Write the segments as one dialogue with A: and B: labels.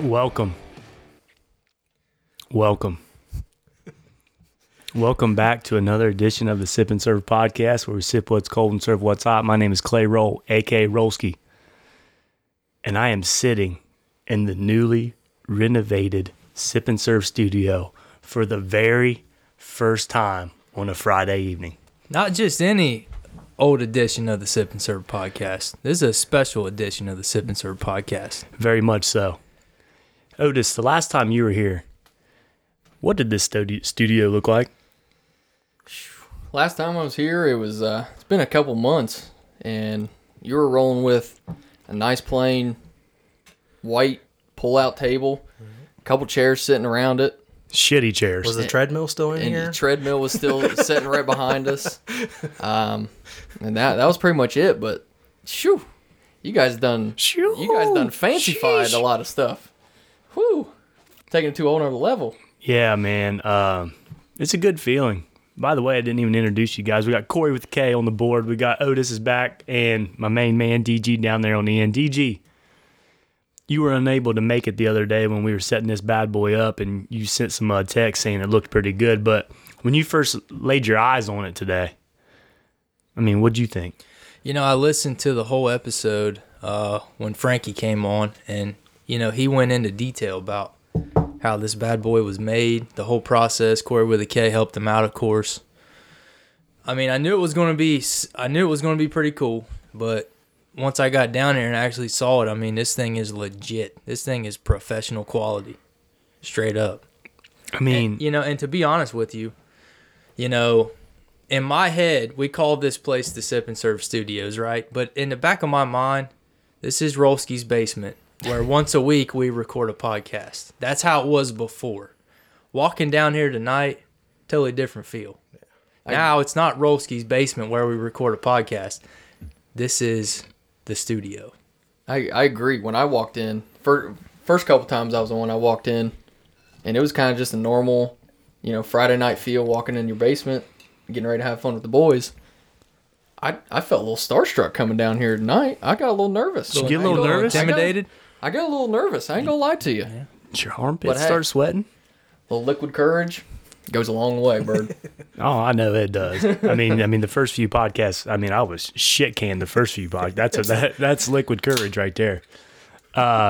A: Welcome. Welcome. Welcome back to another edition of the Sip and Serve podcast where we sip what's cold and serve what's hot. My name is Clay Roll, aka Rolski. And I am sitting in the newly renovated Sip and Serve studio for the very first time on a Friday evening.
B: Not just any old edition of the Sip and Serve podcast. This is a special edition of the Sip and Serve podcast.
A: Very much so. Otis, the last time you were here, what did this studi- studio look like?
C: Last time I was here, it was uh, it's been a couple months, and you were rolling with a nice plain white pull-out table, a couple chairs sitting around it,
A: Shitty chairs.
D: Was the treadmill still in
C: and
D: here?
C: the treadmill was still sitting right behind us. Um, and that that was pretty much it. But shoo, you guys done
A: Shoo,
C: you guys done fancified a
A: sheesh.
C: lot of stuff. Whew, taking it to a whole nother level.
A: Yeah, man. Um, it's a good feeling. By the way, I didn't even introduce you guys. We got Corey with K on the board. We got Otis is back, and my main man DG down there on the end. DG, you were unable to make it the other day when we were setting this bad boy up, and you sent some uh, text saying it looked pretty good. But when you first laid your eyes on it today, I mean, what'd you think?
B: You know, I listened to the whole episode uh, when Frankie came on, and, you know, he went into detail about how this bad boy was made, the whole process. Corey with a K helped him out, of course. I mean, I knew it was going to be, s- I knew it was going to be pretty cool, but once I got down there and actually saw it, I mean, this thing is legit. This thing is professional quality, straight up.
A: I mean,
B: you know, and to be honest with you, you know, in my head, we call this place the Sip and Serve Studios, right? But in the back of my mind, this is Rolski's basement, where once a week we record a podcast. That's how it was before. Walking down here tonight, totally different feel. Now it's not Rolski's basement where we record a podcast. This is the studio.
C: I, I agree. When I walked in, first, first couple times I was the one I walked in, and it was kind of just a normal, you know, Friday night feel walking in your basement, getting ready to have fun with the boys. I, I felt a little starstruck coming down here tonight. I got a little nervous.
A: you get a little
C: I ain't gonna-
A: nervous?
B: Intimidated?
C: I got a little nervous. I ain't gonna lie to you. A
A: did your armpit
C: But hey-
A: start sweating?
C: little liquid courage goes a long way, bird.
A: Oh, I know it does. I mean, I mean, the first few podcasts. I mean, I was shit canned the first few podcasts. That's a, that, that's liquid courage right there. Uh,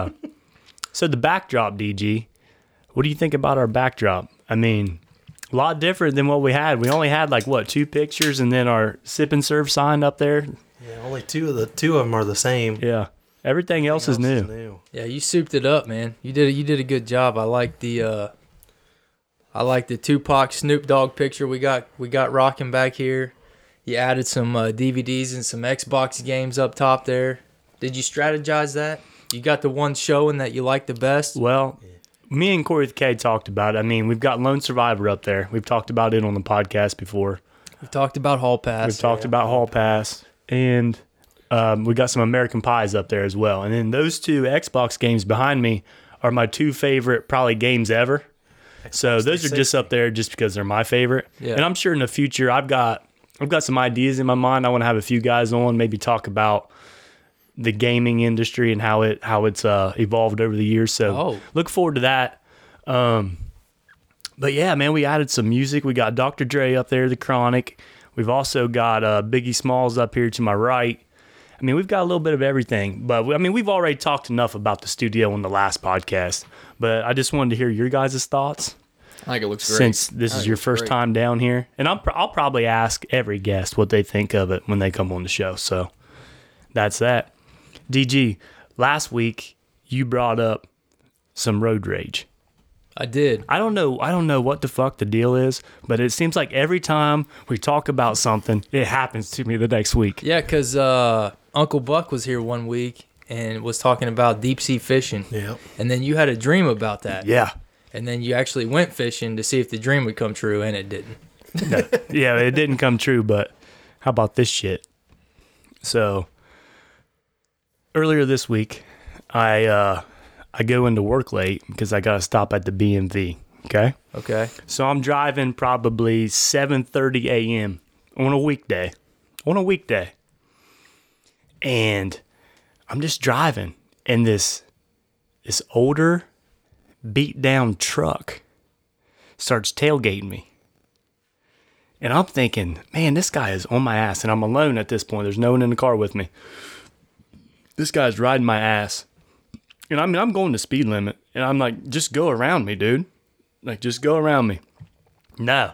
A: so the backdrop, DG. What do you think about our backdrop? I mean, a lot different than what we had. We only had like what two pictures, and then our sip and serve sign up there.
D: yeah, only two of the two of them are the same.
A: Yeah, everything else,
D: This
A: is
D: is
A: new.
B: Yeah, you souped it up, man. You did you did a good job. I like the uh I like the Tupac Snoop Dogg picture we got we got rocking back here. You added some uh, DVDs and some Xbox games up top there. Did you strategize that? You got the one showing that you like the best.
A: Well, me and Corey with K talked about. It. I mean, we've got Lone Survivor up there. We've talked about it on the podcast before.
B: We've talked about Hall
A: We've
B: Pass.
A: talked about Hall Pass, and um, we got some American Pies up there as well. And then those two Xbox games behind me are my two favorite probably games ever. So those are just up there just because they're my favorite.
B: Yeah.
A: And I'm sure in the future I've got I've got some ideas in my mind. I want to have a few guys on, maybe talk about the gaming industry and how it how it's uh, evolved over the years. So
B: Oh.
A: look forward to that. Um, but yeah, man, we added some music. We got Dr. Dre up there, The Chronic. We've also got uh, Biggie Smalls up here to my right. I mean, we've got a little bit of everything, but we- I mean, we've already talked enough about the studio on the last podcast. But I just wanted to hear your guys' thoughts
C: I think it looks great.
A: since this
C: I
A: is
C: think
A: your
C: it looks
A: first
C: great.
A: time down here, and I'm, pr- I'll probably ask every guest what they think of it when they come on the show. So that's that. DG, last week you brought up some road rage.
B: I did.
A: I don't know. I don't know what the fuck the deal is, but it seems like every time we talk about something, it happens to me the next week.
B: Yeah, cuz uh Uncle Buck was here one week and was talking about deep sea fishing.
D: Yeah.
B: And then you had a dream about that.
A: Yeah,
B: And then you actually went fishing to see if the dream would come true and it didn't.
A: yeah. It didn't come true, but how about this shit? So earlier this week, I uh, I go into work late because I got to stop at the BMV. Okay.
B: Okay.
A: So I'm driving probably 7:30 a.m. on a weekday. On a weekday. And I'm just driving and this this older beat down truck starts tailgating me. And I'm thinking, man, this guy is on my ass, and I'm alone at this point. There's no one in the car with me. This guy's riding my ass. And I mean, I'm going to speed limit, and I'm like, just go around me, dude. Like, just go around me. No.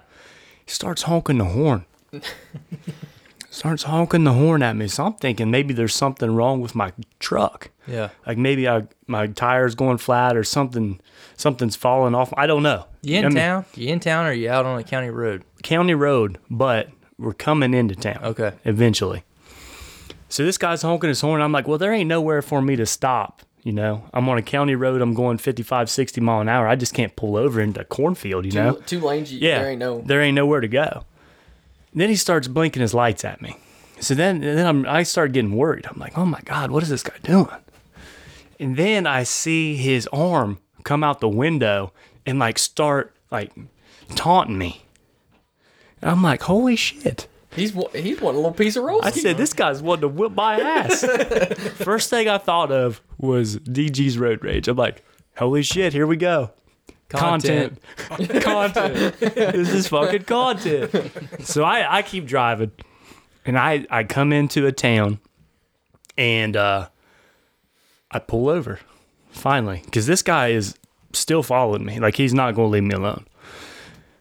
A: He starts honking the horn. starts honking the horn at me. So I'm thinking maybe there's something wrong with my truck
B: Yeah.
A: like maybe I, my tire's going flat or something something's falling off i don't know
B: You in
A: I mean,
B: town? You in town or you out on a county road?
A: county road but we're coming into town
B: Okay.
A: eventually so this guy's honking his horn i'm like well there ain't nowhere for me to stop you know i'm on a county road i'm going 55 60 mile an hour i just can't pull over into a cornfield you
C: Two,
A: know
C: two lanes, you,
A: yeah
C: there ain't no.
A: there ain't nowhere to go And then he starts blinking his lights at me so then and then I'm, i start getting worried i'm like oh my god what is this guy doing and then i see his arm come out the window and like start like taunting me and i'm like holy shit
C: He's wa- he's one little piece of roast.
A: i said this guy's wanting to whip my ass first thing i thought of was dg's road rage i'm like holy shit here we go content, content. this is fucking content. So I, I keep driving, and I I come into a town, and uh, I pull over, finally, because this guy is still following me. Like he's not gonna leave me alone.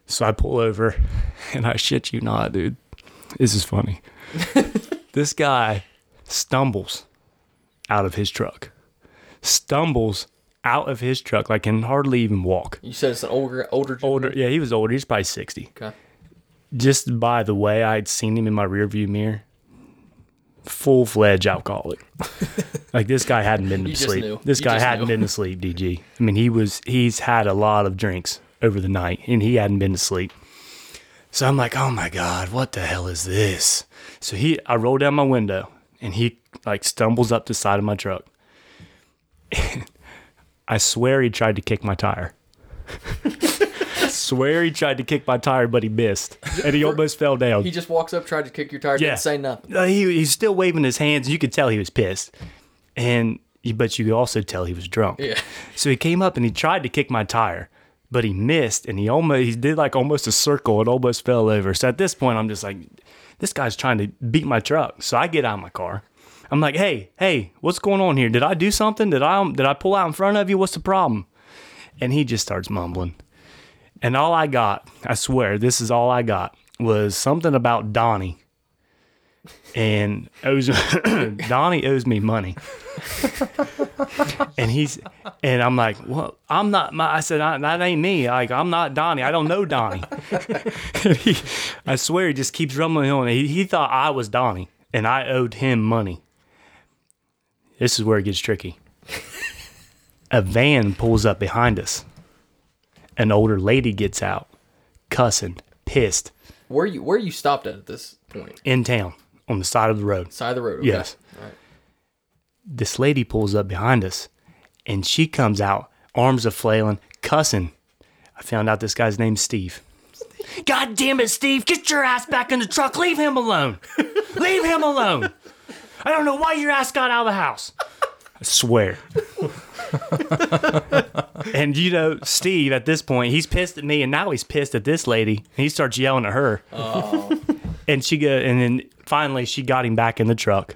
A: So I pull over, and I shit you not, dude. This is funny. this guy stumbles out of his truck. Stumbles out of his truck, like can hardly even walk.
C: You said it's an older older
A: Older, yeah, he was older. He's probably sixty.
C: Okay.
A: Just by the way, I had seen him in my rearview mirror, full fledged alcoholic. like this guy hadn't been to
C: You just
A: sleep.
C: knew.
A: This
C: You
A: guy
C: just
A: hadn't
C: knew.
A: been to sleep. DG. I mean, he was. He's had a lot of drinks over the night, and he hadn't been to sleep. So I'm like, oh my god, what the hell is this? So he, I roll down my window, and he like stumbles up the side of my truck. I swear he tried to kick my tire. swear he tried to kick my tire, but he missed, and he almost fell down.
C: He just walks up, tried to kick your tire,
A: Yeah.
C: didn't say nothing.
A: Uh, he, he's still waving his hands. You could tell he was pissed, and but you could also tell he was drunk.
C: Yeah.
A: So he came up and he tried to kick my tire, but he missed, and he almost he did like almost a circle and almost fell over. So at this point, I'm just like, this guy's trying to beat my truck. So I get out of my car. I'm like, hey, hey, what's going on here? Did I do something? Did I did I pull out in front of you? What's the problem? And he just starts mumbling. And all I got, I swear, this is all I got, was something about Donnie. And owes Donnie owes me money. and he's and I'm like, well, I'm not my I said, I, that ain't me. Like, I'm not Donnie. I don't know Donnie. And he, I swear he just keeps rumbling on. He, he thought I was Donnie and I owed him money. This is where it gets tricky. A van pulls up behind us an older lady gets out, cussing, pissed,
C: Where you where you stopped at at this point?
A: in town on the side of the road.
C: Side of the road. Okay.
A: Yes.
C: All right.
A: This lady pulls up behind us and she comes out, arms a flailing, cussing. I found out this guy's name's Steve. God damn it, Steve, get your ass back in the truck. Leave him alone. Leave him alone. I don't know why your ass got out of the house. I swear. and you know, Steve at this point, he's pissed at me and now he's pissed at this lady. And he starts yelling at her. and she go and then finally she got him back in the truck.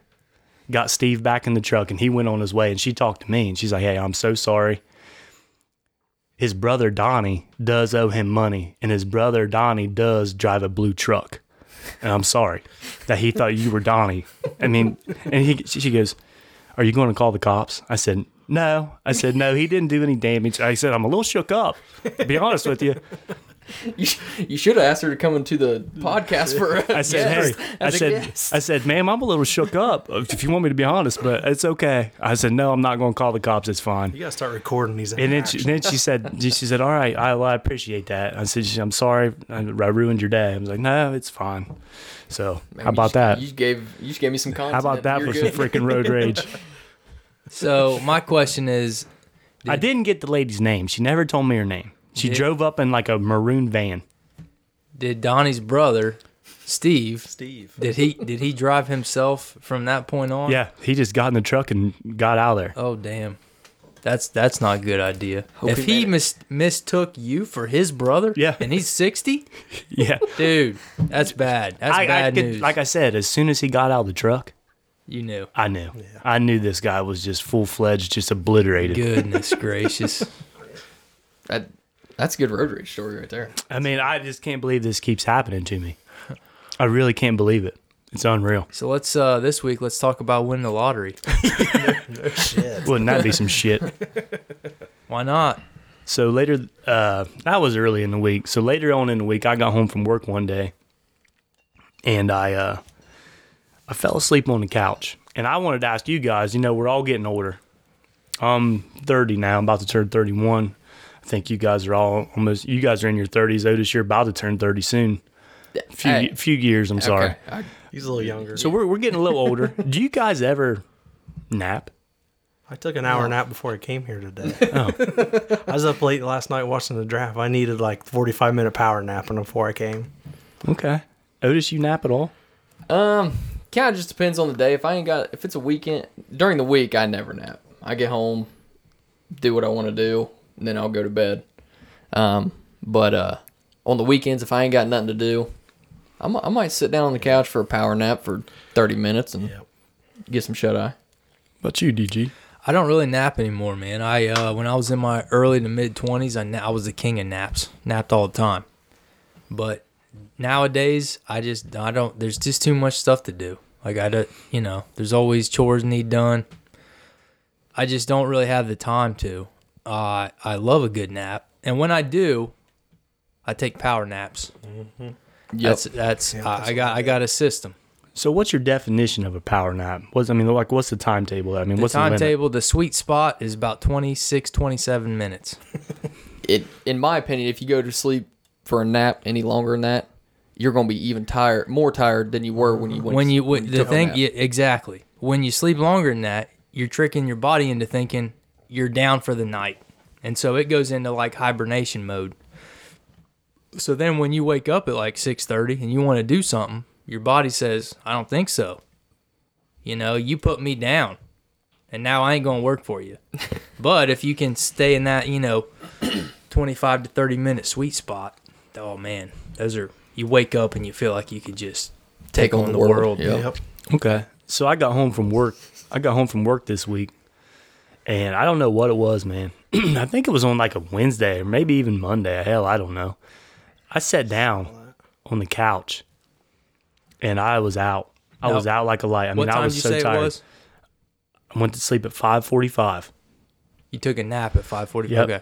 A: Got Steve back in the truck and he went on his way and she talked to me and she's like, "Hey, I'm so sorry." His brother Donnie does owe him money and his brother Donnie does drive a blue truck. And I'm sorry that he thought you were Donnie. I mean, and he she goes, "Are you going to call the cops?" I said, "No." I said, "No, he didn't do any damage." I said, "I'm a little shook up. To be honest with you."
C: You, sh- you should have asked her to come into the podcast for us.
A: I said, hey, I said, I said, ma'am, I'm a little shook up. uh, If you want me to be honest, but it's okay. I said, no, I'm not going to call the cops. It's fine.
D: You gotta start recording these.
A: And then she, then she said, she said, all right, I, well, I appreciate that. I said, I'm sorry, I, I ruined your day. I was like, no, it's fine. So how about that?
C: You gave you just gave me some content.
A: How about that
C: You're
A: for some
C: good.
A: freaking road rage?
B: So my question is,
A: I didn't get the lady's name. She never told me her name. She
B: Did-
A: drove up in like a maroon van.
B: did Donnie's brother, Steve,
D: Steve.
B: did he did he drive himself from that point on?
A: Yeah, he just got in the truck and got out of there.
B: Oh damn. That's that's not a good idea.
C: Hope
B: if
C: he
B: he
C: made it.
B: mis- mistook you for his brother,
A: Yeah.
B: and he's sixty,
A: Yeah.
B: dude, that's bad. That's
A: I,
B: bad
A: I could,
B: news.
A: like I said, as soon as he got out of the truck,
B: you knew.
A: I knew. I knew this guy was just full fledged, just obliterated.
B: Goodness gracious.
C: That that's a good road rage story right there.
A: I mean, I just can't believe this keeps happening to me. I really can't believe it. It's unreal.
B: So let's uh this week let's talk about winning the lottery.
D: Shit.
A: Wouldn't that be some shit?
B: Why not?
A: So later, uh, that was early in the week. So later on in the week, I got home from work one day, and I uh, I fell asleep on the couch. And I wanted to ask you guys. You know, we're all getting older. I'm 30 now. I'm about to turn 31. I think you guys are all almost. You guys are in your 30s. Otis, you're about to turn 30 soon. Few
C: Hey.
A: few years. I'm sorry.
C: Okay. I,
D: He's a little younger.
A: So we're we're getting a little older. Do you guys ever nap?
D: I took an hour nap before I came here today. I was up late last night watching the draft. I needed like 45 minute power nap before I came.
A: Okay. Otis, you nap at all?
C: um, kind of just depends on the day. If I ain't got, if it's a weekend during the week, I never nap. I get home, do what I want to do, and then I'll go to bed. Um, but uh, on the weekends, if I ain't got nothing to do, I mi- I might sit down on the couch for a power nap for thirty minutes and
D: Yep.
C: get some shut eye.
A: But you, DG.
B: I don't really nap anymore, man. I uh when I was in my early to mid 20s, I na- I was the king of naps. Napped all the time. But nowadays, I just I don't there's just too much stuff to do. Like I don't, you know, there's always chores need done. I just don't really have the time to. Uh, I love a good nap, and when I do, I take power naps.
C: Yep.
B: That's that's,
D: Yeah,
B: I,
D: that's
B: I got I got a system.
A: So what's your definition of a power nap? What's I mean, like what's the timetable? I mean,
B: The
A: what's the limit?
B: timetable, the sweet spot is about 26, 27 minutes.
C: it in my opinion, if you go to sleep for a nap any longer than that, you're gonna be even tired, more tired than you were when you went.
B: when you when the
C: took a
B: thing
C: nap.
B: yeah, exactly when you sleep longer than that you're tricking your body into thinking you're down for the night and so it goes into like hibernation mode so then when you wake up at like 6.30 and you want to do something your body says i don't think so you know you put me down and now i ain't gonna work for you but if you can stay in that you know 25 to 30 minute sweet spot oh man those are you wake up and you feel like you could just take, on, the world,
C: Yep.
D: Yep.
A: Okay. So I got home from work. I got home from work this week, and I don't know what it was, man. I think it was on like a Wednesday or maybe even Monday. Hell, I don't know. I sat down on the couch, and I was out. I
B: Now-
A: was out like a light. I mean,
B: What
A: I
B: time
A: was
B: did you
A: so
B: say
A: tired.
B: it was?
A: I went to sleep at five forty-five,
B: You took a nap at 5:45.
A: Yep.
B: Okay.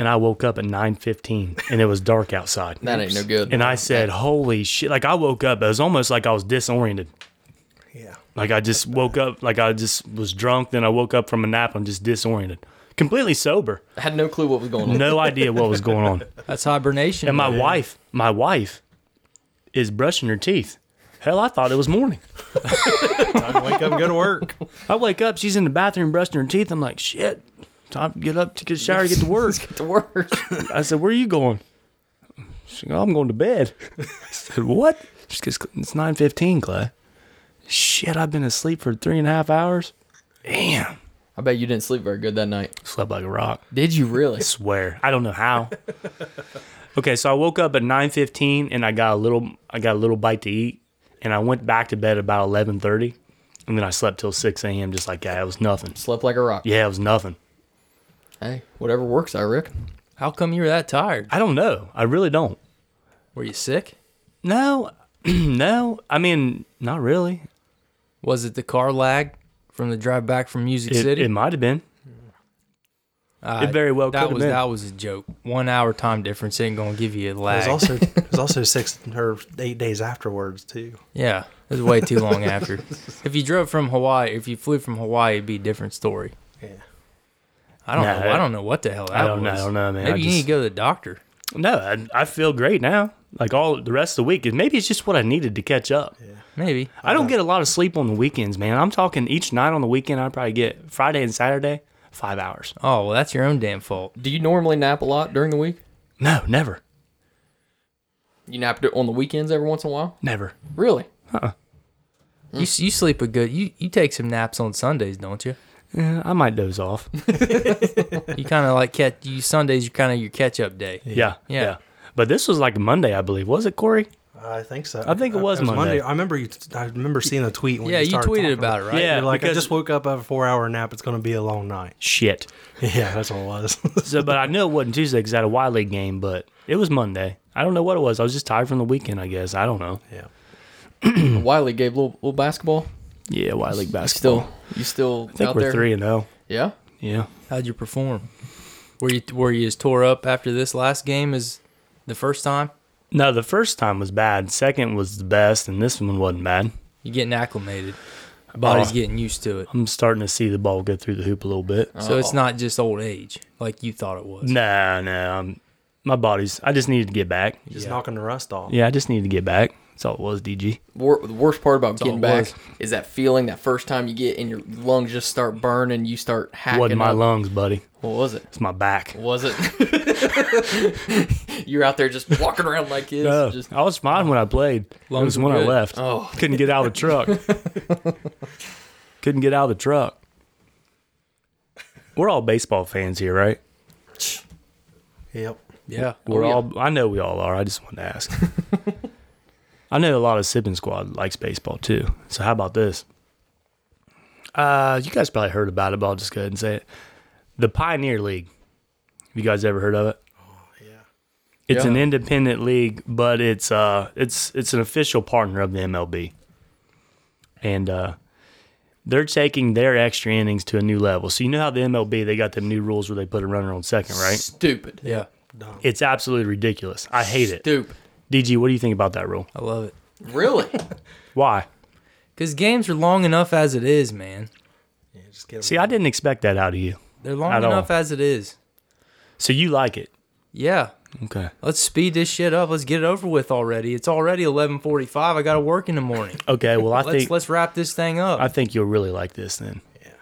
A: and I woke up at nine fifteen, and it was dark outside.
C: That ain't no good.
A: And I said, "Holy shit!" Like I woke up. It was almost like I was disoriented.
D: Yeah.
A: Like I just woke up, like I just was drunk. Then I woke up from a nap. I'm just disoriented, completely sober,
C: I had no clue what was going on.
A: no idea what was going on.
B: That's hibernation.
A: And my
B: man.
A: wife, my wife, is brushing her teeth. Hell, I thought it was morning.
D: Time to wake up and go to work.
A: I wake up, she's in the bathroom brushing her teeth. I'm like, shit, time to get up to get a shower, get to work.
C: Get to work.
A: I said, where are you going? She goes, I'm going to bed. I said, what? She goes, it's 9.15, Clay. Shit, I've been asleep for three and a half hours. Damn.
C: I bet you didn't sleep very good that night.
A: Slept like a rock.
C: Did you really?
A: swear i don't know how okay so i woke up at 9.15 and i got a little i got a little bite to eat and i went back to bed about 11.30 and then i slept till 6 a.m just like that it was nothing
C: Slept like a rock.
A: yeah it was nothing
C: Hey, whatever works, I reckon.
B: How come you were that tired?
A: i don't know i really don't
B: Were you sick?
A: no no i mean not really
B: Was it the car lag from the drive back from Music
A: it,
B: City?
A: it might have been
B: Uh,
A: it very well could
B: that
A: have
B: was
A: been.
B: that was a joke. One hour time difference ain't gonna give you a
D: It
B: lag.
D: was also it was also six or eight days afterwards too.
B: yeah, it was way too long after. If you drove from Hawaii, if you flew from Hawaii, it'd be a different story.
D: Yeah.
B: I don't
A: Nah,
B: know.
A: I-
B: I don't know what the hell that
A: I don't know-
B: was.
A: I don't know, man.
B: Maybe
A: I
B: you need
A: just-
B: to go to the doctor.
A: no I, I feel great now like all the rest of the week and maybe it's just what i needed to catch up
B: Maybe.
A: I don't get a lot of sleep on the weekends, man. I'm talking each night on the weekend, I probably get Friday and Saturday, five hours.
B: Oh well, that's your own damn fault.
C: Do you normally nap a lot during the week?
A: No, never,
C: You nap d- on the weekends every once in a while?
A: never. Uh-uh.
C: Really?
B: You You you sleep a good. You you take some naps on Sundays, don't you?
A: eh, I might doze off.
B: You kind of like catch you Sundays. You kind of your catch up day.
A: Yeah,
B: Yeah.
A: yeah, But this was like Monday, I believe. Was it Corey?
D: I think so.
A: I think it was Monday.
D: I remember you. I remember seeing a tweet. When
B: yeah, you,
D: started
B: tweeted
D: talking
B: about it, right?
A: Yeah.
D: You're like I
A: because-
D: just woke up. I have a four-hour nap. It's going to be a long night.
A: Shit.
D: Yeah, that's what it was.
A: So, but I knew it wasn't Tuesday because I had a Y League game, but it was Monday. I don't know what it was. I was just tired from the weekend, I guess. I don't know.
D: yeah,
A: Hmm.
C: Wiley gave little little basketball.
A: Yeah, Y League basketball.
C: Still, you still
A: I think
C: out
A: we're
C: there?
A: three and zero.
C: Yeah,
A: Yeah.
B: How'd you perform? Were you were you as tore up after this last game as the first time?
A: No, the first time was bad. Second was the best, and this one wasn't bad.
B: You getting acclimated. Body's
A: Oh.
B: getting used to it.
A: I'm starting to see the ball go through the hoop a little bit.
B: So it's not just old age like you thought it was.
A: No, no. I'm, my body's. I just needed to get back.
D: just
B: Yeah.
D: knocking the rust off.
A: Yeah, I just needed to get back. That's all it was, DG.
C: Wor- the worst part about
B: all
C: getting
B: it
C: back
B: was.
C: is that feeling that first time you get and your lungs just start burning. You start hacking.
A: wasn't my
C: up.
A: lungs, buddy.
C: What was it?
A: It's my back.
C: Was it? You're out there just walking around like this.
A: No,
C: Just
A: I was fine when I played.
B: Lungs
A: it was
B: were
A: when I
B: good.
A: left.
C: oh,
A: Couldn't get out of the truck. Couldn't get out of the truck. We're all baseball fans here, right?
D: Yep.
B: Yeah.
A: We're
C: Oh, yeah.
A: all. I know we all are. I just wanted to ask. I know a lot of Sipping Squad likes baseball too. So how about this? Uh, you guys probably heard about it, but I'll just go ahead and say it. The Pioneer League. Have you guys ever heard of it? It's
C: Yeah.
A: an independent league, but it's uh it's it's an official partner of the MLB. And uh they're taking their extra innings to a new level. So you know how the MLB they got them new rules where they put a runner on second, right?
C: stupid.
B: Yeah.
D: Dumb.
A: It's absolutely ridiculous. I hate it.
C: Stupid.
A: DG, what do you think about that rule?
B: I love it.
C: Really?
A: Why?
B: Because games are long enough as it is, man.
D: Yeah, just get 'em.
A: See, I didn't expect that out of you.
B: They're long
A: At all.
B: enough as it is.
A: So you like it.
B: Yeah.
A: Okay.
B: Let's speed this shit up. Let's get it over with already. It's already 11:45. I got to work in the morning.
A: Okay, well I
B: let's
A: think
B: let's wrap this thing up.
A: I think you'll really like this then. Yeah.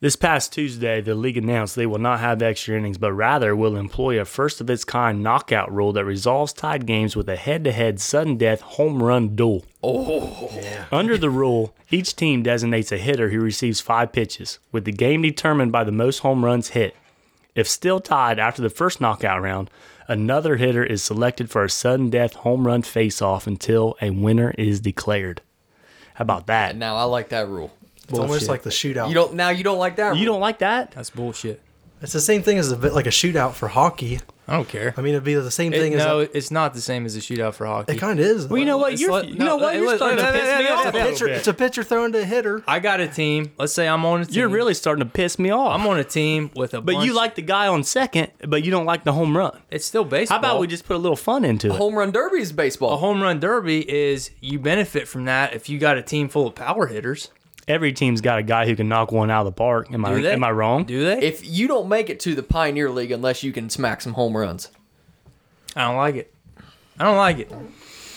A: This past Tuesday, the league announced they will not have extra innings, but rather will employ a first of its kind knockout rule that resolves tied games with a head to head sudden death home run duel.
C: Oh,
A: Under the rule, each team designates a hitter who receives five pitches, with the game determined by the most home runs hit. If still tied after the first knockout round, another hitter is selected for a sudden death home run face off until a winner is declared. How about that?
C: now I like that rule.
D: it's almost like the shootout.
C: You don't now. You don't like that.
A: You
C: rule.
A: don't like that?
B: That's bullshit.
D: it's the same thing as a bit like a shootout for hockey.
B: I don't care.
D: I mean, it'd be the same
B: It-
D: thing as
B: no,
D: a,
B: it's not the same as a shootout for hockey.
D: it kind of is.
A: Well, you know what?
B: Let's
A: You're,
B: let-
A: you
B: no,
A: know what?
B: let-
A: You're
B: let-
A: starting to
B: let-
A: piss
B: let-
A: me
B: let-
A: off
B: let-
A: a
B: let-
A: little bit.
D: It's a pitcher throwing to a hitter.
B: I got a team. Let's say I'm on a team.
A: You're really starting to piss me off.
B: I'm on a team with a.
A: but you
B: bunch-
A: like the guy on second, but you don't like the home run.
B: It's still baseball.
A: How about we just put a little fun into it?
C: Home run derby is
B: A
C: baseball.
B: home run derby is you benefit from that if you got a team full of power hitters.
A: Every team's got a guy who can knock one out of the park. Am I
B: Do they?
A: am I wrong?
B: Do they?
C: if you don't make it to the Pioneer League unless you can smack some home runs,
B: I don't like it. I don't like it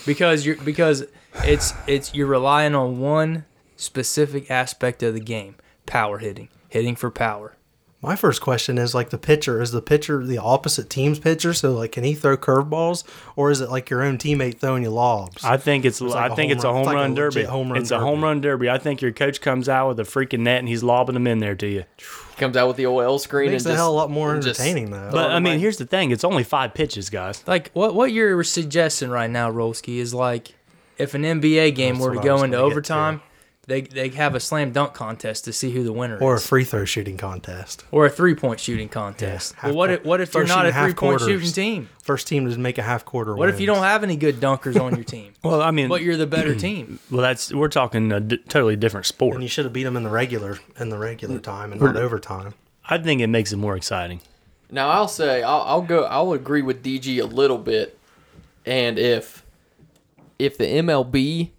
B: because you're because it's it's you're relying on one specific aspect of the game: power hitting, hitting for power.
D: My first question is like the pitcher is the pitcher the opposite team's pitcher, so like can he throw curveballs or is it like your own teammate throwing you lobs?
A: I think it's,
D: like
A: I
D: a
A: think
D: home
A: it's a
D: run-
A: home
D: it's like a
A: run
D: legit
A: derby.
D: home run
A: it's a home
D: derby.
A: run derby. I think your coach comes out with a freaking net and he's lobbing them in there to you.
C: comes out with the OL screen
D: Makes
C: and
D: the
C: just
D: hell a lot more
C: and just-
D: entertaining though.
A: But
B: um,
A: I mean,
C: away.
A: here's the thing: it's only five pitches, guys.
B: Like what what you're suggesting right now, Rolski, is like if an NBA game
D: That's
B: were to
D: what I was
B: go into
D: gonna get to.
B: overtime, they they have a slam dunk contest to see who the winner
D: or a
B: is,
D: free throw shooting contest.
B: or a three point shooting contest.
D: half
B: well, what
D: qu-
B: if, what if you're
D: first
B: not
D: and
B: a
D: half
B: three point
D: quarters.
B: shooting team?
D: First team to make a half quarter.
B: What if you
D: wins.
B: don't have any good dunkers on your team,
A: Well, I mean,
B: but you're the better team?
A: well, that's we're talking a d- totally different sport.
D: And you should have beat them in the regular in the regular time and not overtime.
A: I think it makes it more exciting.
C: Now I'll say I'll, I'll go. I'll agree with DG a little bit, and if if the MLB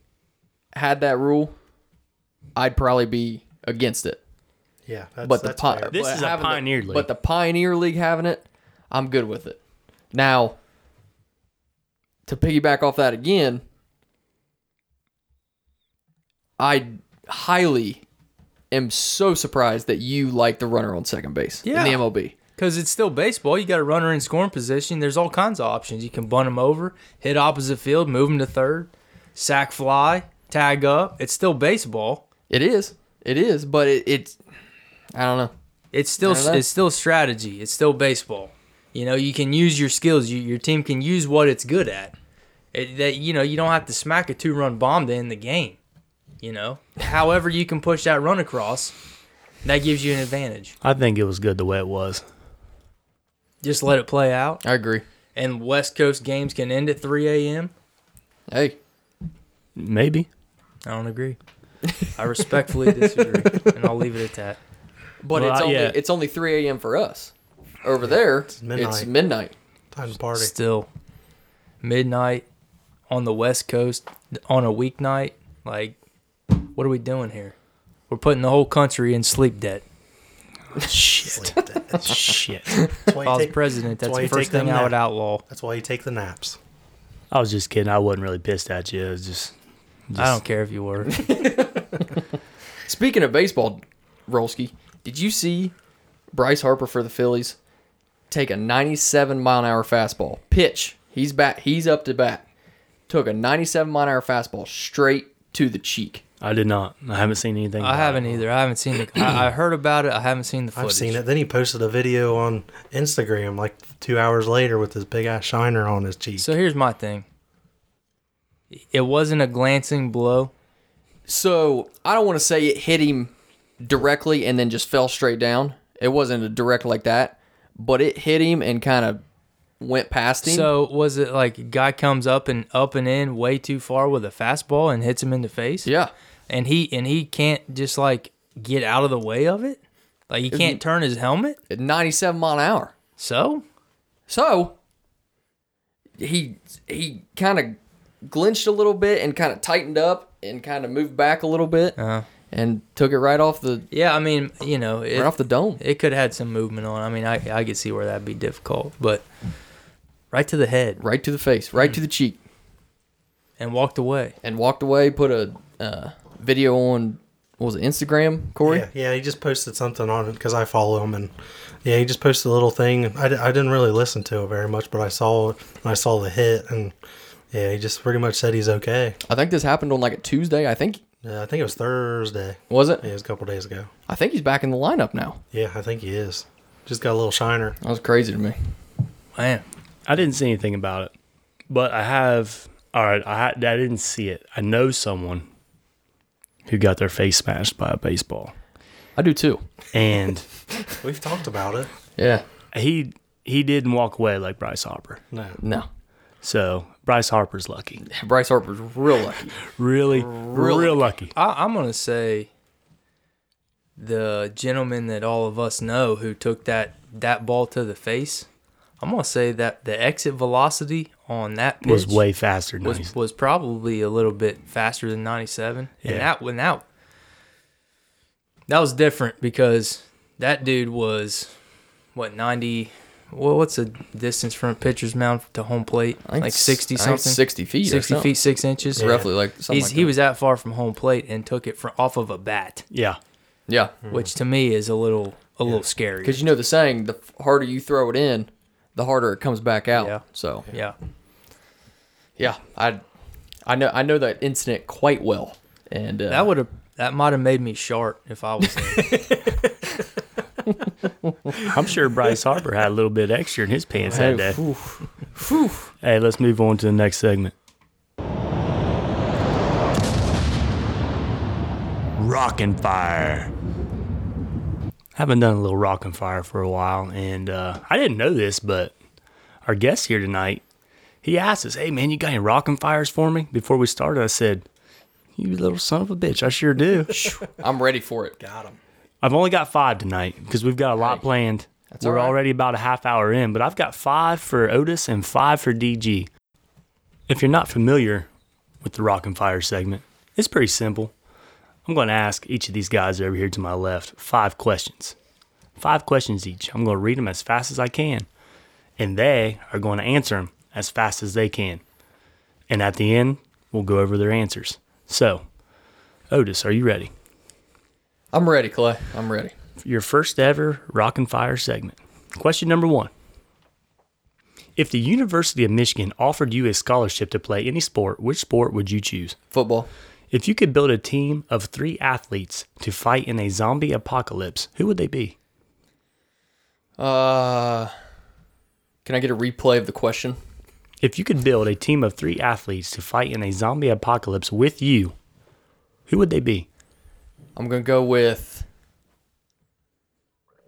C: had that rule, I'd probably be against it.
D: Yeah, that's,
C: But
D: that's
C: the pi-
D: fair.
A: This
C: but
A: is a
C: having the-
A: Pioneer League.
C: But the Pioneer League having it, I'm good with it. Now, to piggyback off that again, I highly am so surprised that you like the runner on second base
B: Yeah.
C: in the MLB.
B: Because it's still baseball. You got a runner in scoring position. There's all kinds of options. You can bunt him over, hit opposite field, move him to third, sack fly, tag up. It's still baseball.
C: It is. It is, but it, it's I don't know.
B: It's still
C: I don't know.
B: it's still strategy. It's still baseball. You know, you can use your skills. You, your team can use what it's good at. It, that you know, you don't have to smack a two-run bomb to end the game. You know, however you can push that run across, that gives you an advantage.
A: I think it was good the way it was.
B: Just let it play out,
C: I agree.
B: and West Coast games can end at 3 a.m.
C: Hey,
A: Maybe.
B: I don't agree. I respectfully disagree, and I'll leave it at that.
C: but
A: Well,
C: it's
A: uh,
C: only
A: yeah.
C: it's only 3 a.m. for us. Over there, it's midnight.
D: midnight. Time to party.
B: Still, midnight on the West Coast on a weeknight. Like, what are we doing here? We're putting the whole country in sleep debt.
A: Shit. Shit.
D: That's why
B: If I
D: you
B: was
D: take-
B: president,
D: that's
B: that's
D: why
B: the
D: you
B: first
D: take them
B: thing I would
D: nap.
B: outlaw.
D: That's why you take the naps.
A: I was just kidding. I wasn't really pissed at you. It was just.
B: I don't care if you were.
C: Speaking of baseball, Rolski, did you see Bryce Harper for the Phillies take a 97 mile an hour fastball pitch? He's bat. He's up to bat. Took a 97 mile an hour fastball straight to the cheek.
A: I did not. I haven't seen anything.
B: I
A: about
B: haven't
A: it.
B: either. I haven't seen it. I, I heard about it. I haven't seen the
D: I've
B: footage.
D: seen it. Then he posted a video on Instagram like two hours later with his big ass shiner on his cheek.
B: So here's my thing. It wasn't a glancing blow.
C: So I don't want to say it hit him directly and then just fell straight down. It wasn't a direct like that, but it hit him and kind of went past him.
B: So was it like a guy comes up and up and in way too far with a fastball and hits him in the face?
C: yeah,
B: and he and he can't just like get out of the way of it. Like he can't turn his helmet.
C: at 97 mile an hour.
B: So
C: So he he kind of glinched a little bit and kind of tightened up and kind of moved back a little bit and took it right off the
B: yeah, I mean, you know, it,
C: right off the dome.
B: it could have had some movement on. I mean, I I could see where that'd be difficult, but right to the head
C: Right to the face, right to the cheek,
B: and walked away.
C: and walked away. Put a uh, video on what was it Instagram, Corey?
D: Yeah, yeah, he just posted something on it because I follow him, and yeah, he just posted a little thing. I, di- I didn't really listen to it very much, but I saw it and I saw the hit, and yeah, he just pretty much said he's okay.
C: I think this happened on like a Tuesday. I think
D: Yeah, I think it was Thursday.
C: was it?
D: Yeah, it was a couple days ago.
C: I think he's back in the lineup now.
D: Yeah, I think he is. Just got a little shiner.
C: That was crazy to me.
B: Man,
A: I didn't see anything about it, but I have. All right, I, ha- I didn't see it. I know someone who got their face smashed by a baseball,
C: I do too.
A: and
D: We've talked about it.
C: Yeah.
A: he he didn't walk away like Bryce Harper.
D: No,
C: No.
A: So Bryce Harper's lucky,
C: Bryce Harper's real lucky.
A: really, real, lucky.
B: I, I'm gonna say the gentleman that all of us know who took that that ball to the face. I'm gonna say that the exit velocity on that pitch
A: Was way faster than
B: was
A: he's-
B: was probably a little bit faster than 97.
A: Yeah.
B: And that when that that was different because that dude was what 90 well, what's the distance from a pitcher's mound to home plate?
C: I think
B: Like
C: s-
B: 60
C: I think
B: something.
C: 60 feet or
B: 60
C: something.
B: feet 6 inches.
C: It's Roughly like something.
B: He's,
C: like
B: he
C: that.
B: was that far from home plate and took it from off of a bat,
A: Yeah,
C: yeah.
B: which to me is a little a little scary.
C: Because you know the saying, the harder you throw it in, the harder it comes back out.
B: Yeah.
C: So
B: yeah.
C: yeah, I, I know I know that incident quite well, and uh,
B: That would have that might have made me sharp if I was there.
A: I'm sure Bryce Harper had a little bit extra in his pants
C: hey,
A: that day.
C: phew.
A: Hey, let's move on to the next segment. Rock and fire. Haven't done a little rock and fire for a while, and uh, I didn't know this, but our guest here tonight, he asked us, "Hey, man, you got any rock and fires for me?" Before we started, I said, "You little son of a bitch, I sure do."
C: I'm ready for it.
D: got him.
A: I've only got five tonight because we've got a lot planned.
C: all
A: We're
C: right.
A: already about a half hour in, but I've got five for Otis and five for DG. If you're not familiar with the Rock and Fire segment, it's pretty simple. I'm going to ask each of these guys over here to my left five questions. Five questions each. I'm going to read them as fast as I can, and they are going to answer them as fast as they can. And at the end, we'll go over their answers. So, Otis, are you ready?
C: I'm ready, Clay. I'm ready.
A: your first ever Rock and Fire segment. Question number one If the University of Michigan offered you a scholarship to play any sport, which sport would you choose?
C: Football.
A: If you could build a team of three athletes to fight in a zombie apocalypse, who would they be?
C: Uh, can I get a replay of the question?
A: If you could build a team of three athletes to fight in a zombie apocalypse with you, who would they be?
C: I'm gonna go with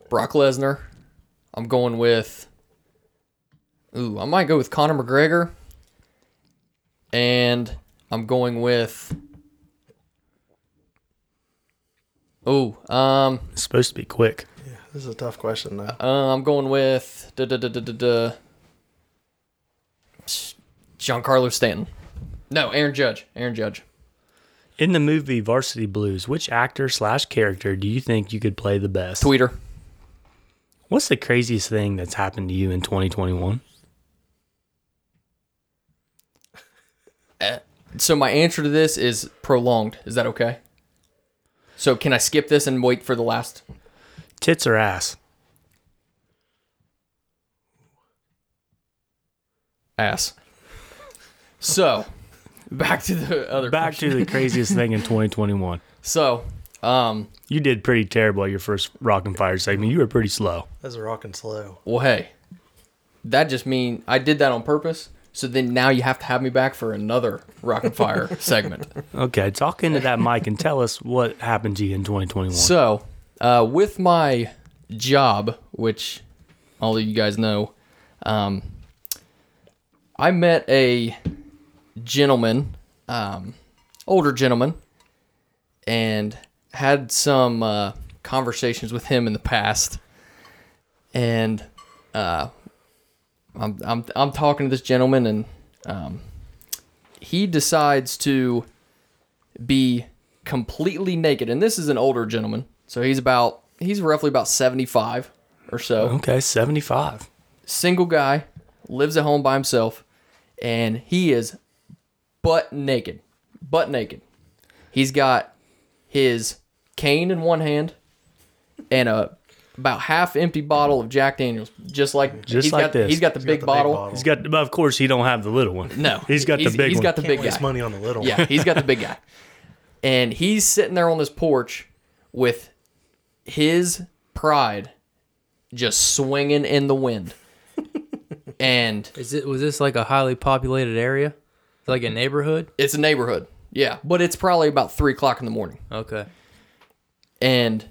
C: Brock Lesnar. I'm going with. Ooh, I might go with Conor McGregor. And I'm going with. Ooh, um,
A: It's supposed to be quick.
D: This is a tough question, though.
C: uh, I'm going with da da da da da da. Giancarlo Stanton. No, Aaron Judge. Aaron Judge.
A: In the movie Varsity Blues, which actor slash character do you think you could play the best?
C: Tweeter.
A: What's the craziest thing that's happened to you in 2021?
C: So my answer to this is prolonged. Is that okay? So can I skip this and wait for the last?
A: Tits or ass?
C: Ass. So, back to the other.
A: Back
C: question.
A: to the craziest thing in 2021.
C: So, um,
A: You did pretty terrible at your first Rock and Fire segment. You were pretty slow.
D: That's rocking slow.
C: well, hey, that just mean I did that on purpose. So then now you have to have me back for another rock and fire segment.
A: Okay, talk into that mic and tell us what happened to you in 2021.
C: So, uh, with my job, which all of you guys know, um, I met a gentleman, um, older gentleman, and had some uh, conversations with him in the past. And uh, I'm, I'm, I'm talking to this gentleman, and um, he decides to be completely naked. And this is an older gentleman. So he's about, he's roughly about 75 or so.
A: okay, 75.
C: Single guy, lives at home by himself, and he is butt naked. Butt naked. He's got his cane in one hand and a about half empty bottle of Jack Daniels, just like
A: Just
C: he's
A: like
C: got,
A: this.
C: He's got the, big, bottle.
A: He's got, but of course, he don't have the little one.
C: No,
A: he's got the big
C: He's
A: one.
C: got the big guy.
D: Waste money on the little one.
C: Yeah, he's got the big guy. And he's sitting there on this porch with his pride just swinging in the wind. and
B: Is it was this like a highly populated area, like a neighborhood?
C: it's a neighborhood. Yeah, but it's probably about three o'clock in the morning.
B: Okay.
C: And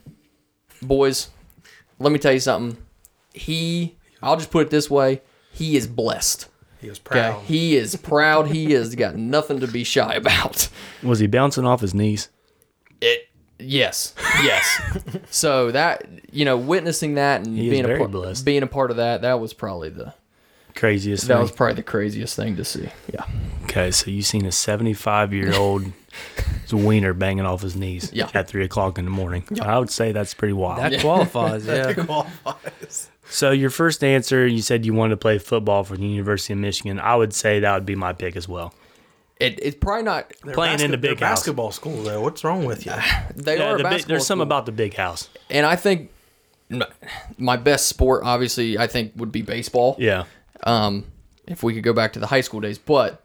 C: boys, let me tell you something. He, I'll just put it this way he is blessed.
D: He was
C: Okay.
D: proud.
C: He is proud. He has got nothing to be shy about.
A: Was he bouncing off his knees?
C: It yes, yes. so that you know, witnessing that and
A: is
C: being a
A: very
C: part,
A: blessed.
C: being a part of that, that was probably the
A: Craziest
C: that
A: thing.
C: was probably the craziest thing to see. Yeah,
A: Okay, so you seen a 75 year old wiener banging off his knees
C: Yeah.
A: at three o'clock in the morning. I would say that's pretty wild.
B: That qualifies, yeah.
D: Qualifies.
A: so your first answer, you said you wanted to play football for the University of Michigan. I would say that would be my pick as well.
C: it, it's probably not.
D: They're
A: Playing in the
D: they're
A: big house.
D: basketball school though. What's wrong with you?
C: They
A: Yeah,
C: are a
A: Uh, the big,
C: basketball
A: there's some
C: school.
A: about the big house.
C: and I think m- my best sport, obviously, I think would be baseball.
A: Yeah.
C: Um, if we could go back to the high school days, but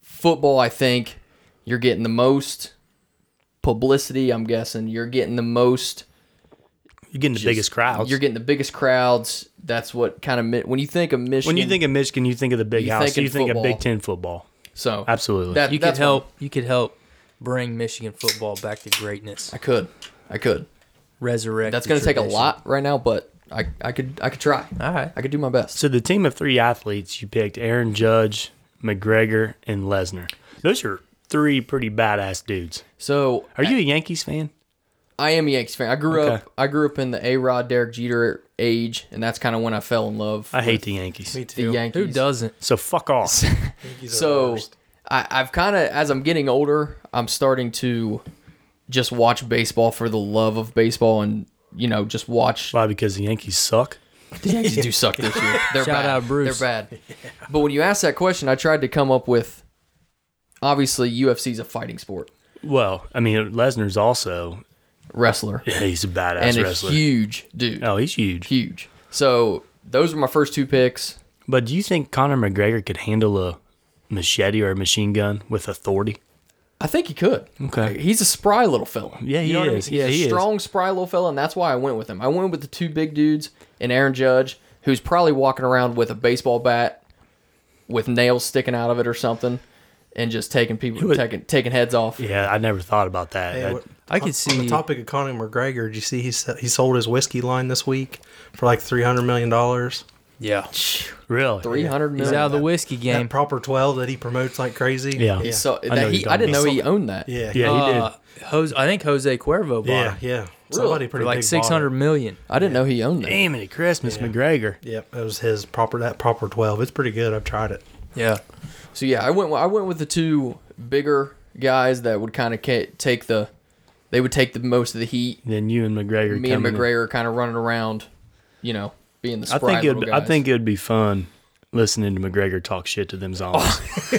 C: football, I think you're getting the most publicity. I'm guessing you're getting the most.
A: You're getting the biggest crowds.
C: You're getting the biggest crowds. That's what kind of mi- when you think of Michigan.
A: when you think of Michigan, you think of the big
C: You
A: house.
C: thinking
A: You think of
C: football.
A: Big Ten football.
C: so,
A: Absolutely.
C: that,
B: You could
C: that's why-
B: help. You could help bring Michigan football back to greatness.
C: I could, I could.
B: Resurrect.
C: That's
B: the
C: going to take a
B: tradition.
C: lot right now, but I, I could, I could try.
B: All right.
C: I could do my best.
A: so the team of three athletes you picked: Aaron Judge, McGregor, and Lesnar. Those are three pretty badass dudes.
C: So,
A: Are you a Yankees fan?
C: I am a Yankees fan. I grew
A: Okay.
C: up, I grew up in the A Rod, Derek Jeter age, and that's kind of when I fell in love.
A: I hate the Yankees.
D: Me
C: the
D: too.
C: Yankees.
B: Who doesn't?
A: So fuck off.
D: Yankees are the
C: So,
D: worst.
C: I, I've kind of, as I'm getting older, I'm starting to just watch baseball for the love of baseball, and you know, just watch
A: Why? Because the Yankees suck.
C: The Yankees do suck this year. They're
B: Shout
C: bad.
B: out Bruce.
C: They're bad. But when you asked that question, I tried to come up with. Obviously, UFC's a fighting sport.
A: Well, I mean Lesnar's also
C: Wrestler
A: yeah, he's a badass
C: and
A: wrestler.
C: a huge dude,
A: oh, he's huge.
C: huge. So those were my first two picks.
A: But do you think Conor McGregor could handle a machete or a machine gun with authority?
C: I think he could.
A: Okay.
C: He's a spry little fella.
A: Yeah, he
C: what
A: is.
C: He's
A: Yeah,
C: a
A: he is.
C: strong, spry little fella, and that's why I went with him. I went with the two big dudes and Aaron Judge, who's probably walking around with a baseball bat with nails sticking out of it or something, and just taking people
A: would-
C: taking taking heads off.
A: Yeah, I never thought about that.
D: Hey,
A: That-
D: what-
B: I could
D: on- On
B: see-
D: the topic of Conor McGregor, did you see he se- he sold his whiskey line this week for like three hundred million dollars?
B: Yeah.
A: really?
C: Three hundred
B: He's
C: million.
B: out of the whiskey game.
D: That proper twelve that he promotes like crazy.
A: Yeah.
C: He
A: Yeah.
C: saw-
A: I
C: that
A: know
C: he-
A: you
C: I
A: don't
C: didn't
A: know.
C: know he owned that.
A: Yeah,
D: yeah,
A: he did.
B: did. Uh, Jose, I think Jose Cuervo bought
D: yeah,
B: him
D: yeah. Somebody
B: for
D: pretty
B: like
D: big
B: six hundred million.
C: I didn't know he owned that.
A: Damn it, Christmas McGregor.
D: bought it. Yep, it was his proper that proper twelve. It's pretty good. I've tried it.
B: Yeah.
C: So yeah, I went. I went with the two bigger guys that would kind of ca- take the, they would take the most of the heat.
A: Then you and McGregor.
C: Me and
A: coming in.
C: McGregor kind of running around, you know, being the.
A: I
C: spry
A: think it'd.
C: little
A: I
C: guys.
A: think it'd be fun listening to McGregor talk shit to them zombies.
C: Oh,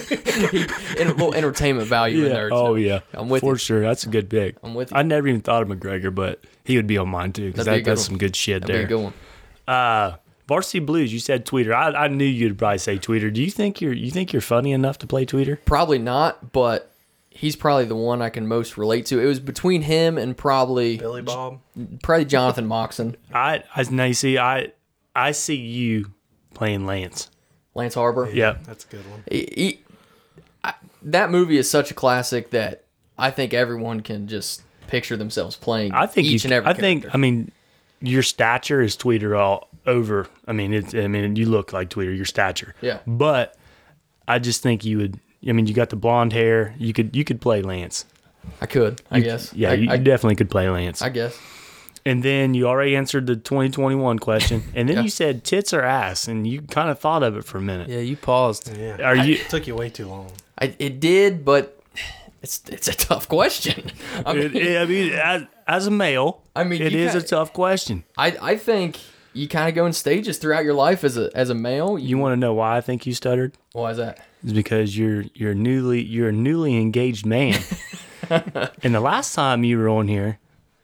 C: and a little entertainment value in there.
A: Oh
C: too.
A: yeah.
C: I'm with
A: for
C: you.
A: sure. That's a good pick.
C: I'm with you.
A: I never even thought of McGregor, but he would be on mine too because
C: That'd be a
A: that,
C: good
A: that's
C: one.
A: some good shit
C: That'd
A: there.
C: be a good one.
A: Uh, Varsity Blues. You said Tweeter. I, I knew you'd probably say Tweeter. Do you think you're you think you're funny enough to play Tweeter?
C: Probably not, but he's probably the one I can most relate to. It was between him and probably
D: Billy Bob.
C: probably Jonathan Moxon,
A: I I now you see I I see you playing Lance.
C: Lance Harbor.
A: Yeah.
D: That's a good one.
C: He- he- I- that movie is such a classic that I think everyone can just picture themselves playing.
A: I think
C: each
A: you,
C: and every.
A: I think I
C: character.
A: mean your stature is Tweeter all over. I mean it's I mean you look like Tweeter. Your stature.
C: Yeah.
A: But I just think you would. I mean you got the blonde hair. You could you could play Lance.
C: I could. I guess.
A: Yeah,
C: I,
A: you,
C: I,
A: you definitely could play Lance.
C: I guess.
A: and then you already answered the 2021 question, and then
C: Yeah.
A: you said tits or ass, and you kind of thought of it for a minute.
B: Yeah, you paused.
D: Yeah.
A: Are you?
D: It took you way too long.
C: I, it did, but it's it's a tough question. I mean,
A: It- it- I mean, as, as a male,
C: I mean,
A: it
C: you
A: is
C: kinda-
A: a tough question.
C: I I think you kind of go in stages throughout your life as a as a male.
A: You want to know why I think you stuttered?
C: why is that?
A: It's because you're you're newly you're a newly engaged man, and the last time you were on here,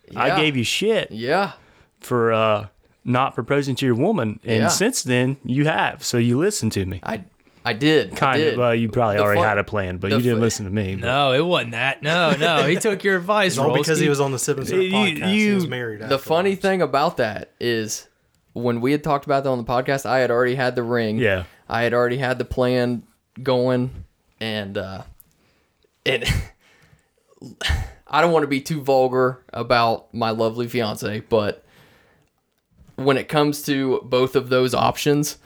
C: Yeah.
A: I gave you shit
C: Yeah.
A: for uh, not proposing to your woman, and
C: Yeah.
A: since then you have. So you listened to me.
C: I I did. I
A: Kind
C: did.
A: of. Well, you probably
C: The
A: already
C: fu-
A: had a plan, but
C: the
A: you didn't
C: fu-
A: listen to me. but-
B: No, it wasn't that. No, no. He took your advice,
D: It's all because he
B: Rolski.
D: was on the Sip and Serve
A: You-
D: podcast. he was
A: you-
D: married.
C: the funny thing about that is when we had talked about that on the podcast, I had already had the ring.
A: Yeah.
C: I had already had the plan going and uh and I don't want to be too vulgar about my lovely fiance, but when it comes to both of those options,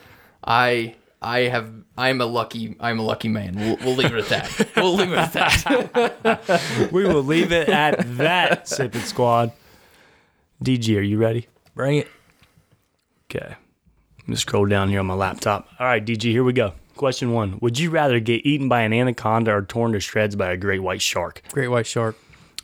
C: I I have I'm a lucky I'm a lucky man. We'll, we'll leave it at that. We'll leave it at that.
A: we will leave it at that, Sipping Squad. DG, are you ready?
B: Bring it.
A: Okay. Let me scroll down here on my laptop. All right, DG, here we go. Question one Would you rather get eaten by an anaconda or torn to shreds by a great white shark?
B: Great white shark.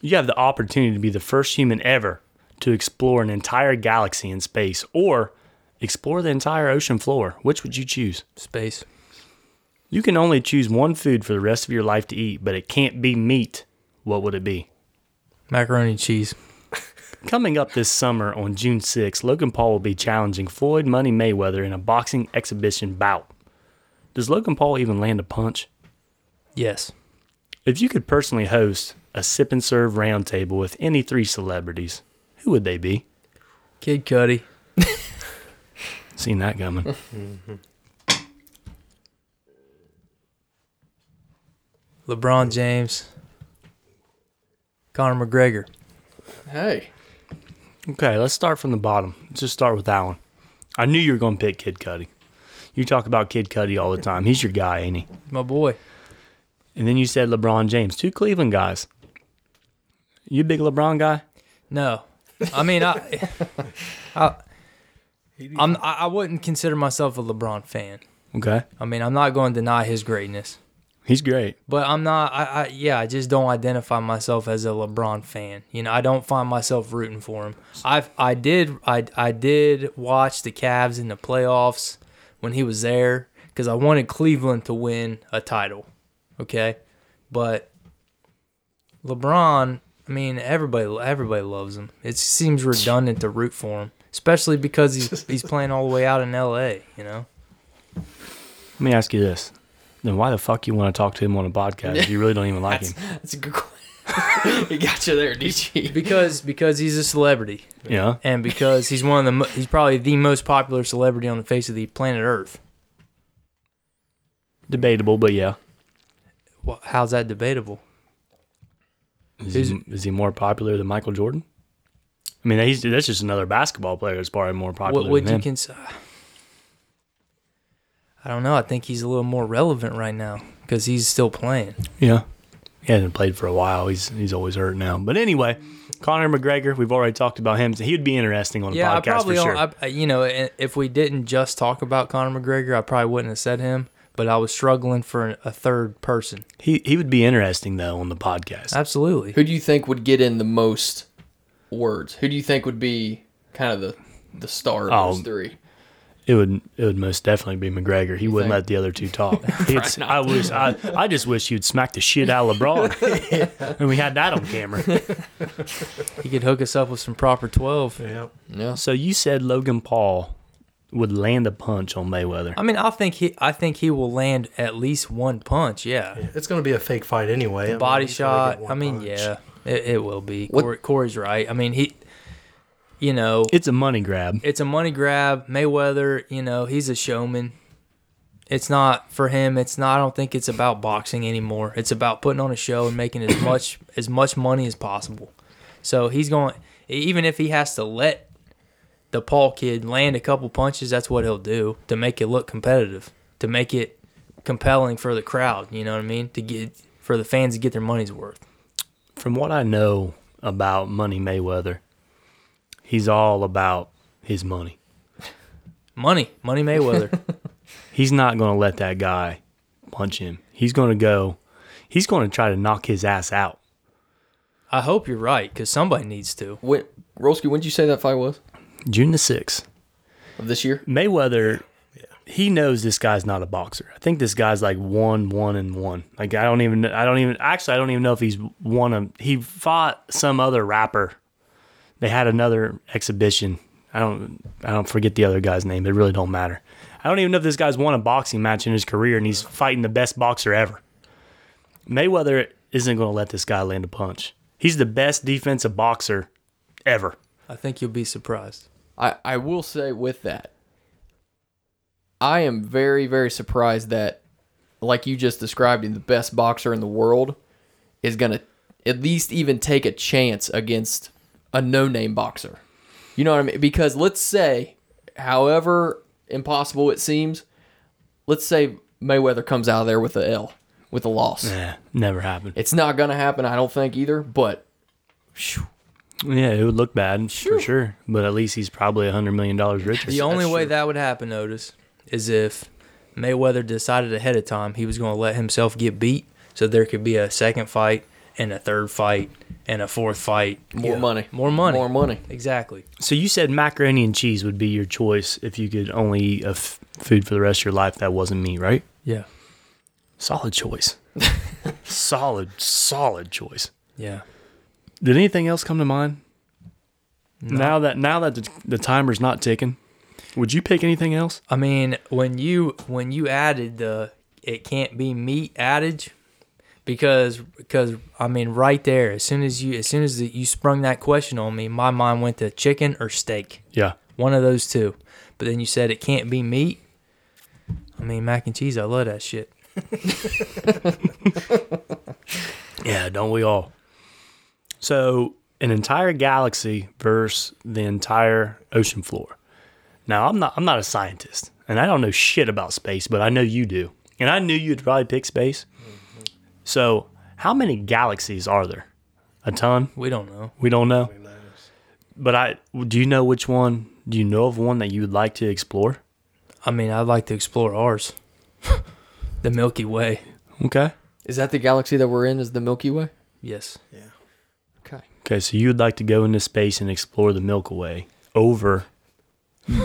A: You have the opportunity to be the first human ever to explore an entire galaxy in space or explore the entire ocean floor. Which would you choose?
B: Space.
A: You can only choose one food for the rest of your life to eat, but it can't be meat. What would it be?
B: Macaroni and cheese.
A: Coming up this summer on June 6th, Logan Paul will be challenging Floyd Money Mayweather in a boxing exhibition bout. Does Logan Paul even land a punch?
B: Yes.
A: If you could personally host a sip and serve roundtable with any three celebrities, who would they be?
B: Kid Cudi.
A: Seen that coming.
B: LeBron James. Conor McGregor.
C: Hey.
A: Okay, let's start from the bottom. Let's just start with that one. I knew you were going to pick Kid Cudi. You talk about Kid Cudi all the time. He's your guy, ain't he?
B: My boy.
A: And then you said LeBron James, two Cleveland guys. You a big LeBron guy?
B: No, I mean I, I, I'm I I wouldn't consider myself a LeBron fan.
A: Okay.
B: I mean I'm not going to deny his greatness,
A: He's great.
B: but I'm not. I, I yeah, I just don't identify myself as a LeBron fan. You know, I don't find myself rooting for him. I've I did I I did watch the Cavs in the playoffs when he was there because I wanted Cleveland to win a title. Okay, but LeBron, I mean, everybody everybody loves him. It seems redundant to root for him, especially because he's he's playing all the way out in L.A. You know,
A: Let me ask you this. Then why the fuck you want to talk to him on a podcast if you really don't even like
C: That's,
A: him?
C: that's a good question. he got you there, DG.
B: because because he's a celebrity
A: Yeah.
B: and because he's one of the mo- he's probably the most popular celebrity on the face of the planet Earth.
A: Debatable, but yeah.
B: Wha how's that debatable?
A: Is he, is he more popular than Michael Jordan? I mean, he's, that's just another basketball player that's probably more popular
B: what would
A: than
B: you
A: him.
B: consider? I don't know. I think he's a little more relevant right now because he's still playing.
A: yeah. He hasn't played for a while. He's he's always hurt now. But anyway, Conor McGregor, we've already talked about him. So he'd be interesting on a
B: yeah, I
A: podcast
B: probably
A: for
B: don't.
A: sure.
B: I- I, you know, i- if we didn't just talk about Conor McGregor, I probably wouldn't have said him. But I was struggling for an- a third person.
A: he he would be interesting though on the podcast.
B: Absolutely.
C: Who do you think would get in the most words? Who do you think would be kind of the the star of
A: Oh,
C: those three?
A: It would it would most definitely be McGregor. He wouldn't
C: think?
A: let the other two talk. It's, I wish I, I just wish you'd smack the shit out of LeBron, and we had that on camera.
B: He could hook us up with some proper twelve.
D: Yeah.
C: No.
A: So you said Logan Paul would land a punch on Mayweather.
B: I mean, I think he. I think he will land at least one punch. Yeah.
D: It's going to be a fake fight anyway. I mean,
B: body
D: he's gonna
B: shot.
D: get one
B: I mean,
D: punch.
B: yeah, it, it will be.
C: What-
B: Corey, Corey's right. I mean, he, you know,
A: It's a money grab.
B: it's a money grab. Mayweather, you know, he's a showman. It's not for him. It's not. I don't think it's about boxing anymore. It's about putting on a show and making as much as much money as possible. So he's going. e, Even if he has to let the Paul kid land a couple punches, that's what he'll do to make it look competitive, to make it compelling for the crowd. You know what I mean? To get for the fans to get their money's worth.
A: From what I know about Money Mayweather, he's all about his money.
B: Money, money Mayweather.
A: He's not going to let that guy punch him. He's going to go. He's going to try to knock his ass out.
B: I hope you're right because somebody needs to.
C: When, Rolski, when did you say that fight was
A: June the sixth.
C: of this year?
A: Mayweather, he knows this guy's not a boxer. I think this guy's like one, one, and one. Like I don't even, I don't even. Actually, I don't even know if he's won a. He fought some other rapper. They had another exhibition. I don't, I don't forget the other guy's name. It really don't matter. I don't even know if this guy's won a boxing match in his career, and he's fighting the best boxer ever. Mayweather isn't going to let this guy land a punch. He's the best defensive boxer ever.
B: I think you'll be surprised.
C: I, I will say with that, I am very, very surprised that, like you just described, the best boxer in the world is going to at least even take a chance against a no name boxer. You know what I mean? Because let's say, however impossible it seems, let's say Mayweather comes out of there with a L, with a loss.
A: Yeah, never happened.
C: It's not going to happen, I don't think either, but
A: Yeah, it would look bad for sure, but at least he's probably a hundred million dollars richer.
B: The only way that would happen, Otis, is if Mayweather decided ahead of time he was going to let himself get beat, so there could be a second fight and a third fight and a fourth fight.
C: more
B: Yeah.
C: money.
B: More money.
C: More money.
B: Exactly.
A: So you said macaroni and cheese would be your choice if you could only eat a f- food for the rest of your life that wasn't meat, right?
B: Yeah.
A: Solid choice. solid, solid choice.
B: Yeah.
A: Did anything else come to mind? Now that now that the, the timer's not ticking, would you pick anything else?
B: I mean, when you when you added the it can't be meat adage because because I mean right there as soon as you as soon as you sprung that question on me, my mind went to chicken or steak.
A: Yeah.
B: One of those two. But then you said it can't be meat. I mean, mac and cheese, I love that shit.
A: Yeah, don't we all? So, an entire galaxy versus the entire ocean floor. Now, I'm not I'm not a scientist, and I don't know shit about space, but I know you do. And I knew you'd probably pick space. So, how many galaxies are there? A ton?
B: We don't know.
A: We don't know. But I do you know which one? Do you know of one that you would like to explore?
B: I mean, I'd like to explore ours. the Milky Way.
A: Okay.
C: Is that the galaxy that we're in? Is the Milky Way?
B: Yes.
C: Okay.
A: Okay, so you would like to go into space and explore the Milky Way over
C: The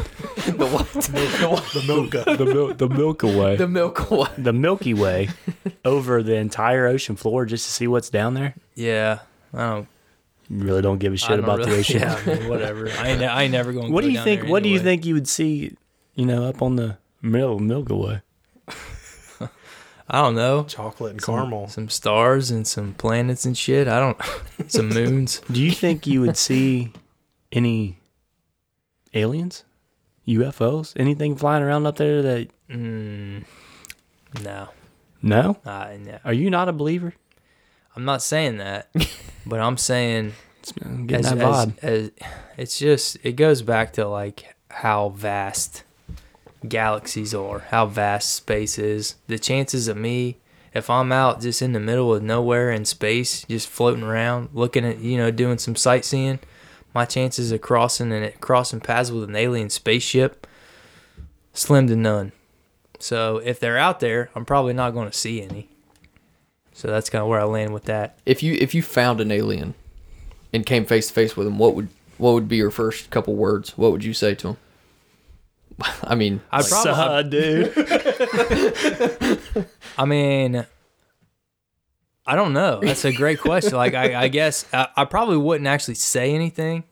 C: what? the what?
D: The Milka.
A: the, mil- the Milky Way.
C: The Milky Way.
A: the Milky Way over the entire ocean floor just to see what's down there.
B: Yeah. I don't
A: You really don't give a
B: I
A: shit
B: don't
A: about the
B: really-
A: ocean.
B: Yeah, I mean, whatever. I ain't, I ain't never going to
A: What do you think? What do you think you would see? You know, up on the Mil- Milky Way.
B: I don't know.
D: Chocolate and caramel.
B: Some stars and some planets and shit. I don't. some moons.
A: Do you think you would see any aliens, UFOs, anything flying around up there that
B: Mm, no,
A: no?
B: I no.
A: Are you not a believer?
B: I'm not saying that, but I'm saying
A: It's- I'm getting
B: as,
A: that vibe.
B: as- as- it's just it goes back to like how vast galaxies are, how vast space is. The chances of me if I'm out just in the middle of nowhere in space, just floating around, looking at you know doing some sightseeing, my chances of crossing and crossing paths with an alien spaceship slim to none. So if they're out there, I'm probably not going to see any. So that's kind of where I land with that.
C: If you if you found an alien and came face to face with him, what would what would be your first couple words? What would you say to him? I mean,
B: I probably
A: Suh, dude.
B: I mean, I don't know. That's a great question. Like, I, I guess I, I probably wouldn't actually say anything.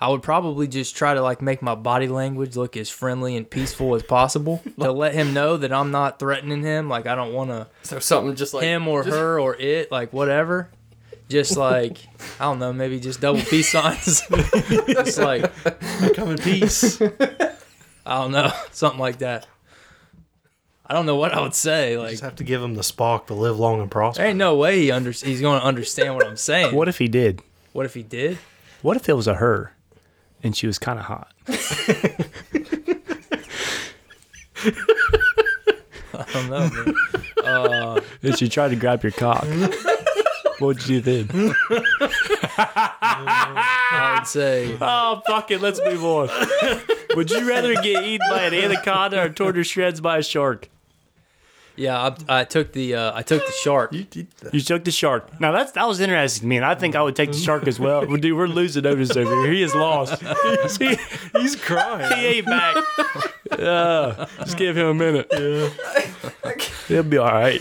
B: I would probably just try to like make my body language look as friendly and peaceful as possible to let him know that I'm not threatening him. Like, I don't want to
C: so something just like
B: him or her or it, like whatever. Just like I don't know, maybe just double peace signs. just like
D: Come in peace.
B: I don't know, something like that. I don't know what I would say. Like,
D: just have to give him the Spock to live long and prosper.
B: there ain't no way he under- he's going to understand what I'm saying.
A: What if he did?
B: What if he did?
A: What if it was a her and she was kind of hot?
B: I don't know. Man.
A: And she tried to grab your cock. What would you do then?
B: I would say
A: Oh, fuck it. Let's move on. Would you rather get eaten by an anaconda or torn to shreds by a shark?
B: yeah. I, I took the uh, I took the shark.
D: You did that.
A: You took the shark. Now that's that was interesting to me, and I think I would take the shark as well. Well, Dude, we're losing Otis over here. He is lost. he,
D: He's crying.
A: he ain't back. Uh, just give him a minute. He'll be all right.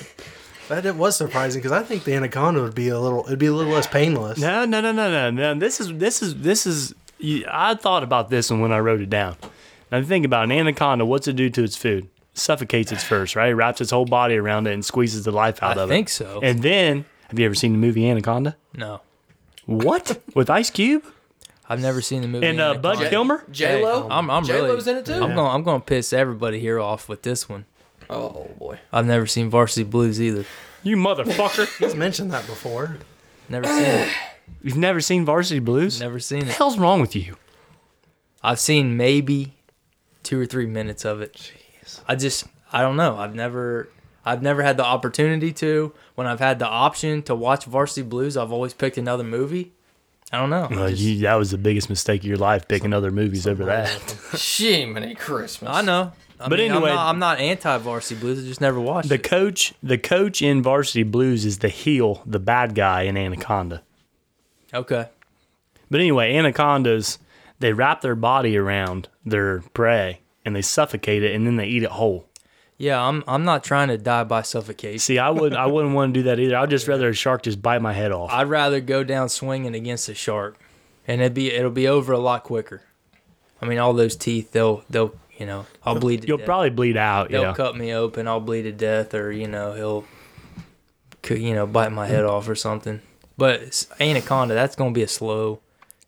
D: That it was surprising because I think the anaconda would be a little. It'd be a little less painless.
A: No, no, no, no, no, no. This is this is this is. you- I thought about this one when I wrote it down. Now think about an anaconda. What's it do to its food? Suffocates its first, right? Wraps its whole body around it and squeezes the life out
B: I
A: of
B: think
A: it.
B: so.
A: And then, have you ever seen the movie Anaconda?
B: No,
A: What with Ice Cube
B: I've never seen the movie.
A: and uh,
B: Anaconda.
A: Bud Kilmer?
C: J Lo.
B: I'm I'm
C: J Lo's
B: really
C: in it too.
B: I'm gonna I'm gonna piss everybody here off with this one.
C: Oh boy,
B: I've never seen Varsity Blues either.
A: You motherfucker!
D: He's mentioned that before.
B: Never seen it.
A: You've never seen Varsity Blues?
B: Never seen
A: The
B: it.
A: hell's wrong with you?
B: I've seen maybe two or three minutes of it. I just I don't know. I've never I've never had the opportunity to. When I've had the option to watch Varsity Blues, I've always picked another movie. I don't know.
A: Well, you that was the biggest mistake of your life picking other movies over that.
C: Jiminy Christmas.
B: I know. I
A: But
B: mean,
A: anyway-
B: I'm not, I'm not anti varsity blues. I just never watched
A: The
B: it.
A: coach, the coach in Varsity Blues is the heel, the bad guy in Anaconda.
B: Okay.
A: But anyway, anacondas they wrap their body around their prey and they suffocate it and then they eat it whole.
B: Yeah, I'm. I'm not trying to die by suffocation.
A: See, I would I wouldn't want to do that either. I'd just rather a shark just bite my head off.
B: I'd rather go down swinging against a shark, and it'd be it'll be over a lot quicker. I mean, all those teeth, they'll they'll you know I'll bleed. To
A: You'll
B: death.
A: probably bleed out.
B: they'll
A: yeah.
B: cut me open. I'll bleed to death, or you know he'll, could- you know, bite my head off or something. But it's- anaconda, that's gonna be a slow,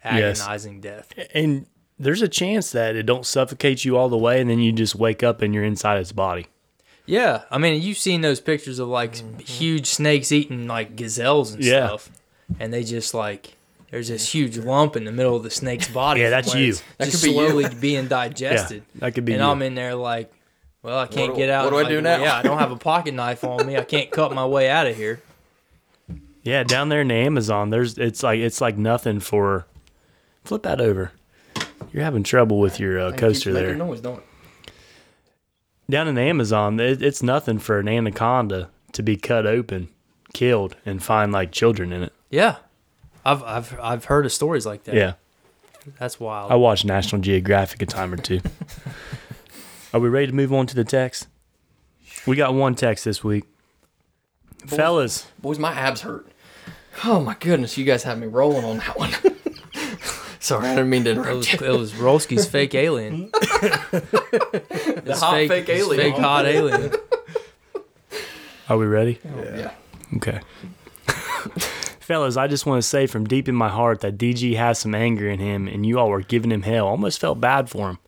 A: Yes.
B: agonizing death.
A: And there's a chance that it don't suffocate you all the way and then you just wake up and you're inside its body.
B: Yeah, I mean, you've seen those pictures of like
C: Mm-hmm.
B: huge snakes eating like gazelles and
A: Yeah.
B: stuff, and they just like there's this huge lump in the middle of the snake's body.
A: Yeah,
B: from
A: that's
B: where
A: you.
B: it's
C: That
B: just
C: could be you.
B: slowly being digested.
A: Yeah, that could be
B: And
A: you.
B: I'm in there like, well, I can't
C: do-
B: get out.
C: what do I
B: Like,
C: do now?
B: Yeah, I don't have a pocket knife on me. I can't cut my way out of here.
A: Yeah, down there in the Amazon, there's it's like it's like nothing for. Flip that over. You're having trouble with your uh, coaster there.
C: Noise, don't.
A: down in the Amazon, it, it's nothing for an anaconda to be cut open, killed, and find like children in it.
B: Yeah, I've I've I've heard of stories like that.
A: Yeah,
B: that's wild.
A: I watched National Geographic a time or two. Are we ready to move on to the text? We got one text this week, fellas.
C: Boys, my abs hurt. Oh my goodness, you guys have me rolling on that one. Sorry, I didn't mean to
B: It
C: interrupt
B: was,
C: you.
B: it was Rolski's fake alien. the
C: hot fake alien.
B: Fake hot alien.
A: Are we ready?
C: Yeah.
A: Okay. Fellas, I just want to say from deep in my heart that DG has some anger in him and you all were giving him hell. Almost felt bad for him.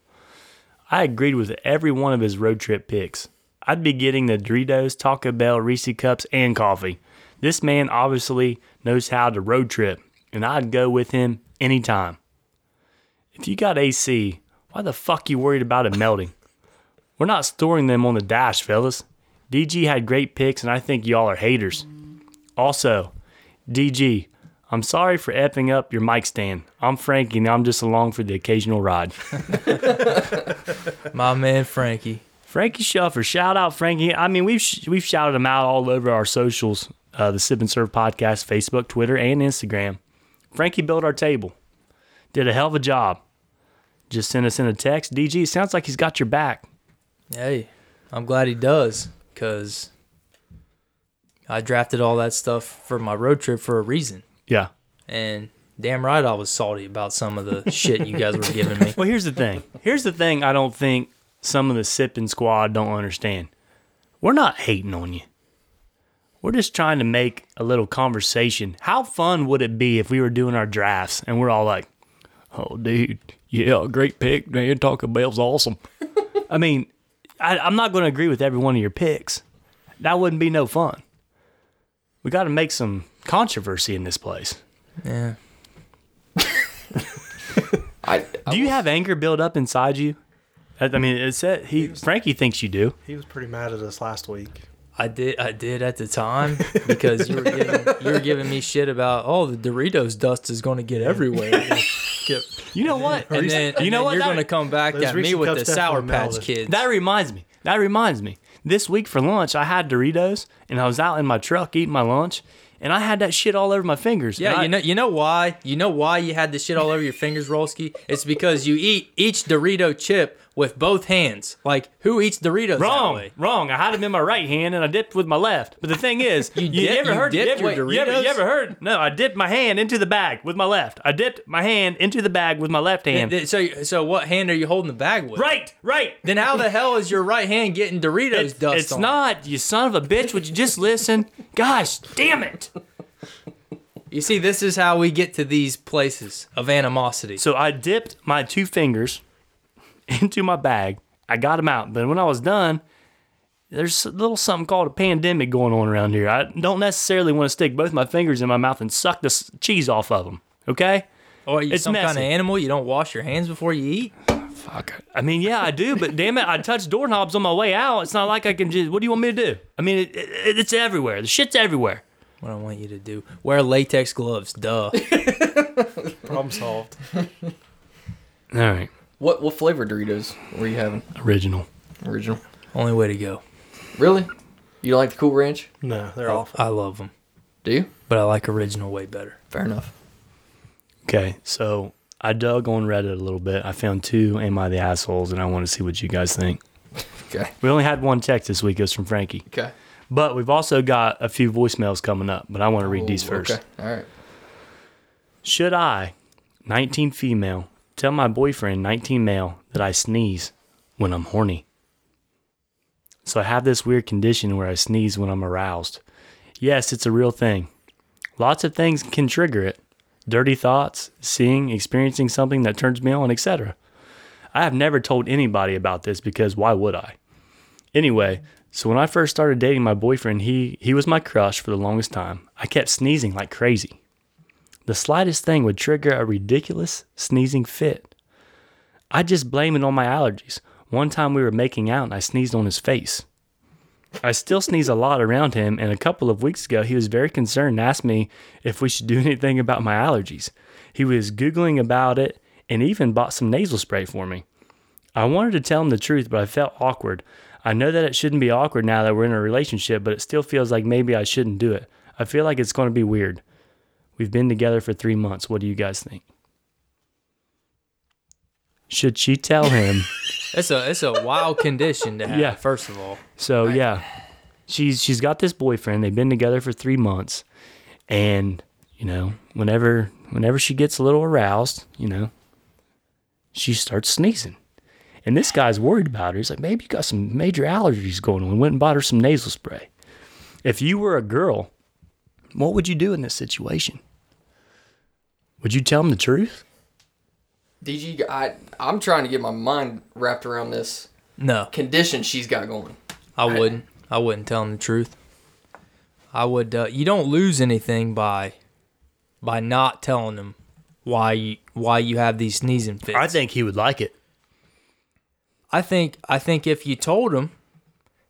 A: I agreed with every one of his road trip picks. I'd be getting the Doritos, Taco Bell, Reese cups, and coffee. This man obviously knows how to road trip, and I'd go with him anytime. If you got AC, why the fuck you worried about it melting? We're not storing them on the dash, fellas. DG had great picks, and I think y'all are haters. Also, DG, I'm sorry for effing up your mic stand. I'm Frankie, and I'm just along for the occasional ride.
B: My man Frankie.
A: Frankie Shuffer, shout out Frankie. I mean, we've we've shouted him out all over our socials, uh, the Sip and Serve podcast, Facebook, Twitter, and Instagram. Frankie built our table, did a hell of a job. Just sent us in a text. DG, sounds like he's got your back.
B: Hey, I'm glad he does because I drafted all that stuff for my road trip for a reason.
A: Yeah.
B: And damn right, I was salty about some of the shit you guys were giving me.
A: Well, here's the thing. Here's the thing. I don't think some of the sipping squad don't understand. We're not hating on you. We're just trying to make a little conversation. How fun would it be if we were doing our drafts and we're all like, "Oh, dude, yeah, great pick, man. Taco Bell's awesome." I mean, I, I'm not going to agree with every one of your picks. That wouldn't be no fun. We got to make some controversy in this place.
B: Yeah.
C: I, I
A: Do you have anger build up inside you? I I mean, it's that he Frankie thinks you do.
D: He was pretty mad at us last week.
B: I did. I did at the time because you were giving you were giving me shit about oh the Doritos dust is going to get everywhere.
A: You know what?
B: and then
A: you know what?
B: you're
A: That-
B: going to come back
D: Those
B: at me
D: Reese's
B: with
D: Cups
B: the Sour
D: definitely
B: Patch
D: melted.
B: Kids.
A: That reminds me. That reminds me. This week for lunch, I had Doritos, and I was out in my truck eating my lunch, and I had that shit all over my fingers. And
B: yeah,
A: I-
B: you know you know why you know why you had the shit all over your fingers, Rolski. It's because you eat each Dorito chip with both hands. Like who eats Doritos
A: Wrong,
B: that way?
A: wrong. I had them in my right hand and I dipped with my left. But the thing is, you,
B: dip-
A: ever
B: you
A: heard?
B: dipped
A: you, ever,
B: your
A: you ever-
B: Doritos?
A: you ever heard? No, I dipped my hand into the bag with my left. I dipped my hand into the bag with my left hand.
B: Th- So so what hand are you holding the bag with?
A: right, right.
B: Then how the hell is your right hand getting Doritos
A: It's,
B: dust
A: it's
B: on?
A: not, you son of a bitch. Would you just listen? Gosh, damn it.
B: You see, this is how we get to these places of animosity.
A: So I dipped my two fingers into my bag. I got them out, but when I was done, there's a little something called a pandemic going on around here. I don't necessarily want to stick both my fingers in my mouth and suck the s- cheese off of them. Okay?
B: Or you
A: It's
B: some kind
A: messy.
B: of animal? You don't wash your hands before you eat?
A: Fuck. I mean, yeah, I do, but damn it, I touched doorknobs on my way out. It's not like I can just. What do you want me to do? I mean, it, it, it's everywhere. The shit's everywhere.
B: What I want you to do: wear latex gloves. Duh.
D: Problem solved.
A: All right,
C: what what flavor Doritos were you having?
A: original.
C: Original.
B: Only way to go.
C: Really? You don't like the Cool Ranch?
D: No, they're awful.
B: I love them,
C: Do you?
B: but I like original way better.
C: Fair enough.
A: Okay, so I dug on Reddit a little bit. I found two Am I the Assholes, and I want to see what you guys think.
C: Okay.
A: We only had one text this week. It was from Frankie.
C: Okay.
A: But we've also got a few voicemails coming up, but I want to read these
C: Ooh,
A: first.
C: Okay. All right.
A: Should I, 19 female, tell my boyfriend, 19 male, that I sneeze when I'm horny? So I have this weird condition where I sneeze when I'm aroused. Yes, it's a real thing. Lots of things can trigger it dirty thoughts, seeing, experiencing something that turns me on, etc. I have never told anybody about this because why would I? Anyway, so when I first started dating my boyfriend, he, he was my crush for the longest time. I kept sneezing like crazy. The slightest thing would trigger a ridiculous sneezing fit. I just blame it on my allergies. One time we were making out and I sneezed on his face. I still sneeze a lot around him, and a couple of weeks ago, he was very concerned and asked me if we should do anything about my allergies. He was Googling about it and even bought some nasal spray for me. I wanted to tell him the truth, but I felt awkward. I know that it shouldn't be awkward now that we're in a relationship, but it still feels like maybe I shouldn't do it. I feel like it's going to be weird. We've been together for three months. What do you guys think? Should she tell him?
B: It's a it's a wild condition to have.
A: Yeah.
B: First of all,
A: so yeah, she's she's got this boyfriend. They've been together for three months, and you know, whenever whenever she gets a little aroused, you know, she starts sneezing. And this guy's worried about her. He's like, maybe you got some major allergies going on. Went and bought her some nasal spray. If you were a girl, what would you do in this situation? Would you tell him the truth?
C: DG, I, I'm trying to get my mind wrapped around this
B: No,
C: condition she's got going.
B: I wouldn't. I wouldn't tell him the truth. I would. Uh, you don't lose anything by by not telling him why you why you have these sneezing fits.
A: I think he would like it.
B: I think. I think if you told him,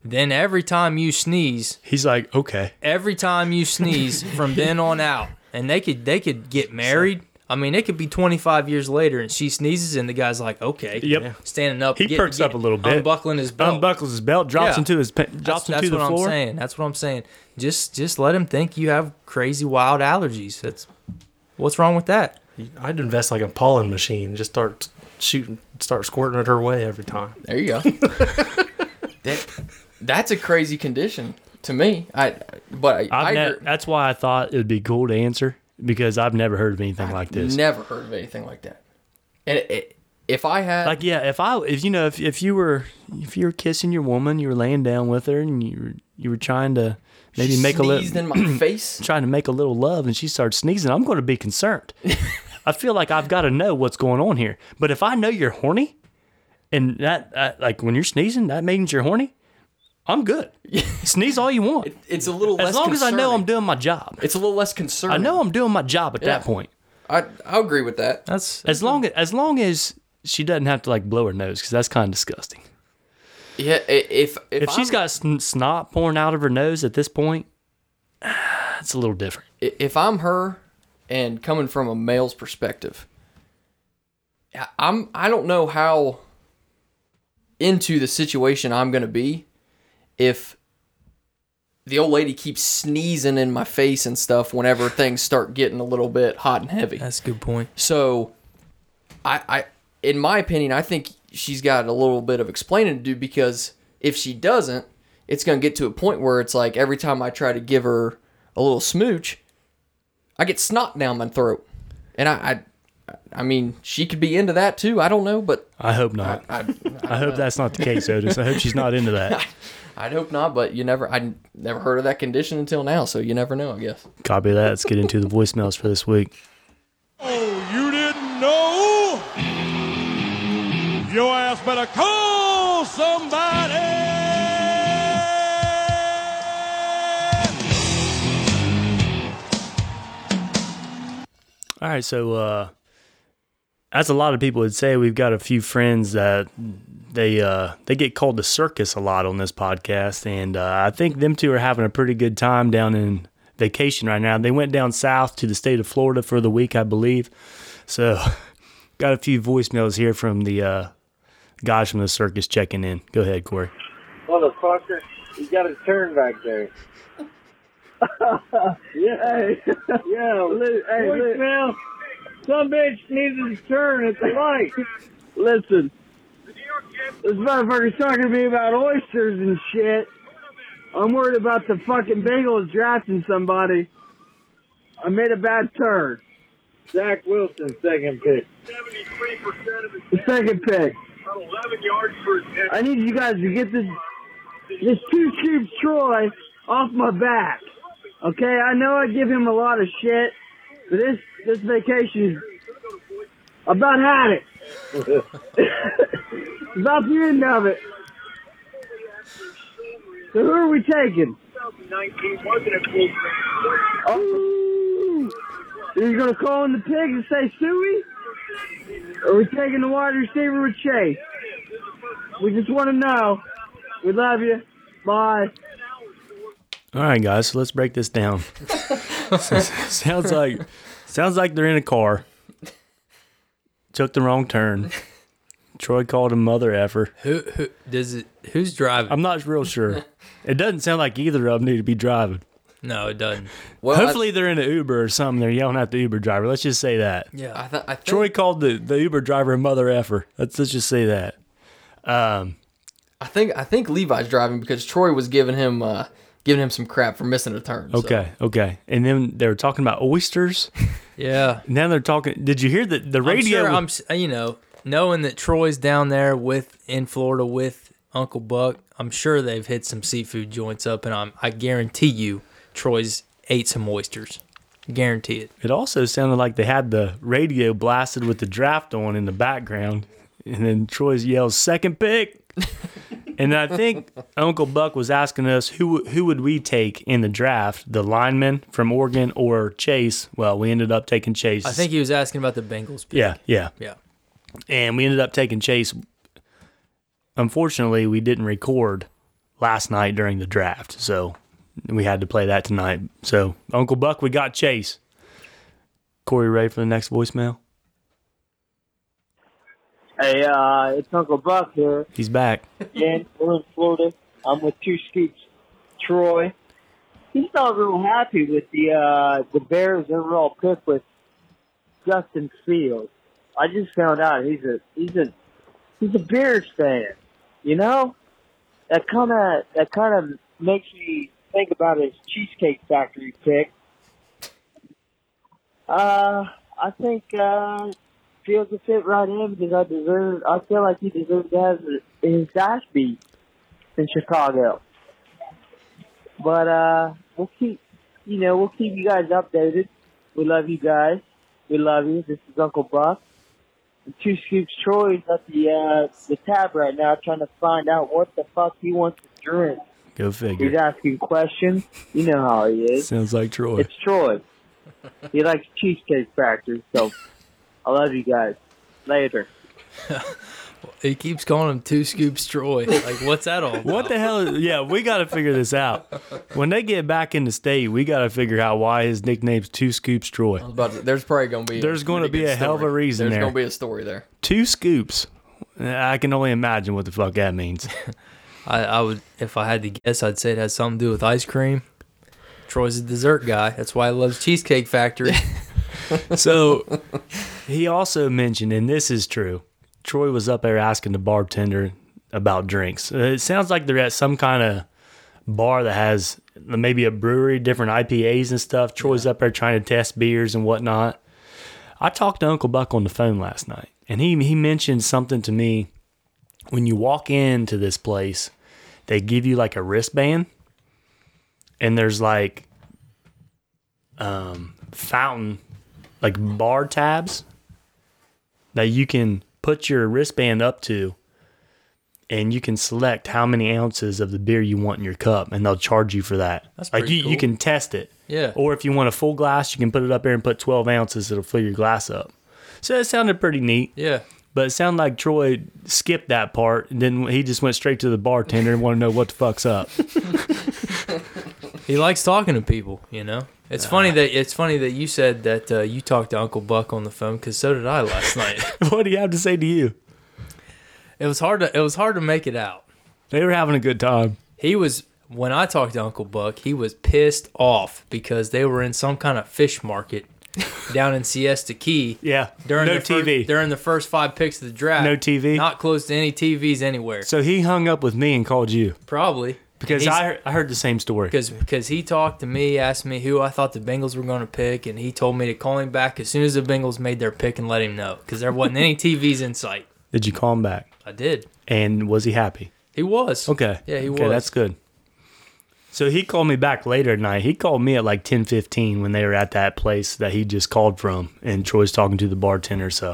B: then every time you sneeze,
A: He's like, okay.
B: every time you sneeze from then on out, and they could they could get married. I mean, it could be 25 years later, and she sneezes, and the guy's like, "Okay,
A: Yep. Yeah.
B: standing up."
A: He perks up a little bit.
B: unbuckling his belt.
A: Unbuckles his belt, drops
B: Yeah.
A: into his pe- drops
B: that's,
A: into
B: that's
A: the
B: what
A: floor.
B: I'm saying. That's what I'm saying. Just just let him think you have crazy wild allergies. That's what's wrong with that.
D: I'd invest like a pollen machine, just start shooting, start squirting it her way every time.
C: There you go. that, that's a crazy condition to me. I, but I, I
A: I've ne-
C: agree-
A: that's why I thought it would be cool to answer because I've never heard of anything like this.
C: never heard of anything like that. And it, it, if I had,
A: like yeah, if I if you know if, if you were if you were kissing your woman, you were laying down with her, and you were you were trying to maybe
C: she
A: make a
C: sneezed
A: little
C: in my face.
A: trying to make a little love, and she starts sneezing, I'm going to be concerned. I feel like I've got to know what's going on here. But if I know you're horny, and that uh, like when you're sneezing, that means you're horny. I'm good. Sneeze all you want,
C: It's a little less
A: as long as I know I'm
C: concerning.
A: doing my job.
C: It's a little less concerning.
A: I know I'm doing my job at
C: Yeah.
A: that point.
C: I I agree with that.
B: That's
A: As long as, as long as she doesn't have to like blow her nose because that's kind of disgusting.
C: Yeah, i- if if,
A: If she's
C: I'm-
A: got sn- snot pouring out of her nose at this point, it's a little different.
C: i- if I'm her and coming from a male's perspective, I- I'm I don't know how into the situation I'm gonna be if the old lady keeps sneezing in my face and stuff whenever things start getting a little bit hot and heavy.
B: that's a good point.
C: So, I, I, in my opinion, I think she's got a little bit of explaining to do because if she doesn't, it's going to get to a point where it's like every time I try to give her a little smooch, I get snot down my throat, and I, I, I mean, she could be into that too. I don't know, but
A: I hope not. I,
C: I,
A: hope that's not the case, Otis. I hope she's not into that.
C: I'd hope not. But you never, I never heard of that condition until now, so you never know. I guess.
A: Copy that. Let's get into the voicemails for this week.
E: Oh, You didn't know? Your ass better call somebody.
A: All right, so uh, as a lot of people would say, we've got a few friends that they uh, they get called the circus a lot on this podcast, and uh, I think them two are having a pretty good time down in vacation right now. They went down south to the state of Florida for the week, I believe. So, got a few voicemails here from the uh, guys from the circus checking in. Go ahead, Corey.
F: Motherfucker, you got a turn back there. yeah. Hey, yeah. Li- hey, now, some bitch needs to turn at the light. Listen, this motherfucker's talking to me about oysters and shit. I'm worried about the fucking Bengals drafting somebody. I made a bad turn. Zach Wilson, second pick.
G: 73% of
F: The
G: his
F: second pick.
G: on 11 yards for his
F: I need you guys to get this this two tube Troy off my back. Okay, I know I give him a lot of shit, but this this vacation about had it. about the end of it. So who are we taking?
G: 2019 wasn't a cool grade.
F: Oh, are you gonna call in the pig and say Suey? Or are we taking the wide receiver with Chase? We just want to know. We love you. Bye.
A: All right, guys, so let's break this down. sounds like sounds like they're in a car. Took the wrong turn. Troy called him mother effer.
B: Who who does it? Who's driving?
A: I'm not real sure. It doesn't sound like either of them need to be driving.
B: no, it doesn't.
C: Well,
A: Hopefully they're in an Uber or something. They're yelling at the Uber driver. Let's just say that.
C: I, I, th- I think,
A: Troy called the, the Uber driver a mother effer. Let's let's just say that. Um,
C: I think, I think Levi's driving because Troy was giving him, uh, giving him some crap for missing a turn. so-
A: okay, okay. And then they were talking about oysters.
B: Yeah,
A: Now they're talking. Did you hear that the
B: I'm
A: radio?
B: sure I'm s- you know knowing that Troy's down there with in Florida with Uncle Buck. I'm sure they've hit some seafood joints up, and I'm I guarantee you, Troy's ate some oysters. Guarantee it.
A: It also sounded like they had the radio blasted with the draft on in the background. And then Troy's yells, second pick. and I think Uncle Buck was asking us who who would we take in the draft, the lineman from Oregon or Chase. Well, we ended up taking Chase.
B: I think he was asking about the Bengals. pick.
A: Yeah, yeah.
B: yeah.
A: And we ended up taking Chase. Unfortunately, we didn't record last night during the draft, so we had to play that tonight. So Uncle Buck, we got Chase. Corey, ready for the next voicemail?
F: Hey, uh, it's Uncle Buck here.
A: He's back.
F: again. We're in Florida. I'm with two scoops. Troy. He's not real happy with the uh, the Bears overall pick with Justin Fields. I just found out he's a he's a he's a Bears fan. You know, that kind of that kind of makes me think about his Cheesecake Factory pick. Uh, I think uh, Fields will fit right in because I deserve. I feel like he deserves to have his ass beat in Chicago. But uh, we'll keep, you know, we'll keep you guys updated. We love you guys. We love you. This is Uncle Buck. And Two Scoops Troy's at the uh, the tab right now, trying to find out what the fuck he wants to drink.
A: Go
F: He's
A: figure.
F: asking questions. You know how he is.
A: Sounds like Troy.
F: It's Troy. He likes Cheesecake Factory. So I love you guys. Later.
B: He keeps calling him two scoops Troy. Like, what's that all? about?
A: What the hell? Is, yeah, we got to figure this out. When they get back in the state, we got to figure out why his nickname's Two Scoops Troy.
C: But there's probably gonna be
A: There's gonna
C: pretty
A: be
C: good
A: a hell of a
C: story.
A: reason
C: There's
A: there.
C: gonna be a story there.
A: Two Scoops. I can only imagine what the fuck that means.
B: I, I would, if I had to guess, I'd say it has something to do with ice cream. Troy's a dessert guy. That's why he loves Cheesecake Factory.
A: So he also mentioned, and this is true, Troy was up there asking the bartender about drinks. Uh, It sounds like they're at some kind of bar that has maybe a brewery, different IPAs and stuff. Troy's up there trying to test beers and whatnot. I talked to Uncle Buck on the phone last night, and he he mentioned something to me. When you walk into this place, they give you like a wristband, and there's like um, fountain like bar tabs that you can put your wristband up to and you can select how many ounces of the beer you want in your cup and they'll charge you for that.
B: That's
A: like
B: pretty
A: you, you
B: cool.
A: can test it.
B: Yeah.
A: Or if you want a full glass, you can put it up there and put 12 ounces. It'll fill your glass up. So it sounded pretty neat,
B: yeah.
A: but it sounded like Troy skipped that part and then he just went straight to the bartender and wanted to know what the fuck's up.
B: He likes talking to people, you know? It's
A: Uh,
B: funny that it's funny that you said that uh, you talked to Uncle Buck on the phone because so did I last night.
A: what do you have to say to you?
B: it was hard to it was hard to make it out.
A: They were having a good time.
B: He was when I talked to Uncle Buck, he was pissed off because they were in some kind of fish market down in Siesta Key.
A: Yeah.
B: During
A: no
B: the fir-
A: TV.
B: during the first five picks of the draft.
A: No TV?
B: Not close to any TVs anywhere.
A: so he hung up with me and called you.
B: Probably
A: Because I heard, I heard the same story.
B: because because he talked to me, asked me who I thought the Bengals were going to pick, and he told me to call him back as soon as the Bengals made their pick and let him know because there wasn't any TVs in sight.
A: Did you call him back?
B: I did.
A: And was he happy?
B: He was
A: Okay.
B: Yeah, he
A: okay,
B: was.
A: That's good. So he called me back later at night. He called me at like ten fifteen when they were at that place that he just called from, and Troy's talking to the bartender. So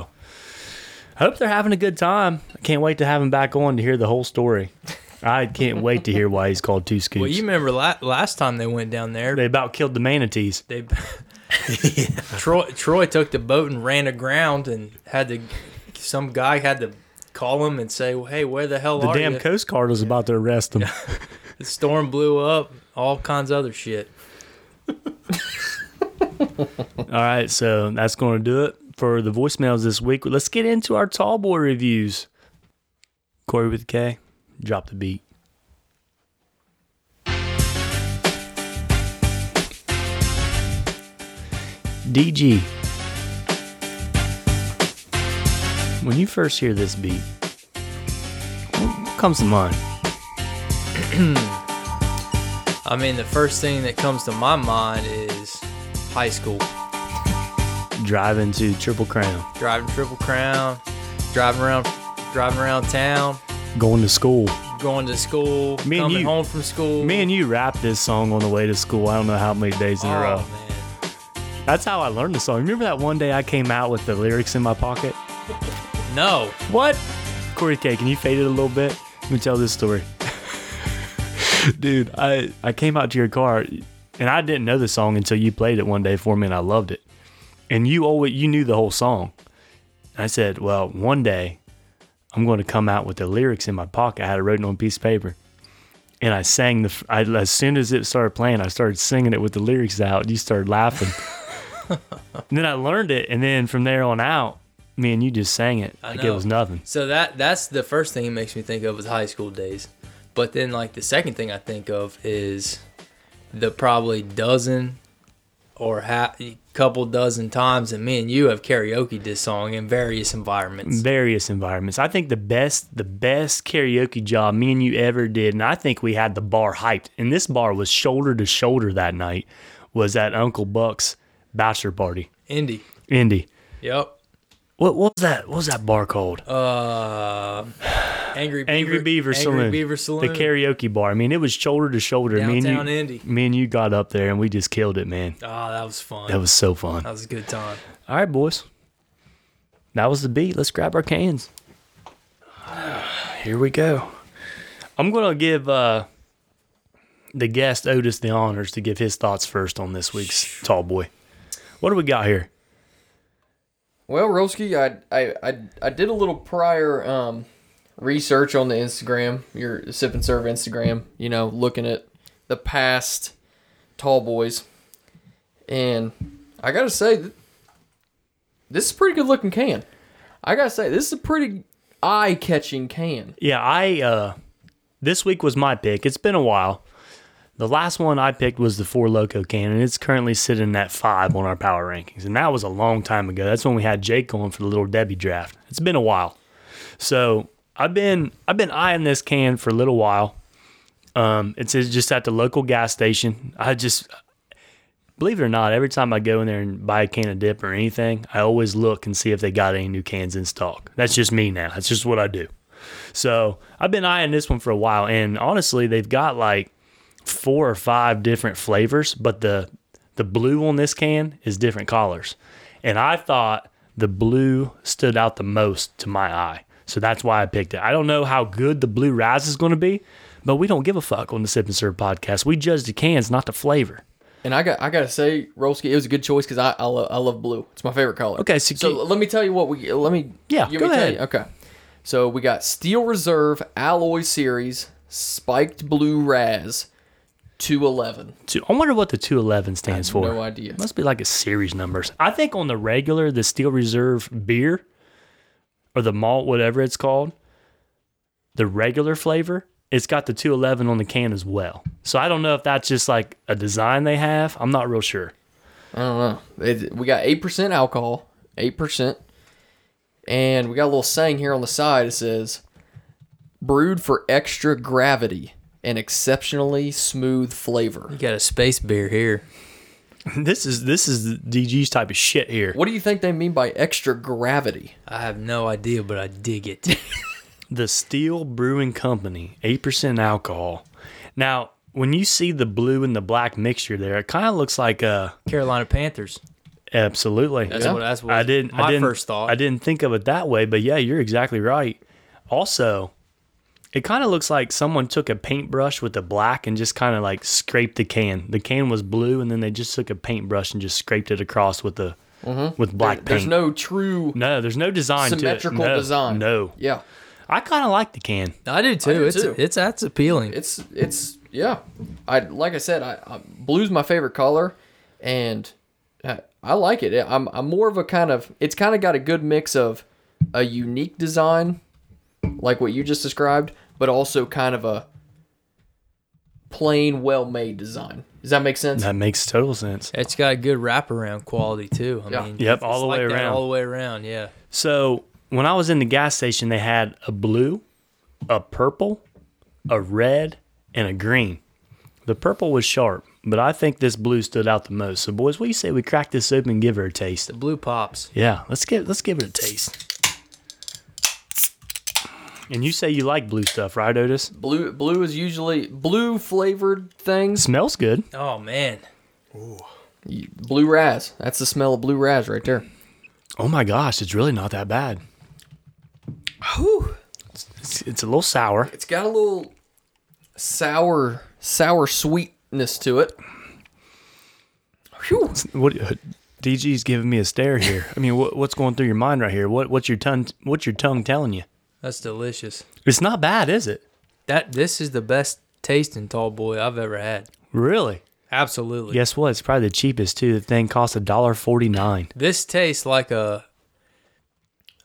A: I hope they're having a good time. I can't wait to have him back on to hear the whole story. I can't wait to hear why he's called two scoops.
B: Well, you remember la- last time they went down there,
A: they about killed the manatees.
B: they Troy Troy took the boat and ran aground and had to some guy had to call him and say, well, "Hey, where the hell
A: The
B: are
A: damn
B: you?"
A: Coast Guard was about to arrest them.
B: the storm blew up, all kinds of other shit.
A: All right, so that's going to do it for the voicemails this week. Let's get into our tall boy reviews. Corey with a K, drop the beat. DG. When you first hear this beat, what comes to mind?
B: I mean, the first thing that comes to my mind is high school.
A: Driving to Triple Crown,
B: driving triple crown, driving around, driving around town,
A: going to school,
B: going to school,
A: Me and
B: coming
A: you-
B: home from school.
A: Me and you rapped this song on the way to school. I don't know how many days in a row.
B: Oh, man.
A: That's how I learned the song. Remember that one day I came out with the lyrics in my pocket?
B: No.
A: What? Corey K, can you fade it a little bit? Let me tell this story. Dude, I, I came out to your car and I didn't know the song until you played it one day for me and I loved it. And you always you knew the whole song. I said, Well, one day I'm going to come out with the lyrics in my pocket. I had it written on a piece of paper. And I sang the, I, as soon as it started playing, I started singing it with the lyrics out. You started laughing. and then I learned it. And then from there on out, me and you just sang it
B: I
A: like it
B: know.
A: was nothing.
B: So that that's the first thing it makes me think of is high school days. But then like the second thing I think of is the probably dozen or ha- couple dozen times that me and you have karaoke this song in various environments.
A: various environments. I think the best the best karaoke job me and you ever did, and I think we had the bar hyped. And this bar was shoulder to shoulder that night. Was at Uncle Buck's bachelor party,
B: Indy.
A: Indy?
B: Yep.
A: What, what was that? What was that bar called?
B: Uh, Angry Beaver,
A: Angry Beaver
B: Angry
A: Saloon.
B: Beaver Saloon.
A: The karaoke bar. I mean, it was shoulder to shoulder. me and
B: Downtown
A: you,
B: Indy.
A: Me and you got up there and we just killed it, man.
B: oh, that was fun.
A: That was so fun.
B: that was a good time.
A: All right, boys. That was the beat. Let's grab our cans. Here we go. I'm going to give uh, the guest Otis the honors to give his thoughts first on this week's Tall Boy. What do we got here?
C: Well, Rolski, I, I I I did a little prior um, research on the Instagram, your sip and serve Instagram. You know, looking at the past tall boys, and I gotta say, th- this is a pretty good looking can. I gotta say, this is a pretty eye catching can.
A: Yeah, I uh, this week was my pick. It's been a while. The last one I picked was the Four Loco can, and it's currently sitting at five on our power rankings. And that was a long time ago. That's when we had Jake on for the Little Debbie draft. It's been a while. So I've been I've been eyeing this can for a little while. Um, it's it's just at the local gas station. I just believe it or not, every time I go in there and buy a can of dip or anything, I always look and see if they got any new cans in stock. That's just me now. That's just what I do. So I've been eyeing this one for a while, and honestly, they've got like four or five different flavors, but the the blue on this can is different colors. And I thought the blue stood out the most to my eye. So that's why I picked it. I don't know how good the blue rise is going to be, but we don't give a fuck on the Sip and Serve podcast. We judge the cans, not the flavor.
C: And I got I gotta say, Rolski, it was a good choice because I I, lo- I love blue. It's my favorite color.
A: Okay, so
C: so
A: keep-
C: let me tell you what we let me
A: Yeah,
C: you
A: go
C: want me to
A: ahead.
C: tell you? Okay, so we got Steel Reserve Alloy Series Spiked Blue Raz two eleven.
A: Two- I wonder what the 211 stands for.
C: No idea.
A: Must be like a series numbers. I think on the regular, the Steel Reserve beer or the malt, whatever it's called, the regular flavor, it's got the 211 on the can as well. So I don't know if that's just like a design they have. I'm not real sure.
C: I don't know. It, we got eight percent alcohol, eight percent, and we got a little saying here on the side. It says, "Brewed for extra gravity and exceptionally smooth flavor."
B: You got a space beer here.
A: This is this is DG's type of shit here.
C: What do you think they mean by extra gravity?
B: I have no idea, but I dig it.
A: The Steel Brewing Company, 8% alcohol. Now, when you see the blue and the black mixture there, it kind of looks like a
B: Carolina Panthers.
A: absolutely.
B: That's what that's what
A: I didn't.
B: my
A: I didn't,
B: first thought.
A: I didn't think of it that way, but yeah, you're exactly right. Also, it kind of looks like someone took a paintbrush with the black and just kind of like scraped the can. The can was blue, and then they just took a paintbrush and just scraped it across with the
B: Mm-hmm.
A: with black paint.
C: There's no true
A: no, there's no design to it.
C: symmetrical
A: No,
C: design.
A: No,
C: Yeah.
A: I kind of like the can.
B: I do too.
C: do
B: it's
C: too.
B: it's that's appealing.
C: It's it's yeah. I like I said, I, I blue's my favorite color, and I, I like it. I'm I'm more of a kind of it's kind of got a good mix of a unique design, like what you just described, but also kind of a plain, well made design. Does that make sense?
A: That makes total sense.
B: It's got a good wraparound quality too. I
C: Yeah.
B: mean,
A: Yep,
B: it's
A: all the
B: like
A: way
B: that
A: around.
B: All the way around, yeah.
A: So when I was in the gas station, they had a blue, a purple, a red, and a green. The purple was sharp, but I think this blue stood out the most. So boys, what do you say we crack this open and give her a taste?
B: The blue pops.
A: Yeah, let's give let's give it a taste. And you say you like blue stuff, right, Otis?
C: Blue blue is usually blue flavored things.
A: Smells good.
B: Oh man,
C: You- Blue raz. That's the smell of blue raz right there.
A: Oh my gosh, it's really not that bad. It's, it's a little sour.
C: It's got a little sour sour sweetness to it. Whew.
A: What uh, DG's giving me a stare here. I mean, what, what's going through your mind right here? What what's your tongue what's your tongue telling you?
B: that's delicious.
A: It's not bad, is it?
B: That this is the best tasting tall boy I've ever had.
A: Really?
B: Absolutely.
A: Guess what? It's probably the cheapest too. The thing costs a dollar forty nine.
B: This tastes like a.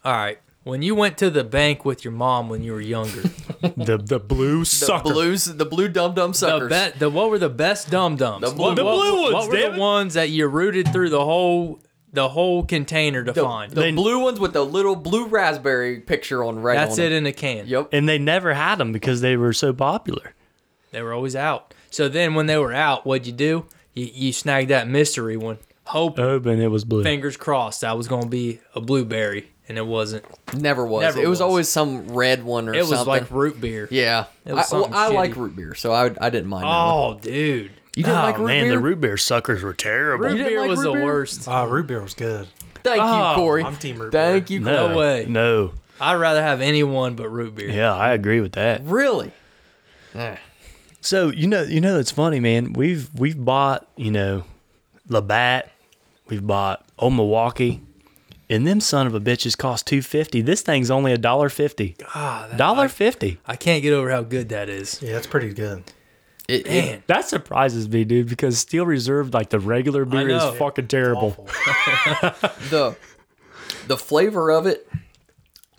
B: All right. When you went to the bank with your mom when you were younger,
A: The the blue sucker.
C: The blues the blue dum dum
B: the
C: suckers.
B: bet the what were the best dum dums?
C: The blue-
B: what,
C: the
B: what-
A: blue
B: what
A: ones,
B: were
A: damn
B: the
A: it.
B: ones that you rooted through the whole the whole container to
C: the,
B: find?
C: the
A: They-
C: blue ones with the little blue raspberry picture on right
B: That's
C: on
B: it in a can.
C: Yep.
A: And they never had them because they were so popular.
B: They were always out. So then when they were out, what'd you do? You, you snagged that mystery one,
C: Uh,
B: hoping,
A: Oh, but it was blue.
B: fingers crossed, I was going to be a blueberry, and it wasn't.
C: Never was.
B: Never
C: it was,
B: was.
C: always some red one or
B: It was
C: something.
B: like root beer.
C: yeah.
B: It
C: I,
B: was
C: well,
B: something
C: I like
B: shitty.
C: root beer, so I, I didn't mind. that one.
B: Oh, dude.
C: You didn't
A: oh
C: like root
A: man,
C: beer?
A: the root beer suckers were terrible.
B: Root
C: didn't
B: beer
C: like
B: was
C: root
B: the
C: beer?
B: worst.
D: Uh, root beer was good.
C: Thank
B: Oh,
C: you, Corey.
D: I'm team root
C: Thank you, Corey.
A: no
B: way.
A: No.
B: I'd rather have anyone but root beer.
A: Yeah, I agree with that.
C: Really?
A: So you know, you know, it's funny, man. We've we've bought, you know, Labatt. We've bought Old Milwaukee, and them son of a bitches cost two fifty. This thing's only a dollar fifty. Dollar fifty.
B: I can't get over how good that is.
D: Yeah, it's pretty good.
C: It, it-
B: Man,
A: That surprises me, dude, because Steel Reserve, like the regular beer, is
B: know.
A: fucking terrible.
D: Awful.
C: the the flavor of it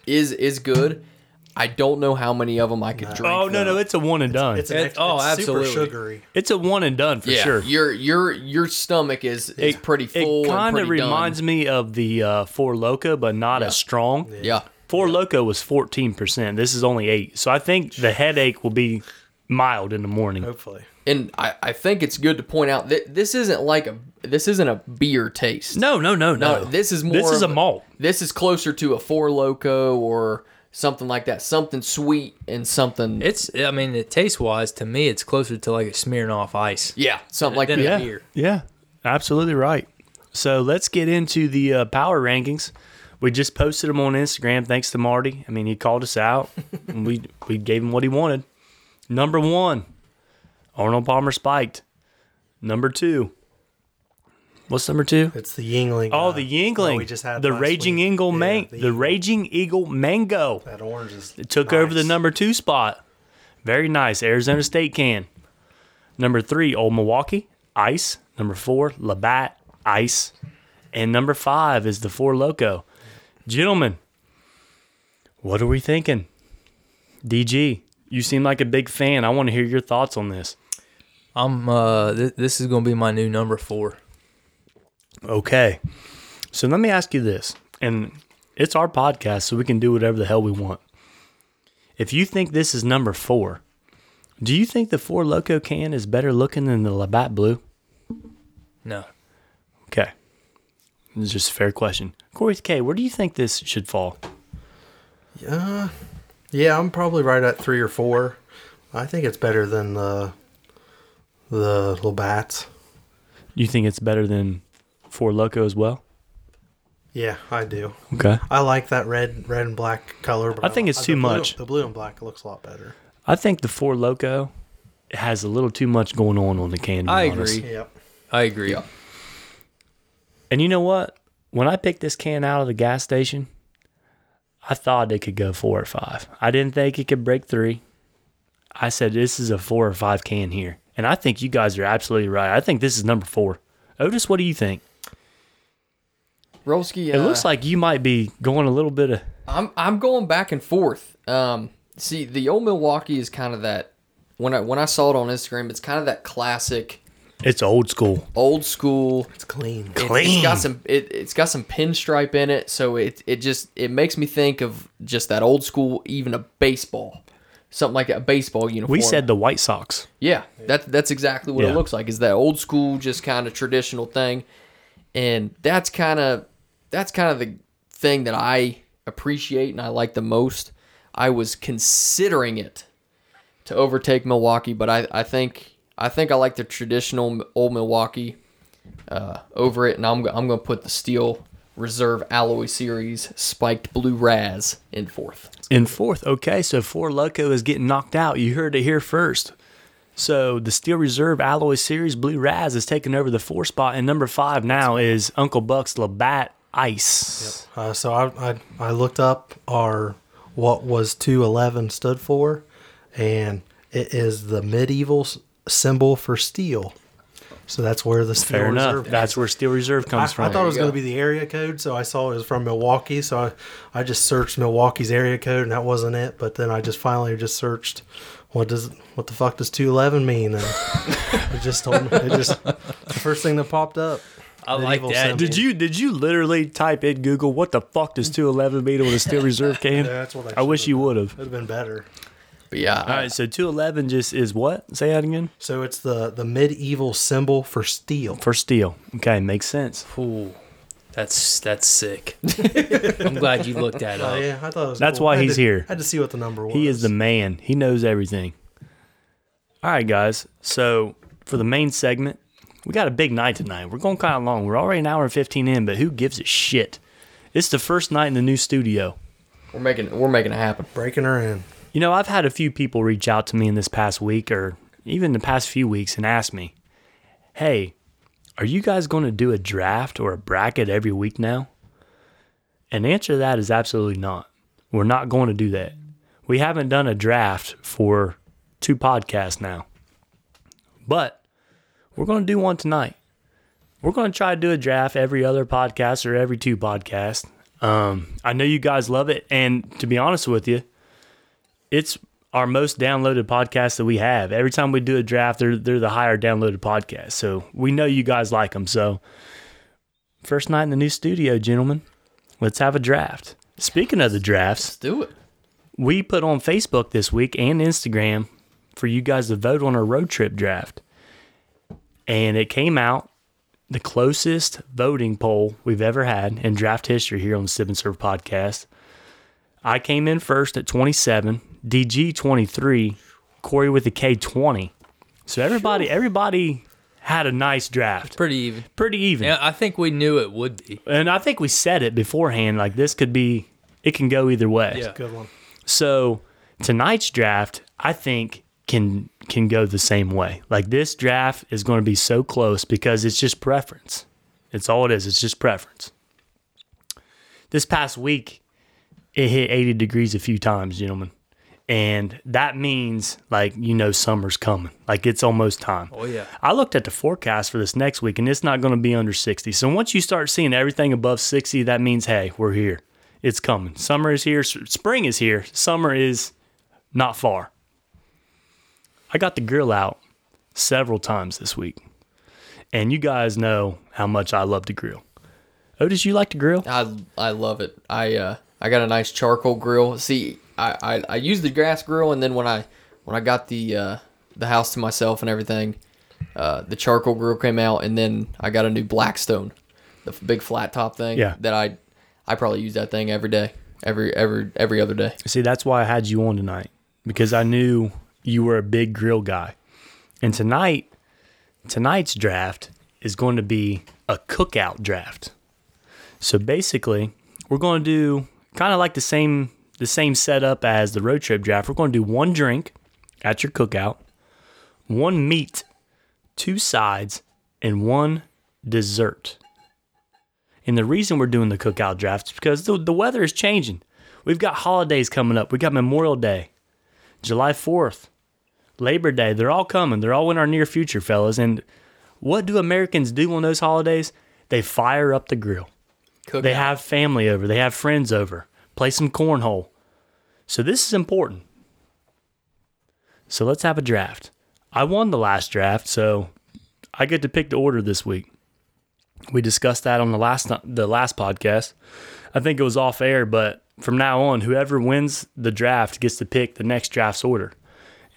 C: is is good. I don't know how many of them I could drink.
A: Oh no,
C: though.
A: no, it's a one and done. It's
D: It's
A: a,
D: an
B: It-
D: ex-
B: oh,
D: it's super
B: absolutely.
D: sugary.
A: one and done for
C: yeah,
A: sure.
C: your your your stomach is is pretty full.
A: It
C: kind of
A: reminds me of the uh, Four Loco, but not as strong.
C: Yeah,
A: Four Loco was fourteen percent. This is only eight. So I think the headache will be mild in the morning.
D: Hopefully,
C: and I, I think it's good to point out that this isn't like a this isn't a beer taste.
A: No, no, no,
C: No,
A: no.
C: this is more.
A: This is
C: of
A: a malt.
C: This is closer to a four loco or something like that. Something sweet and something.
B: it's, I mean, it taste wise, to me, it's closer to like a smearing off ice.
C: yeah, something like
B: Then
C: that.
B: a
A: Yeah,
B: beer.
A: yeah, absolutely right. So let's get into the uh, power rankings. We just posted them on Instagram. Thanks to Marty. I mean, he called us out. and we we gave him what he wanted. Number one, Arnold Palmer spiked. Number two, what's number two?
D: it's the Yingling.
A: Oh,
D: uh,
A: the
D: that
A: Yingling,
D: we just had
A: the
D: last
A: Raging
D: week.
A: Eagle
D: Yeah,
A: man- the,
D: Yingling.
A: Raging Eagle Mango
D: That orange is
A: took over the
D: nice.
A: number two spot. Very nice. Arizona State can. Number three, Old Milwaukee, Ice. Number four, Labatt, Ice. And number five is the Four Loco. Gentlemen, what are we thinking? DG, you seem like a big fan. I want to hear your thoughts on this.
B: I'm, uh, th- this is going to be my new number four.
A: Okay. So let me ask you this, and it's our podcast, so we can do whatever the hell we want. If you think this is number four, do you think the Four Loco can is better looking than the Labatt Blue?
B: No.
A: Okay. This is just a fair question. Corey K, where do you think this should fall?
D: Yeah, I'm probably right at three or four. I think it's better than the the little bats.
A: You think it's better than Four Loco as well?
D: Yeah, I do.
A: Okay.
D: I like that red red and black color. But
A: I think it's
D: the
A: too
D: blue-
A: much.
D: The blue and black looks a lot better.
A: I think the Four Loco has a little too much going on on the can. to be
B: I
A: honest.
B: agree.
D: Yep.
B: I agree.
C: Yeah.
A: And you know what? When I picked this can out of the gas station, I thought it could go four or five. I didn't think it could break three. I said, this is a four or five can here. And I think you guys are absolutely right. I think this is number four. Otis, what do you think?
C: Rolski. uh,
A: It looks like you might be going a little bit of.
C: I'm I'm going back and forth. Um, see, the old Milwaukee is kind of that. When I when I saw it on Instagram, it's kind of that classic
A: It's old school.
C: old school.
D: It's clean.
C: It, has got some it, it's got some pinstripe in it, so it it just it makes me think of just that old school, even a baseball, something like a baseball uniform.
A: We said the White Sox.
C: Yeah, that's that's exactly what
A: Yeah.
C: it looks like. Is that old school, just kind of traditional thing, and that's kind of that's kind of the thing that I appreciate and I like the most. I was considering it to overtake Milwaukee, but I, I think I think I like the traditional old Milwaukee uh, over it, and I'm go- I'm going to put the Steel Reserve Alloy Series Spiked Blue Raz in fourth.
A: In fourth, okay, so Four Loco is getting knocked out. You heard it here first. So the Steel Reserve Alloy Series Blue Raz is taking over the four spot, and number five now is Uncle Buck's Labatt Ice.
D: Uh, so I, I I looked up our what was two eleven stood for, and it is the medieval s- symbol for steel. So that's where the steel
A: Fair enough.
D: reserve.
A: That's where Steel Reserve
D: I, I
A: comes from.
D: thought it was
C: There
D: going
C: you
D: to be the area code, so I saw it was from Milwaukee. So I, I just searched Milwaukee's area code, and that wasn't it. But then I just finally just searched, what does what the fuck does two eleven mean? And it just told me, it just the first thing that popped up.
B: I like
D: Medieval
B: that.
D: symbol.
A: Did you did you literally type in Google what the fuck does 211 mean on a steel reserve can?
D: Yeah, that's what I
A: I wish
D: should've
A: you
D: done.
A: would have.
D: It'd have been better.
C: But yeah,
A: All right, so 211 just is what? Say that again.
D: So it's the the medieval symbol for steel.
A: For steel. Okay, makes sense.
B: Ooh, that's that's sick. I'm glad you looked that
D: Oh
B: up.
D: yeah, I thought it was.
A: That's
D: cool.
A: why
D: I had
A: he's
D: to-
A: here.
D: I had to see what the number was.
A: He is the man. He knows everything. All right, guys. So for the main segment, we got a big night tonight. We're going kind of long. We're already an hour and 15 in, but who gives a shit? It's the first night in the new studio.
C: we're making we're making it happen.
D: breaking her in.
A: You know, I've had a few people reach out to me in this past week or even the past few weeks and ask me, hey, are you guys going to do a draft or a bracket every week now? And the answer to that is absolutely not. We're not going to do that. We haven't done a draft for two podcasts now, but we're going to do one tonight. We're going to try to do a draft every other podcast or every two podcasts. Um, I know you guys love it. And to be honest with you, it's our most downloaded podcast that we have. Every time we do a draft, they're they're the higher downloaded podcast. So we know you guys like them. So first night in the new studio, gentlemen, let's have a draft. Speaking of the drafts,
C: Do it.
A: we put on Facebook this week and Instagram for you guys to vote on our road trip draft, and it came out the closest voting poll we've ever had in draft history here on the Sip and Serve podcast. I came in first at 27, DG 23, Corey with a K 20. So everybody, everybody had a nice draft,
B: Pretty even.
A: pretty even.
B: Yeah, I think we knew it would be.
A: And I think we said it beforehand, like this could be, it can go either way.
B: Yeah.
D: Good one.
A: So tonight's draft, I think can can go the same way. Like this draft is going to be so close because it's just preference. It's all it is. It's just preference. This past week, it hit 80 degrees a few times, gentlemen. And that means like you know summer's coming. Like it's almost time.
B: Oh yeah.
A: I looked at the forecast for this next week, and it's not going to be under 60. So once you start seeing everything above 60, that means, hey, we're here. It's coming. Summer is here. S- Spring is here. Summer is not far. I got the grill out several times this week, and you guys know how much I love to grill. Otis, you like to grill?
C: I I love it. I uh I got a nice charcoal grill. See, I I, I use the gas grill, and then when I when I got the uh, the house to myself and everything, uh, the charcoal grill came out, and then I got a new Blackstone, the f- big flat top thing.
A: Yeah.
C: That I I probably use that thing every day, every every every other day.
A: See, that's why I had you on tonight because I knew you were a big grill guy. And tonight, tonight's draft is going to be a cookout draft. So basically, we're going to do kind of like the same the same setup as the road trip draft. We're going to do one drink at your cookout, one meat, two sides, and one dessert. And the reason we're doing the cookout draft is because the, the weather is changing. We've got holidays coming up. We got Memorial Day, July 4th, Labor Day. They're all coming. They're all in our near future, fellas. And what do Americans do on those holidays? They fire up the grill.
C: Cook
A: They have family over, they have friends over, play some cornhole. So this is important. So let's have a draft. I won the last draft, so I get to pick the order this week. We discussed that on the last the last podcast. I think it was off air, but from now on, whoever wins the draft gets to pick the next draft's order.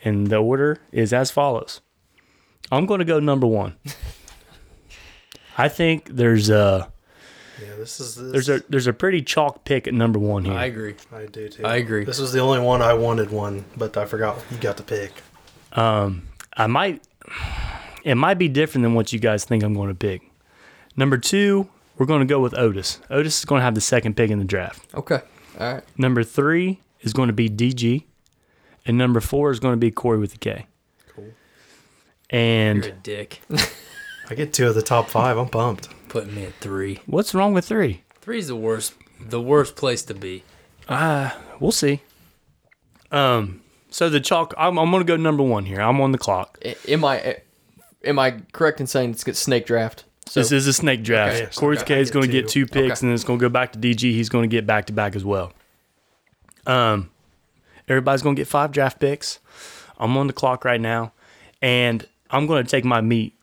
A: And the order is as follows. I'm going to go number 1. I think there's a
D: Yeah, this is
A: There's a there's a pretty chalk pick at number one here.
B: I agree.
D: I do too.
B: I agree.
D: This was the only one I wanted one, but I forgot you got to pick.
A: I might it might be different than what you guys think I'm going to pick. Number two, we're going to go with Otis. Otis is going to have the second pick in the draft.
C: Okay. All right.
A: Number three is going to be DG, and number four is going to be Corey with the K. Cool.
B: You're a
A: And
B: dick.
D: I get two of the top five. I'm pumped.
B: Putting me at three.
A: what's wrong with three?
B: Three's the worst. The worst place to be.
A: We'll see. Um. So the chalk. I'm, I'm going to go number one here. I'm on the clock.
C: A- Am I am I correct in saying it's get snake draft? So
A: this is a snake draft.
D: Okay, so
A: Corey's
D: I
A: K is
D: get
A: going to
D: two.
A: get two picks,
C: Okay.
A: and then it's going to go back to DG. He's going to get back to back as well. Um, everybody's going to get five draft picks. I'm on the clock right now, and I'm going to take my meat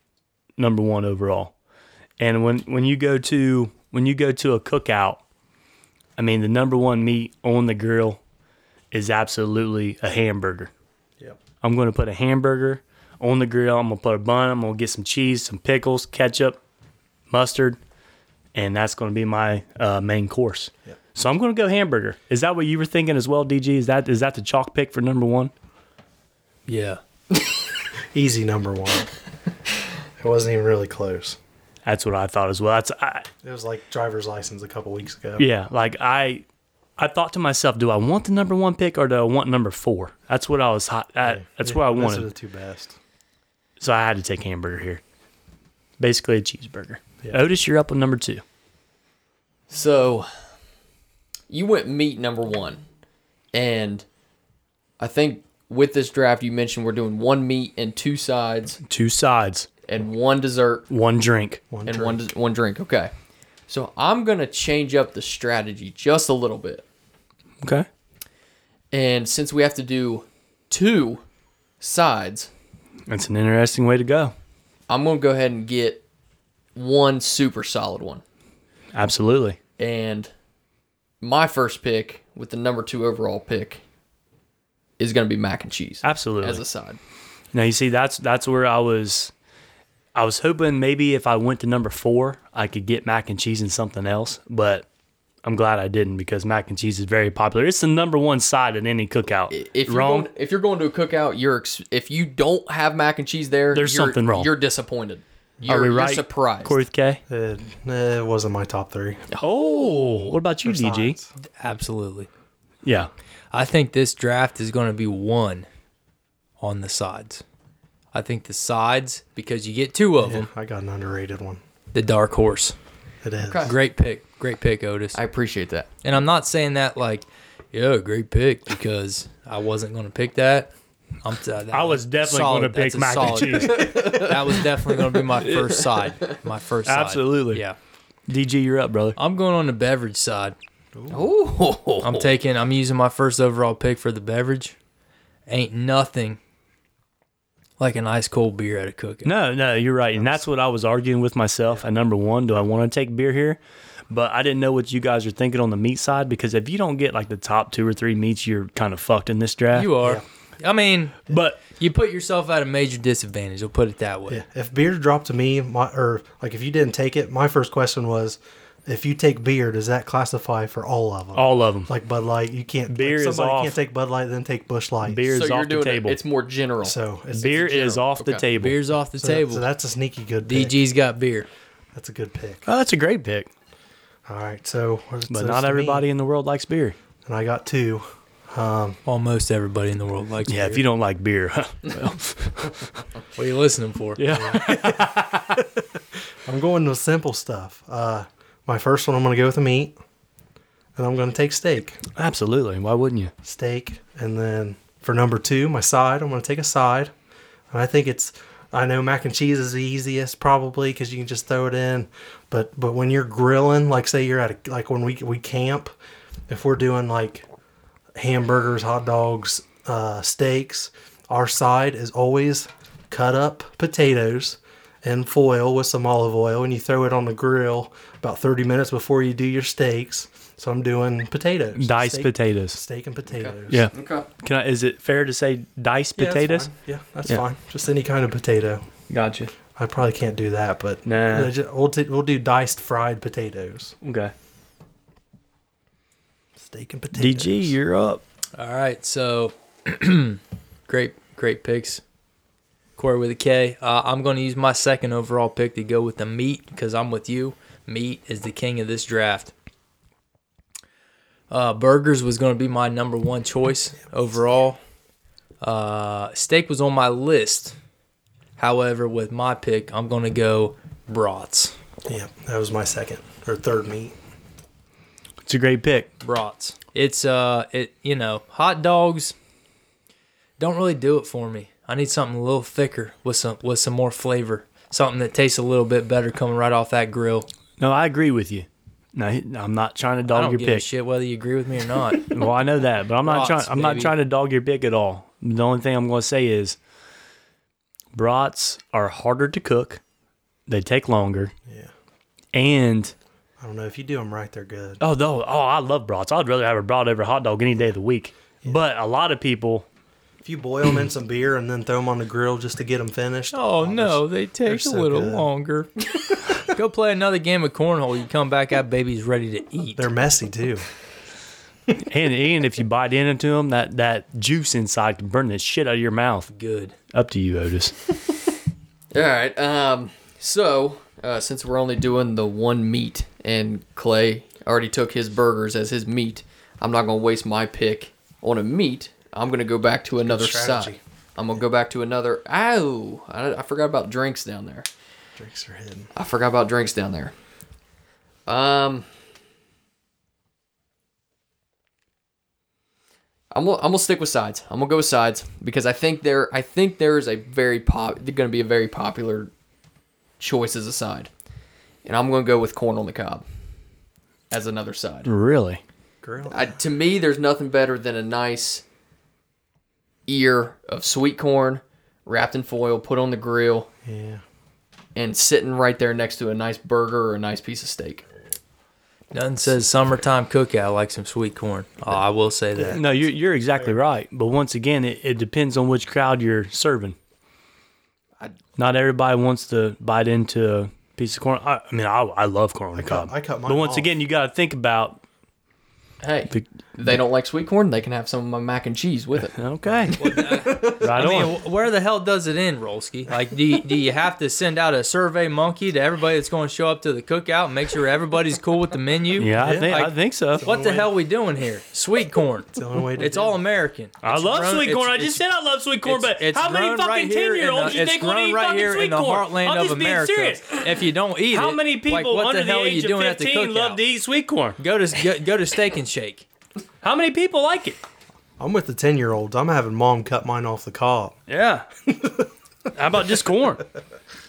A: number one overall. And when when you go to when you go to a cookout, I mean the number one meat on the grill is absolutely a hamburger.
D: Yep.
A: I'm going to put a hamburger on the grill. I'm going to put a bun. I'm going to get some cheese, some pickles, ketchup, mustard, and that's going to be my uh, main course. So I'm going to go hamburger. Is that what you were thinking as well, DG? Is that is that the chalk pick for number one?
B: Yeah.
D: Easy number one. it wasn't even really close.
A: That's what I thought as well. That's I,
D: It was like driver's license a couple weeks ago.
A: yeah. Like I, I thought to myself, do I want the number one pick or do I want number four? That's what I was hot. I, that's what I
D: Those
A: wanted.
D: are the two best.
A: so I had to take hamburger here. Basically a cheeseburger.
D: Yeah.
A: Otis, you're up with number two.
C: So you went meat number one, and I think with this draft you mentioned we're doing one meat and two sides
A: Two sides,
C: and one dessert
A: one drink.
D: One
C: and
D: turn.
C: one des- one drink. Okay. So I'm gonna change up the strategy just a little bit,
A: Okay.
C: and since we have to do two sides,
A: That's an interesting way to go.
C: I'm gonna go ahead and get one super solid one.
A: Absolutely.
C: And my first pick with the number two overall pick is going to be mac and cheese
A: Absolutely.
C: as a side.
A: now you see that's that's where I was I was hoping maybe if I went to number 4, I could get mac and cheese and something else, but I'm glad I didn't because mac and cheese is very popular. It's the number one side at any cookout.
C: If you're
A: Wrong.
C: going, if you're going to a cookout, you're ex- if you don't have mac and cheese there,
A: There's
C: you're-
A: something wrong.
C: You're disappointed. You're,
A: Are we
C: you're
A: right?
C: surprised.
A: Corey with K.
D: It, it wasn't my top three.
A: Oh, what about you, DG?
D: Sides.
B: Absolutely.
A: Yeah.
B: I think this draft is going to be one on the sides. I think the sides because you get two of
D: Yeah,
B: them.
D: I got an underrated one.
B: The dark horse.
D: It is.
C: Okay.
B: Great pick. Great pick, Otis.
C: I appreciate that.
B: and I'm not saying that like, yeah, great pick because I wasn't going to pick that. I'm t- that
A: I was
B: one-
A: definitely gonna
B: solid.
A: pick
B: That's a
A: mac and
B: solid pick. that was definitely going to be my first side. My first side.
A: Absolutely.
B: Yeah.
A: DG, you're up, brother.
B: I'm going on the beverage side.
C: Ooh.
B: I'm taking. I'm using my first overall pick for the beverage. Ain't nothing like an ice cold beer at a cookout.
A: No, no, you're right. And that's what I was arguing with myself at number one. Do I want to take beer here? But I didn't know what you guys were thinking on the meat side because if you don't get like the top two or three meats, you're kind of fucked in this draft.
B: You are. I mean,
A: But
B: you put yourself at a major disadvantage. I'll put it that way.
D: Yeah. If beer dropped to me, my or like if you didn't take it, my first question was, if you take beer, does that classify for all of them?
A: all of them.
D: like Bud Light, you can't.
A: Beer
D: like
A: is
D: somebody
A: off.
D: can't take Bud Light, then take Bush Light.
A: beer
C: so
A: is
C: you're
A: off the
C: doing
A: table.
C: it, it's more general.
D: So it's,
A: beer
D: it's a
A: is off the
C: Okay.
A: table.
B: Beer's off the
D: so-
B: table.
D: So that's a sneaky good pick.
B: DG's got beer.
D: That's a good pick.
A: Oh, that's a great pick.
D: All right. So,
A: But not everybody in the world likes beer.
D: And I got two.
B: Almost everybody in the world likes
A: Yeah,
B: beer.
A: if you don't like beer, huh?
B: what are you listening for?
A: yeah.
D: I'm going with simple stuff. Uh, my first one, I'm going to go with the meat, and I'm going to take steak,
A: Absolutely. Why wouldn't you?
D: steak, and then for number two, my side, I'm going to take a side, and I think it's. I know mac and cheese is the easiest probably because you can just throw it in, but but when you're grilling, like say you're at a, like when we we camp, if we're doing like hamburgers, hot dogs, uh, steaks. Our side is always cut up potatoes in foil with some olive oil, and you throw it on the grill about 30 minutes before you do your steaks. So I'm doing potatoes,
A: Diced
D: steak,
A: potatoes.
D: steak and potatoes.
A: Yeah.
C: Okay.
A: Can I, is it fair to say diced
D: Yeah, that's
A: potatoes?
D: fine. Yeah, that's
A: Yeah.
D: fine. Just any kind of potato.
A: Gotcha.
D: I probably can't do that, but
A: Nah.
D: I ju- we'll, t- we'll do diced fried potatoes,
A: Okay.
D: steak and potatoes.
A: DG, you're up.
B: All right, so great, great picks. Corey with a K. Uh, I'm going to use my second overall pick to go with the meat because I'm with you. Meat is the king of this draft. Uh, burgers was going to be my number one choice overall. Uh, steak was on my list. However, with my pick, I'm going to go brats.
D: yeah, that was my second or third meat.
A: It's a great pick.
B: brats. It's uh, it you know, hot dogs don't really do it for me. I need something a little thicker with some with some more flavor, something that tastes a little bit better coming right off that grill.
A: No, I agree with you. No, he- I'm not trying to
B: I
A: dog
B: don't
A: your
B: give a
A: pick.
B: shit whether you agree with me or not.
A: Well, I know that, but I'm not trying.
B: Brats,
A: I'm not
B: baby.
A: trying to dog your pick at all. The only thing I'm going to say is, brats are harder to cook. They take longer.
D: Yeah.
A: And
D: I don't know if you do them right, they're good.
A: oh, though, oh, I love brats. I'd rather have a brat over a hot dog any day of the week. But a lot of people,
D: If you boil them in some beer and then throw them on the grill just to get them finished.
B: oh no, they take
D: so
B: a little
D: good.
B: longer. Go play another game of cornhole. You come back, that baby's ready to eat.
D: They're messy too.
A: and and if you bite into them, that that juice inside can burn the shit out of your mouth.
B: Good.
A: Up to you, Otis.
C: All right. Um. So, uh, since we're only doing the one meat, and Clay already took his burgers as his meat, I'm not gonna waste my pick on a meat. I'm gonna go back to another side.
D: strategy.
C: I'm gonna go back to another. Ow! I, I forgot about drinks down there.
D: Drinks are hidden.
C: I forgot about drinks down there. Um, I'm gonna, I'm gonna stick with sides. I'm gonna go with sides because I think there I think there is a very pop they're gonna be a very popular choice as a side, and I'm gonna go with corn on the cob as another side.
A: Really?
D: Grill.
C: I, to me, there's nothing better than a nice ear of sweet corn wrapped in foil, put on the grill,
D: yeah.
C: and sitting right there next to a nice burger or a nice piece of steak.
B: Nothing says summertime cookout like some sweet corn. Oh, I will say that.
A: No, you're you're exactly right. But once again, it, it depends on which crowd you're serving.
C: I-
A: Not everybody wants to bite into a piece of corn. I, I mean, I, I love corn on the cob.
D: cut- I cut
A: But
D: mine
A: once
D: off.
A: again, you got to think about
C: Hey,
A: the.
C: they don't like sweet corn. They can have some of my mac and cheese with it.
A: Okay. right
B: I mean,
A: on.
B: wh- where the hell does it end, Rolski? Like, do you, do you have to send out a survey monkey to everybody that's going to show up to the cookout and make sure everybody's cool with the menu?
A: Yeah, I
D: Yeah.
A: think I
B: Like-
A: think so.
B: What the hell we doing here? Sweet corn.
D: It's the only way to
B: It's
D: do
B: all
D: it.
B: American.
A: I
B: It's
A: love
B: grown-
A: sweet
B: it's-
A: corn. I
B: it's-
A: just said I love sweet corn,
B: it's-
A: but
B: it's
A: how many
B: grown
A: fucking
B: right here
A: ten
B: in
A: year olds
B: the-
A: you
B: it's
A: think want to
B: grown
A: eat
B: right
A: fucking
B: here in
A: sweet
B: the
A: corn?
B: heartland
A: I'm
B: of
A: just being
B: America.
A: serious.
B: If you don't eat
A: How
B: it,
A: many
B: like,
A: people
B: what
A: under
B: the hell
A: the
B: are you
A: age
B: doing
A: of
B: at the
A: 15 love
B: cookout?
A: to eat sweet corn?
B: Go to go, go to Steak and Shake.
A: How many people like it?
D: I'm with the ten year olds. I'm having mom cut mine off the cob.
A: Yeah. How about just corn?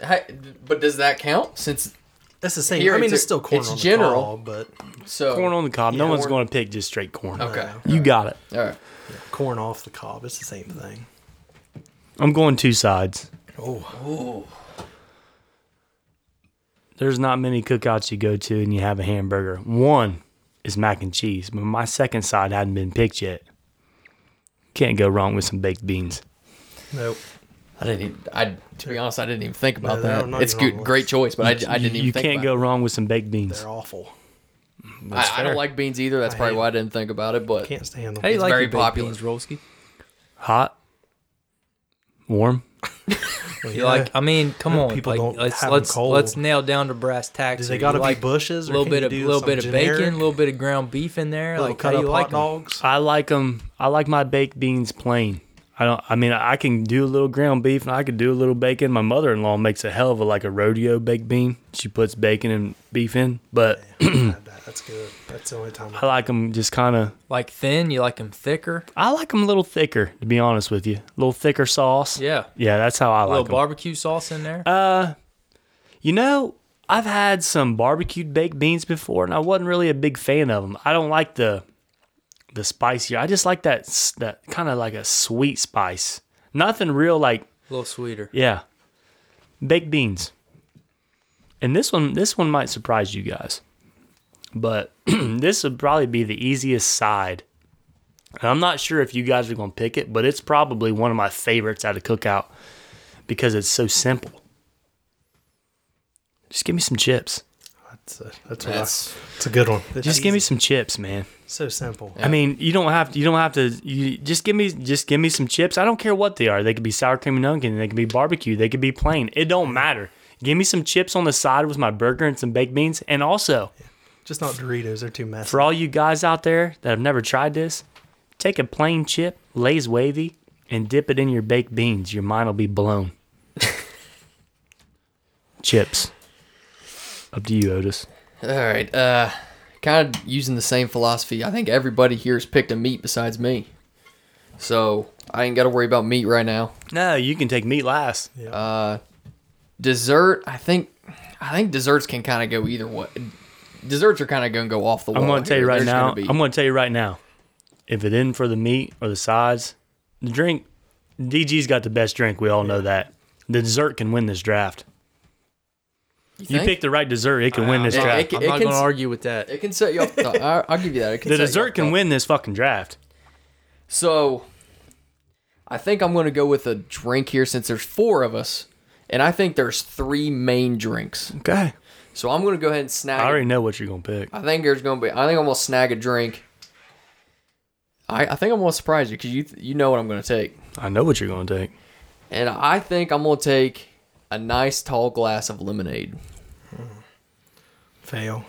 C: Hey, but does that count? Since
D: That's the same.
C: Here
D: I mean,
C: it's
D: it's,
C: a-
D: still corn
C: it's
D: on
C: general.
D: the cob, but
C: so
A: Corn on the cob. no
D: Yeah,
A: one's
D: corn.
A: going to pick just straight corn.
C: Okay,
A: You got it.
C: all right.
D: corn off the cob. It's the same thing.
A: I'm going two sides.
D: Oh,
A: There's not many cookouts you go to and you have a hamburger. One is mac and cheese, but my second side hadn't been picked yet. Can't go wrong with some baked beans.
D: nope.
C: I didn't. Even, I to be honest, I didn't even think
D: No,
C: about
D: they're
C: that.
D: not
C: It's
D: even
C: good,
D: on
C: great
D: the
C: choice, but I, I didn't even.
A: You
C: think
A: can't go
C: about
A: wrong with some baked beans.
D: They're awful.
C: It. I, I don't like beans either. That's
D: I
C: probably
D: hate
C: why I didn't think about it. But
D: Can't stand them.
B: Hey,
C: It's
B: like
C: very
B: your baked
C: popular.
B: beans, Rolski.
A: Hot, warm.
B: You Like, uh, I mean, come on.
D: People
B: like,
D: don't
B: let's
D: have 'em
B: let's
D: cold.
B: let's nail down to brass tacks.
D: Do they
B: here.
D: gotta
B: You
D: be
B: like
D: bushes, or
B: little
D: can
B: bit
D: you
B: of
D: do
B: little
D: some
B: bit of bacon,
D: generic?
B: a little bit of ground beef in there.
D: Little
B: like, how
D: cut
B: do
D: up
B: you
D: hot
B: like 'em?
D: dogs.
A: I like them. I like my baked beans plain. I don't. I mean, I can do a little ground beef and I can do a little bacon. My mother-in-law makes a hell of a like a rodeo baked bean. She puts bacon and beef in, but
D: Had
B: Mm.
D: that. That's good. That's the only time.
A: I like them just kind of.
B: Like thin, you like them thicker.
A: I like them a little thicker, to be honest with you. A little thicker sauce.
B: Yeah.
A: Yeah, that's how I
B: A
A: like Uh,
B: little
A: them.
B: barbecue sauce in there.
A: you know, I've had some barbecued baked beans before, and I wasn't really a big fan of them. I don't like the the spicier. I just like that s- that kind of like a sweet spice. Nothing real like
B: a little sweeter.
A: yeah, baked beans. And this one, this one might surprise you guys, but this would probably be the easiest side. And I'm not sure if you guys are going to pick it, but it's probably one of my favorites out of cookout because it's so simple. Just give me some chips.
D: That's a, that's, what I-
C: That's
D: it's a good one. It's
A: Just give me
D: easy.
A: some chips, man.
D: so simple.
A: I mean, you don't have to. You don't have to. You just give me, just give me some chips. I don't care what they are. They could be sour cream and onion. They could be barbecue. They could be plain. It don't matter. Give me some chips on the side with my burger and some baked beans. And also,
D: Just not Doritos. They're too messy.
A: for all you guys out there that have never tried this, take a plain chip, Lay's wavy, and dip it in your baked beans. Your mind will be blown. chips. Up to you, Otis.
C: All right. Uh, kind of using the same philosophy. I think everybody here's picked a meat besides me, so I ain't got to worry about meat right now.
A: No, you can take meat last.
C: Dessert. I think. I think desserts can kind of go either way. Desserts are kind of going to go off the wall.
A: I'm going to tell you
C: here.
A: right
C: There's
A: now.
C: gonna be-
A: I'm going to tell you right now. If it isn't for the meat or the sides, the drink, DG's got the best drink. We all know that. The dessert can win this draft. You
C: think? Uh,
A: pick the right dessert, it can win this
C: it-
A: draft.
C: it-
B: I'm not
C: can
B: going to
C: s-
B: argue with that.
C: It can set you up. I, I'll give you that. It can
A: the
C: set you
A: dessert
C: off
A: can
C: the-
A: win this fucking draft.
C: So, I think I'm going to go with a drink here since there's four of us, and I think there's three main drinks.
A: Okay.
C: So I'm going to go ahead and snag.
A: I
C: a-
A: already know what you're going to pick.
C: I think there's gonna be. I think I'm gonna snag a drink. I, I think I'm gonna surprise you because you you know what I'm gonna take,
A: I know what you're going to take.
C: and I think I'm gonna take a nice tall glass of lemonade.
D: Fail.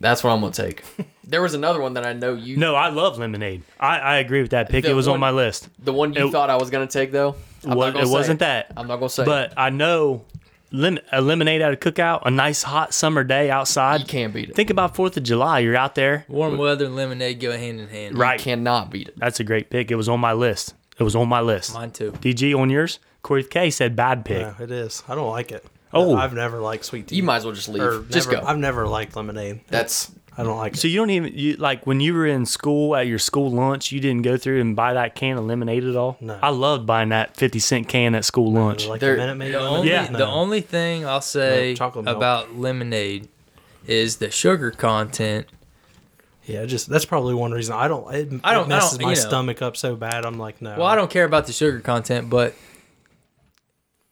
C: That's what I'm gonna take. there was another one that I know you.
A: No, I love lemonade. I, I agree with that pick.
C: The
A: it was
C: one-
A: on my list.
C: the one you
A: it-
C: thought I was gonna take though. I'm
A: Wa-
C: not gonna
A: it
C: say
A: wasn't that.
C: I'm not gonna say.
A: But I know lim- a lemonade at a cookout, a nice hot summer day outside.
C: You can't beat it.
A: Think about 4th of July. You're out there.
B: Warm weather and lemonade go hand in hand.
A: Right.
C: cannot beat it.
A: That's a great pick. It was on my list. It was on my list.
B: Mine too.
A: DG on yours? Corey K said bad pick.
D: No, it is. I don't like it.
A: Oh.
D: I've never liked sweet tea.
C: You might as well just leave.
D: Or
C: just
D: never-
C: go.
D: I've never liked lemonade.
C: That's
D: I don't like
A: So
D: it.
A: you don't even you like when you were in school at your school lunch, you didn't go through and buy that can of lemonade at all.
D: No.
A: I loved buying that fifty cent can at school lunch.
D: Like
C: There-
D: the Minute Maid
B: The
D: lemonade?
B: only,
A: Yeah.
B: the
D: No.
B: only thing I'll say
D: No, chocolate milk.
B: about lemonade is the sugar content.
D: Yeah, just that's probably one reason I don't. It,
B: I don't- I
D: it messes
B: don't-
D: my
B: you know.
D: stomach up so bad. I'm like, no.
B: Well, I don't care about the sugar content, but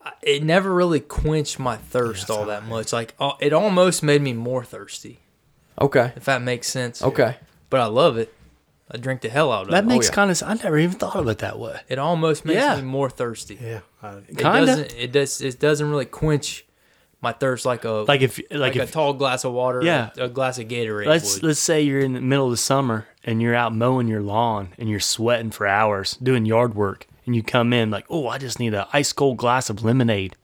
B: I- it never really quenched my thirst all that much. Like uh, it almost made me more thirsty,
C: okay.
B: if that makes sense.
C: Okay.
B: But I love it. I drink the hell out of
A: That
B: it. Oh,
A: makes
C: yeah.
A: kind of. I never even thought of it that way.
B: It almost makes
A: Yeah.
B: me more thirsty.
D: Yeah, I,
B: It
A: Kinda.
B: doesn't. It does. It doesn't really quench my thirst like a
A: Like if
B: like,
A: like,
B: a
A: if
B: tall glass of water.
A: Yeah.
B: A, a glass of Gatorade.
A: let's
B: would.
A: let's say you're in the middle of the summer and you're out mowing your lawn and you're sweating for hours doing yard work and you come in like, oh, I just need an ice cold glass of lemonade.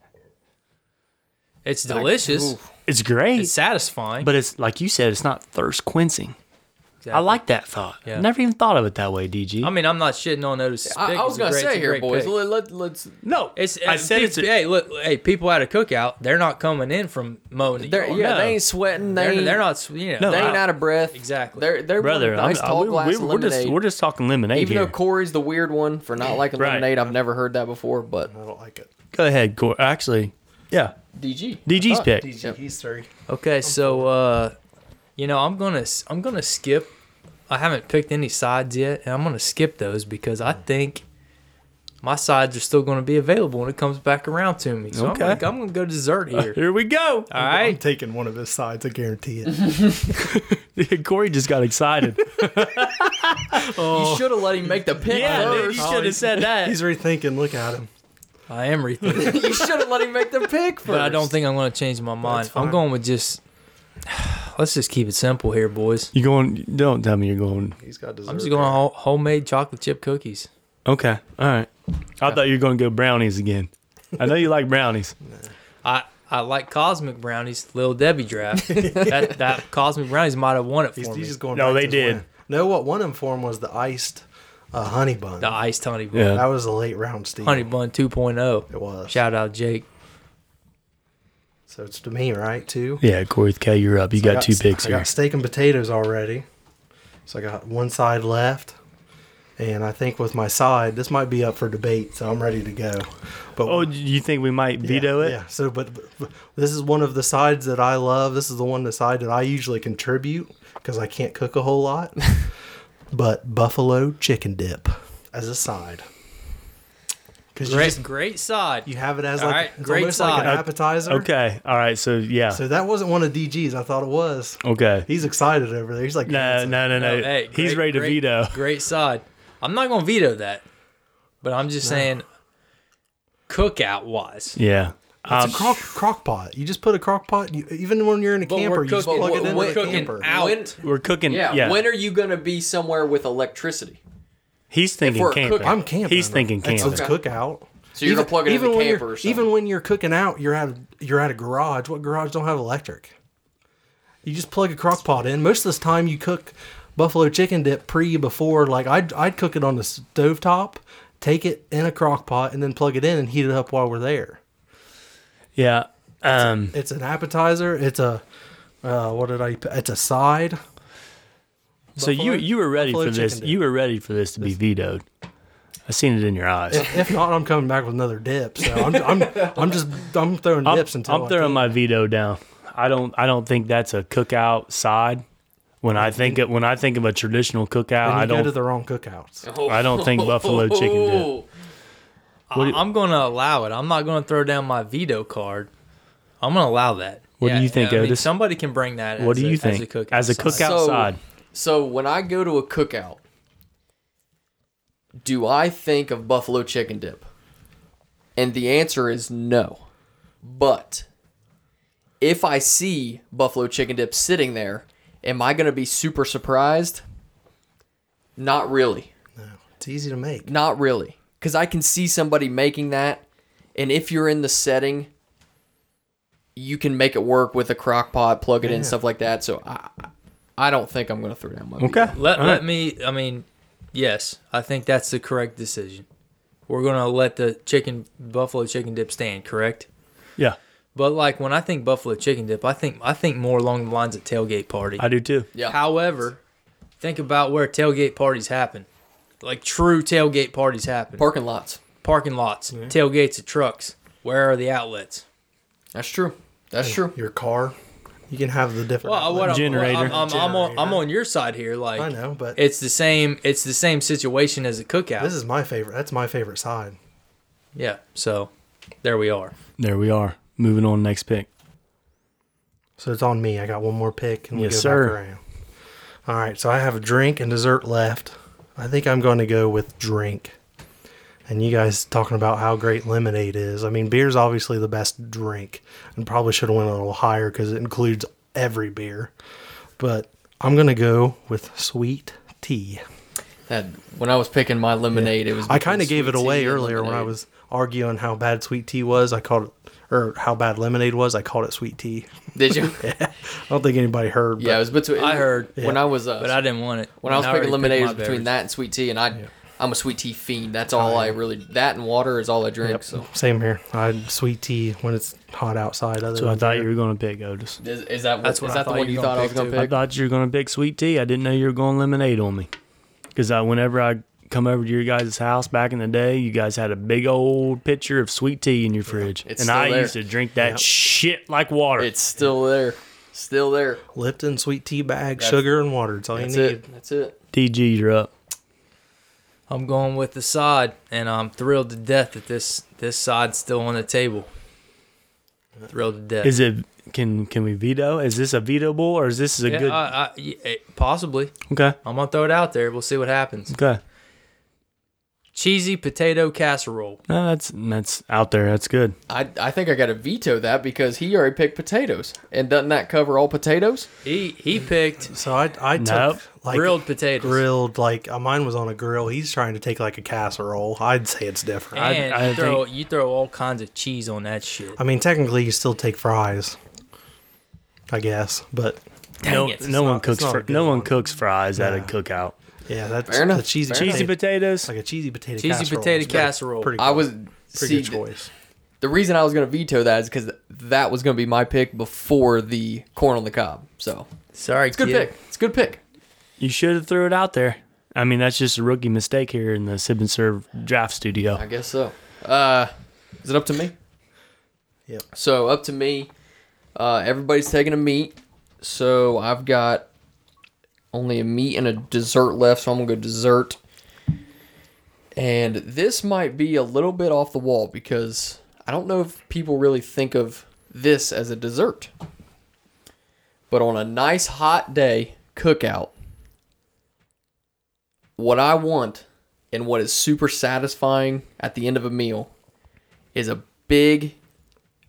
B: it's delicious.
C: Oof.
A: It's great,
B: it's satisfying.
A: but it's like you said, it's not thirst quenching. I
B: Exactly.
A: like that thought.
B: Yeah.
A: Never even thought of it that way, DG.
B: I mean, I'm not shitting on Otis.
C: I, I was gonna say here, boys. Let, let, let's.
A: no,
B: It's,
A: I said it's. A,
B: hey, look, hey, people at a cookout, they're not coming in from mowing. the
C: They're,
B: yard.
C: yeah,
A: No.
C: they ain't sweating. They
B: they're,
C: ain't,
B: they're not. s- You know,
A: No,
C: They ain't
A: I-
C: out of breath.
B: Exactly.
C: They're they're
A: brother,
C: brother, nice
A: I'm,
C: tall
A: we,
C: glass
A: we,
C: of
A: we're just
C: lemonade.
A: we're just talking lemonade
C: Even
A: here.
C: though Corey's the weird one for not liking
A: Right.
C: lemonade, I've never heard that before. But
D: I don't like it.
A: Go ahead, Corey. Actually, yeah,
C: DG,
A: DG's
C: Fuck.
A: pick.
D: DG,
C: Yep.
D: he's three.
B: Okay, so uh, you know, I'm gonna s- I'm gonna skip. I haven't picked any sides yet, and I'm gonna skip those because I think my sides are still gonna be available when it comes back around to me. So
A: Okay.
B: I'm, gonna, I'm gonna go dessert here.
A: Here we go.
B: All
D: I'm
B: right.
D: taking one of his sides. I guarantee it.
A: Corey just got excited.
C: You should have let him make the pick first.
A: you should have said that.
D: he's rethinking. Look at him.
B: I am rethinking,
C: you should have let him make the pick first.
B: but I don't think I'm gonna change my mind. I'm
D: fine.
B: going with just. Let's just keep it simple here, boys.
A: you going? Don't tell me you're going.
D: He's got dessert.
B: I'm just going ho- homemade chocolate chip cookies.
A: Okay, all right. I thought you were going to go brownies again. I know you like brownies.
B: I I like cosmic brownies. Little Debbie draft. that that cosmic brownies might have won it for
D: He's,
B: me.
D: he's just going.
A: No,
D: back
A: they
D: to his
A: did.
D: win. No, what one him for him was the iced uh, honey bun.
B: the iced honey bun.
A: Yeah.
D: That was a late round steal.
B: Honey Bun 2.0.
D: It was.
B: Shout out Jake.
D: So it's to me, right? Two.
A: Yeah, Corey K, you're up. You
D: I
A: got, two picks
D: I
A: here.
D: got steak and potatoes already. So I got one side left. And I think with my side, this might be up for debate, so I'm ready to go. But
A: Oh, you think we might
D: yeah,
A: veto it?
D: Yeah. So, but, but this is one of the sides that I love. This is the one the side that I usually contribute because I can't cook a whole lot. but buffalo chicken dip as a side. because you,
B: Great,
D: just-
B: great side.
D: you have it as
B: All
D: like
B: right,
D: it's
B: great
D: almost like an
B: side.
D: appetizer.
A: Okay. All right. So yeah.
D: So that wasn't one of DG's. I thought it was.
A: okay.
D: He's excited over there. He's like,
A: No, no, no, no.
B: No, Oh, hey,
A: He's
B: great-
A: ready to
B: great-
A: veto.
B: Great side. I'm not going to veto that, but I'm just saying, cookout wise.
A: Yeah.
D: It's
A: Um,
D: a crock, crock pot. You just put a crock pot. You, even when you're in a
B: we're
D: camper, you just
B: cooking-
D: plug it
B: we're
D: into the
B: cooking
D: camper.
B: out.
C: When-
A: we're cooking.
C: yeah,
A: Yeah.
C: When are you gonna be somewhere with electricity?
A: He's thinking
C: we're
A: camping.
C: cooking-
D: I'm camping.
A: He's thinking
D: That's-
A: camping.
D: It's cookout.
C: So you're gonna plug it into the
D: when
C: camper
D: you're-
C: or something.
D: Even when you're cooking out, you're at you're at a garage. What garage don't have electric? You just plug a crock pot in. Most of the time, you cook buffalo chicken dip pre before. Like I'd I'd cook it on the stove top, take it in a crock pot, and then plug it in and heat it up while we're there.
A: yeah. Um,
D: It's an appetizer. It's a uh, what did I? It's a side.
A: so you you were ready
D: buffalo
A: for this.
D: chicken dip.
A: You were ready for this to be vetoed. I seen it in your eyes.
D: If not, I'm coming back with another dip. So I'm I'm, I'm just I'm throwing
A: I'm,
D: dips until
A: I'm
D: I
A: throwing
D: can't.
A: my veto down. I don't I don't think that's a cookout side. When I think it, when I think of a traditional cookout,
D: Then you
A: I
D: go to
A: don't
D: the wrong cookouts.
A: I don't think buffalo chicken dip. What do you-
B: I, am going to allow it. I'm not going to throw down my veto card. I'm going to allow that.
A: What do you think,
B: I mean,
A: Otis?
B: somebody can bring that.
A: What
B: as
A: do
B: a-
A: you
B: as
A: think
B: a cookout?
A: as a
B: side.
A: cookout
C: So-
A: side?
C: So when I go to a cookout, do I think of buffalo chicken dip? And the answer is no. But if I see buffalo chicken dip sitting there, am I going to be super surprised? Not really.
D: It's easy to make.
C: Not really. Cuz I can see somebody making that and if you're in the setting you can make it work with a crock pot, plug it in, stuff like that. So I I don't think I'm going to throw down my veto.
A: Okay.
B: Let,
A: All
B: let
A: right.
B: me, I mean, yes, I think that's the correct decision. We're going to let the chicken, buffalo chicken dip stand, correct?
A: Yeah,
B: But like when I think buffalo chicken dip, I think I think more along the lines of tailgate party.
A: I do too.
C: Yeah.
B: However, think about where tailgate parties happen. Like true tailgate parties happen.
C: Parking lots.
B: Parking lots, tailgates of trucks. Where are the outlets?
C: That's true. That's true.
D: your car. You can have the different.
B: Well, what I'm-
D: outlets.
A: Generator.
B: I'm, I'm, I'm on, I'm on your side here. Like
D: I know, but-
B: it's the same. It's the same situation as a cookout.
D: this is my favorite. That's my favorite side.
B: yeah. So there we are.
A: There we are. Moving on next pick.
D: So it's on me. I got one more pick, and we
A: Yes,
D: go
A: sir.
D: back around. All right. So I have a drink and dessert left. I think I'm going to go with drink. And you guys talking about how great lemonade is. I mean, beer's obviously the best drink, and probably should have went a little higher because it includes every beer. But I'm gonna go with sweet tea.
C: That when I was picking my lemonade, it was.
D: I kind of
C: between
D: gave it
C: sweet tea
D: away
C: and
D: earlier when I
C: lemonade.
D: was arguing how bad sweet tea was. I called it, or how bad lemonade was. I called it sweet tea.
C: Did you? yeah,
D: I don't think anybody heard. But
C: it was between.
B: I heard,
C: when I was. Uh,
B: But I didn't want it.
C: when I was
B: already
C: picking lemonade, it was
B: picked my Oh,
C: between
B: beverage.
C: that and sweet tea, and I, I'm a sweet tea fiend. That's all I really. That and water is all I drink. So
D: Same here. I had sweet tea when it's hot outside. Other
A: So I
D: than
A: thought
D: beer.
A: you were going to pick Otis.
C: is, is that what,
B: That's what
C: is
B: I
C: that the
B: thought
C: one
B: you
C: you
B: were
C: thought
B: gonna
C: I was
B: pick,
C: gonna
B: too.
A: I
C: pick?
A: thought you were going to pick sweet tea. I didn't know you were going lemonade on me. Because I, whenever I come over to your guys' house back in the day, you guys had a big old pitcher of sweet tea in your fridge, and
C: It's still
A: I
C: there.
A: used to drink that shit like water.
C: It's still there, still there.
D: Lipton sweet tea bag, sugar and water. It's all you
C: That's
D: need.
C: it. That's it.
A: DG, you're up.
B: I'm going with the side, and I'm thrilled to death that this this side's still on the table. Thrilled to death.
A: Is it? Can can we veto? Is this a veto bowl or is this is a
B: yeah,
A: good?
C: uh,
B: I, I, yeah, eh, possibly.
A: okay,
B: I'm gonna throw it out there. We'll see what happens.
A: okay.
B: Cheesy potato casserole.
A: No, that's that's out there. That's good.
C: I, I think I got to veto that because he already picked potatoes, and doesn't that cover all potatoes?
B: He he picked
D: So I I took
A: Nope.
D: like
B: grilled potatoes.
D: grilled like uh, mine was on a grill. He's trying to take like a casserole. I'd say it's different. I,
B: and
A: I
B: you throw you throw all kinds of cheese on that shit.
D: mean, technically, you still take fries. I guess, but
B: Dang
A: no,
B: it.
A: no one
D: not-
A: cooks.
D: it's not
A: Fr-
D: a good
A: no one,
D: one.
A: cooks fries at a cookout.
D: yeah, that's
C: Fair enough.
D: the cheesy
C: Fair enough.
A: Cheesy
D: potato-
A: potatoes.
D: like a cheesy potato
B: Cheesy
D: casserole
B: potato
D: is pretty-
B: casserole.
D: pretty
C: I
D: good.
C: was
D: pretty
C: see,
D: good choice.
C: The reason I was gonna veto that is because that was gonna be my pick before the corn on the cob. So
B: Sorry,
C: it's a good
B: kid.
C: pick. It's a good pick.
A: You should have threw it out there. I mean, that's just a rookie mistake here in the sip and serve draft
C: I
A: studio.
C: guess so. Uh, is it up to me?
D: Yep.
C: So up to me. Uh, everybody's taking a meat, so I've got only a meat and a dessert left. So I'm gonna go dessert. And this might be a little bit off the wall because I don't know if people really think of this as a dessert. But on a nice hot day cookout, what I want and what is super satisfying at the end of a meal is a big,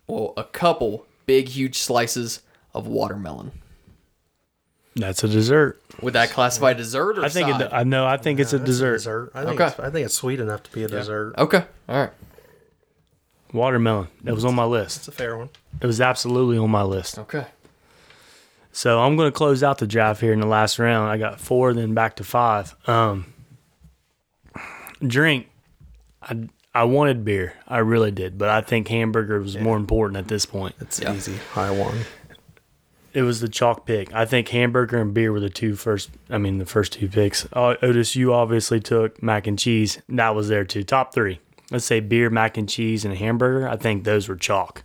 C: well, a couple big, huge slices of watermelon.
A: That's a dessert.
C: Would that classify dessert or
A: I think
C: side?
A: it, I know. I think it's a dessert.
D: dessert. I think,
C: Okay.
D: it's, I think it's sweet enough to be a dessert.
C: okay, all right.
A: Watermelon. That was on my list.
D: It's a fair one.
A: It was absolutely on my list.
C: Okay.
A: So I'm going to close out the drive here in the last round. I got four, then back to five. Um, drink. I I wanted beer. I really did, but I think hamburger was more important at this point.
D: It's
C: Yeah.
D: easy. High one.
A: It was the chalk pick. I think hamburger and beer were the two first. I mean, the first two picks. Uh, Otis, you obviously took mac and cheese. That was there too. Top three. Let's say beer, mac and cheese, and a hamburger. I think those were chalk.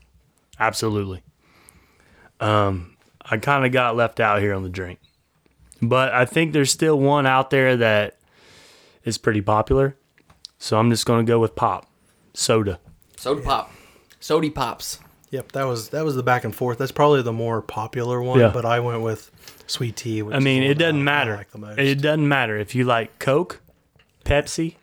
A: Absolutely. Um, I kind of got left out here on the drink, but I think there's still one out there that is pretty popular. So I'm just gonna go with pop, soda.
C: Soda pop, sody pops.
D: Yep, that was that was the back and forth. That's probably the more popular one,
A: Yeah.
D: but I went with sweet tea. Which
A: I
D: is
A: mean,
D: the one
A: it
D: that I-
A: doesn't
D: I
A: matter.
D: like the most.
A: It doesn't matter if you like Coke, Pepsi,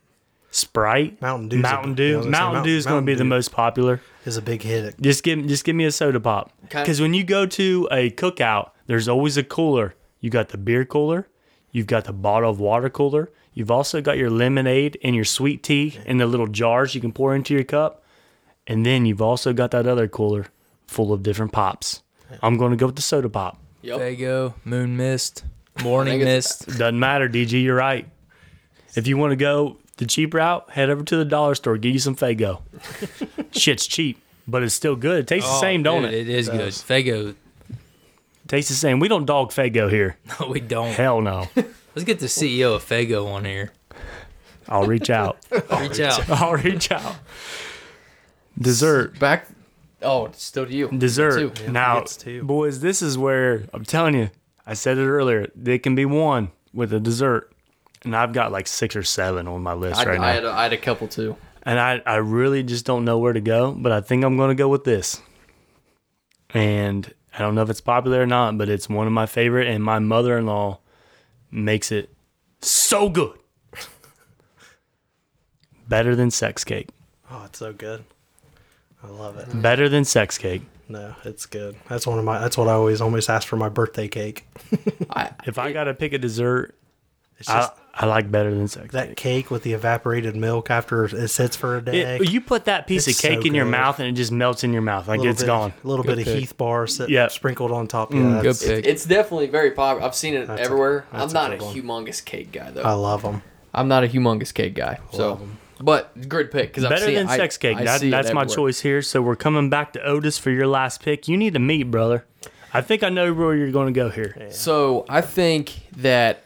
A: Sprite,
D: Mountain Dew's a-
A: Mountain
D: yeah, I
A: Dew.
D: was gonna say
A: Mountain
D: Mountain-
A: Dew is going to
D: Mountain
A: be the
D: Dew.
A: most popular.
D: is a big hit.
A: Just give just give me a soda pop.
C: Okay.
A: Because when you go to a cookout, there's always a cooler. You got the beer cooler, you've got the bottle of water cooler, you've also got your lemonade and your sweet tea in the little jars you can pour into your cup, and then you've also got that other cooler full of different pops. I'm going to go with the soda pop.
C: Yep.
B: Fago, Moon Mist, Morning
C: it's-
B: Mist.
A: Doesn't matter, DG. You're right. If you want to go the cheap route, head over to the dollar store. Get you some Fago. Shit's cheap, but it's still good. It tastes the same, don't
B: Dude,
A: it?
B: Oh, It is good. Fago,
A: Tastes the same. We don't dog Fago here.
B: no, we don't.
A: Hell no.
B: Let's get the CEO of Fago on here.
A: I'll reach out.
B: Reach out.
A: I'll reach out. Dessert.
C: Back. Oh, it's still to you.
A: Dessert.
C: Two.
A: now,
D: it's two.
A: boys, this is where I'm telling you, I said it earlier, they can be one with a dessert. And I've got like six or seven on my list
C: I,
A: right now.
C: I, had a, I had a couple too.
A: and I, I really just don't know where to go, but I think I'm going to go with this. And I don't know if it's popular or not, but it's one of my favorite, and my mother in law makes it so good. Better than sex cake.
D: Oh, it's so good. I love it.
A: Better than sex cake.
D: No, it's good. That's one of my. That's what I always almost ask for my birthday cake.
C: I,
A: If I got to pick a dessert,
D: It's
A: I,
D: just
A: I like better than sex
D: that
A: cake.
D: cake with the evaporated milk after it sits for a day.
A: It- you put that piece
D: It's
A: of cake
D: so
A: in your
D: good.
A: mouth and it just melts in your mouth. Like
D: little
A: it's
D: bit,
A: gone.
D: A little bit of
B: pick.
D: Heath bar sit,
A: Yeah.
D: sprinkled on top. Yeah,
B: Good
D: that's-
B: pick.
C: it's definitely very popular. I've seen it
D: That's a-
C: everywhere. i I'm
D: that's a
C: not a
D: good one.
C: humongous cake guy though.
D: I love them.
C: I'm not a humongous cake guy. So,
D: Love 'em.
C: but good pick because I've
A: Better
C: seen
A: than
C: it. I-
A: sex cake.
C: I
A: That-
C: see it
A: that's my
C: everywhere.
A: choice here. So we're coming back to Otis for your last pick. You need to meet, brother. I think I know where you're going to go here.
C: So I think that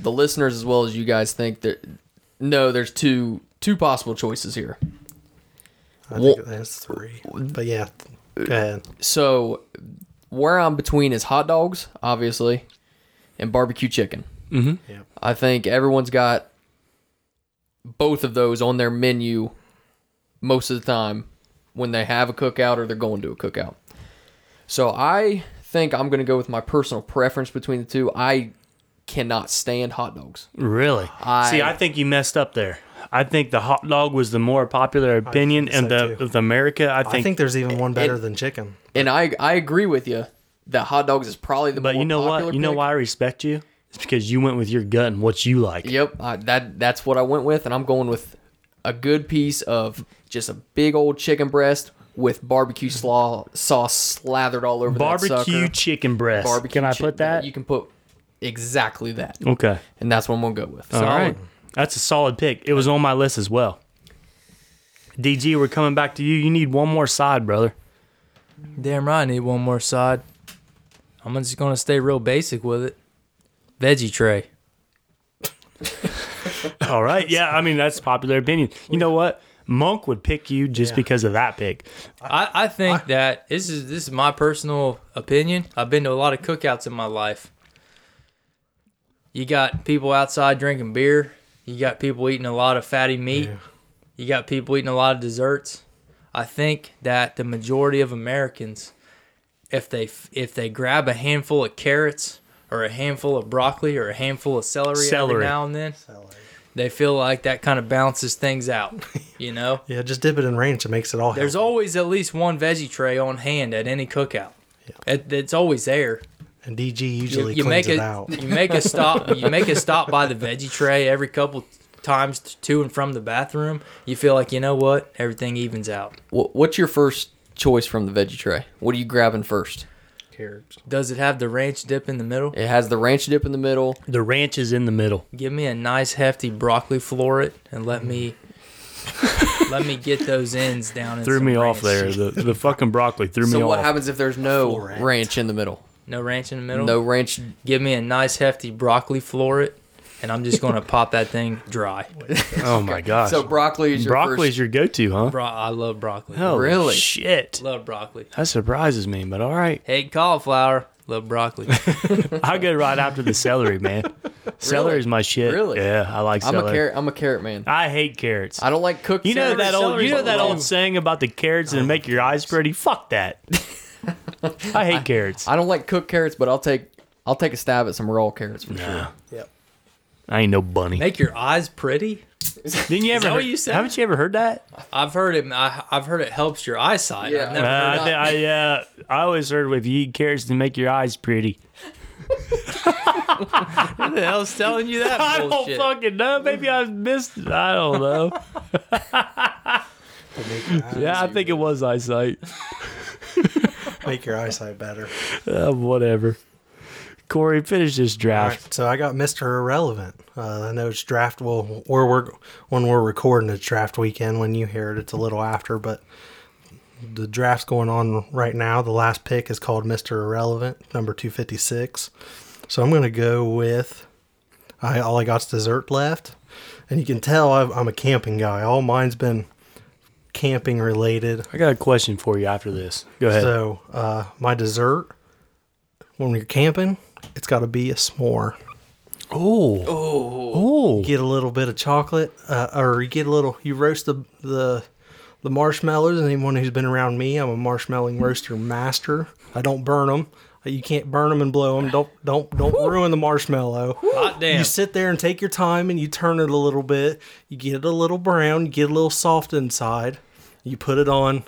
C: the listeners as well as you guys think that no, there's two two possible choices here.
D: I
C: Well-
D: think that's three. But yeah, go ahead.
C: So where I'm between is hot dogs, obviously, and barbecue chicken. Mm-hmm.
D: Yep.
C: I think everyone's got both of those on their menu most of the time when they have a cookout or they're going to a cookout. So I think I'm going to go with my personal preference between the two. I cannot stand hot dogs.
A: Really?
C: I-
A: See, I think you messed up there. I think the hot dog was the more popular opinion
D: so
A: in the
D: too.
A: of America. I
D: I
A: think,
D: think there's even one better
C: it-
D: than chicken.
C: And I I agree with you that hot dogs is probably the
A: but
C: more
A: you know
C: popular
A: what? You know
C: pick.
A: why I respect you? It's because you went with your gut and what you like.
C: Yep, I, Uh, that that's what I went with, and I'm going with a good piece of just a big old chicken breast with barbecue slaw, sauce slathered all over that
A: Barbecue
C: sucker.
A: chicken breast. can I
C: chi-
A: put that?
C: You can put exactly that,
A: okay.
C: and that's what I'm gonna go with.
A: All right. That's a solid pick. It was on my list as well. DG, we're coming back to you. You need one more side, brother.
B: Damn right, I need one more side. I'm just gonna stay real basic with it. Veggie tray.
A: All right. Yeah, I mean that's popular opinion. You know what? Monk would pick you just because of that pick.
B: I, I think that this is this is my personal opinion. I've been to a lot of cookouts in my life. You got people outside drinking beer. You got people eating a lot of fatty meat.
D: Yeah.
B: You got people eating a lot of desserts. I think that the majority of Americans, if they if they grab a handful of carrots or a handful of broccoli or a handful of celery,
A: Celery.
B: every now and then, they feel like that kind of balances things out. You know,
D: Yeah, just dip it in ranch. It makes it all.
B: there's
D: healthy.
B: always at least one veggie tray on hand at any cookout. It, it's always there.
D: and DG
B: You,
D: usually
B: you
D: cleans
B: make
D: it,
B: a
D: out.
B: you make a stop you make a stop by the veggie tray every couple times to and from the bathroom. You feel like you know what everything evens out.
C: Wha- What's your first choice from the veggie tray? What are you grabbing first?
D: Carrots.
B: Does it have the ranch dip in the middle?
C: It has the ranch dip in the middle.
A: The ranch is in the middle.
B: Give me a nice hefty broccoli floret and let me let me get those ends down. In
A: Threw
B: some
A: me off
B: ranch.
A: there. The, the fucking broccoli threw me
C: So what
A: off.
C: happens if there's no
D: Florette.
C: ranch in the middle?
B: No ranch in the middle.
C: No ranch.
B: Give me a nice hefty broccoli floret, and I'm just gonna pop that thing dry.
A: Oh my gosh.
C: So broccoli is your
A: broccoli is
C: first.
A: your go-to, huh?
B: Bro, I love broccoli.
A: Holy
C: Really?
A: Shit.
B: Love broccoli.
A: That surprises me, but all right.
B: Hate cauliflower. Love broccoli.
A: I go right after the celery, man. Celery's my shit.
C: Really?
A: Yeah, I like
C: I'm
A: celery.
C: a carrot. I'm a carrot man.
A: I hate carrots.
C: I don't like cooked.
A: you know
C: celery.
A: that old you
C: Celery's
A: know that
C: alone.
A: old saying about the carrots
C: Oh
A: and make your eyes pretty? Fuck that. I hate carrots.
C: I don't like cooked carrots, but I'll take I'll take a stab at some raw carrots for sure.
A: I ain't no bunny.
B: Make your eyes pretty.
A: Didn't you ever?
B: that
A: heard-
B: what you said?
A: Haven't you ever heard that?
B: I've heard it. I, I've heard it helps your eyesight.
C: Yeah.
B: I've
A: Uh,
B: never
A: I,
B: heard
A: thi- I, uh, I always heard if you eat carrots to make your eyes pretty.
B: Who the hell's telling you that
A: I don't
B: bullshit?
A: fucking know. Maybe I missed. It. I don't know.
D: Make your, eye-
A: Yeah, I think it was eyesight.
D: make your eyesight better.
A: Uh, whatever. Corey, finish this
D: All
A: draft.
D: right, so I got Mr. Irrelevant. Uh, I know it's draft. Well, we're, we're when we're recording it's draft weekend. When you hear it, it's a little after, but the draft's going on right now. The last pick is called Mr. Irrelevant, number two fifty six. So I'm gonna go with. I all I got's dessert left, and you can tell I've, I'm a camping guy. All mine's been camping related.
A: I got a question for you after this. Go ahead.
D: So uh, my dessert when we're camping, it's got to be a s'more.
A: oh. Oh.
D: get a little bit of chocolate, uh, or you get a little. You roast the the the marshmallows. And anyone who's been around me, I'm a marshmallow roaster master. I don't burn them. You can't burn them and blow them. Don't don't don't ruin the marshmallow.
B: Hot damn.
D: You sit there and take your time, and you turn it a little bit. You get it a little brown. You get a little soft inside. You put it on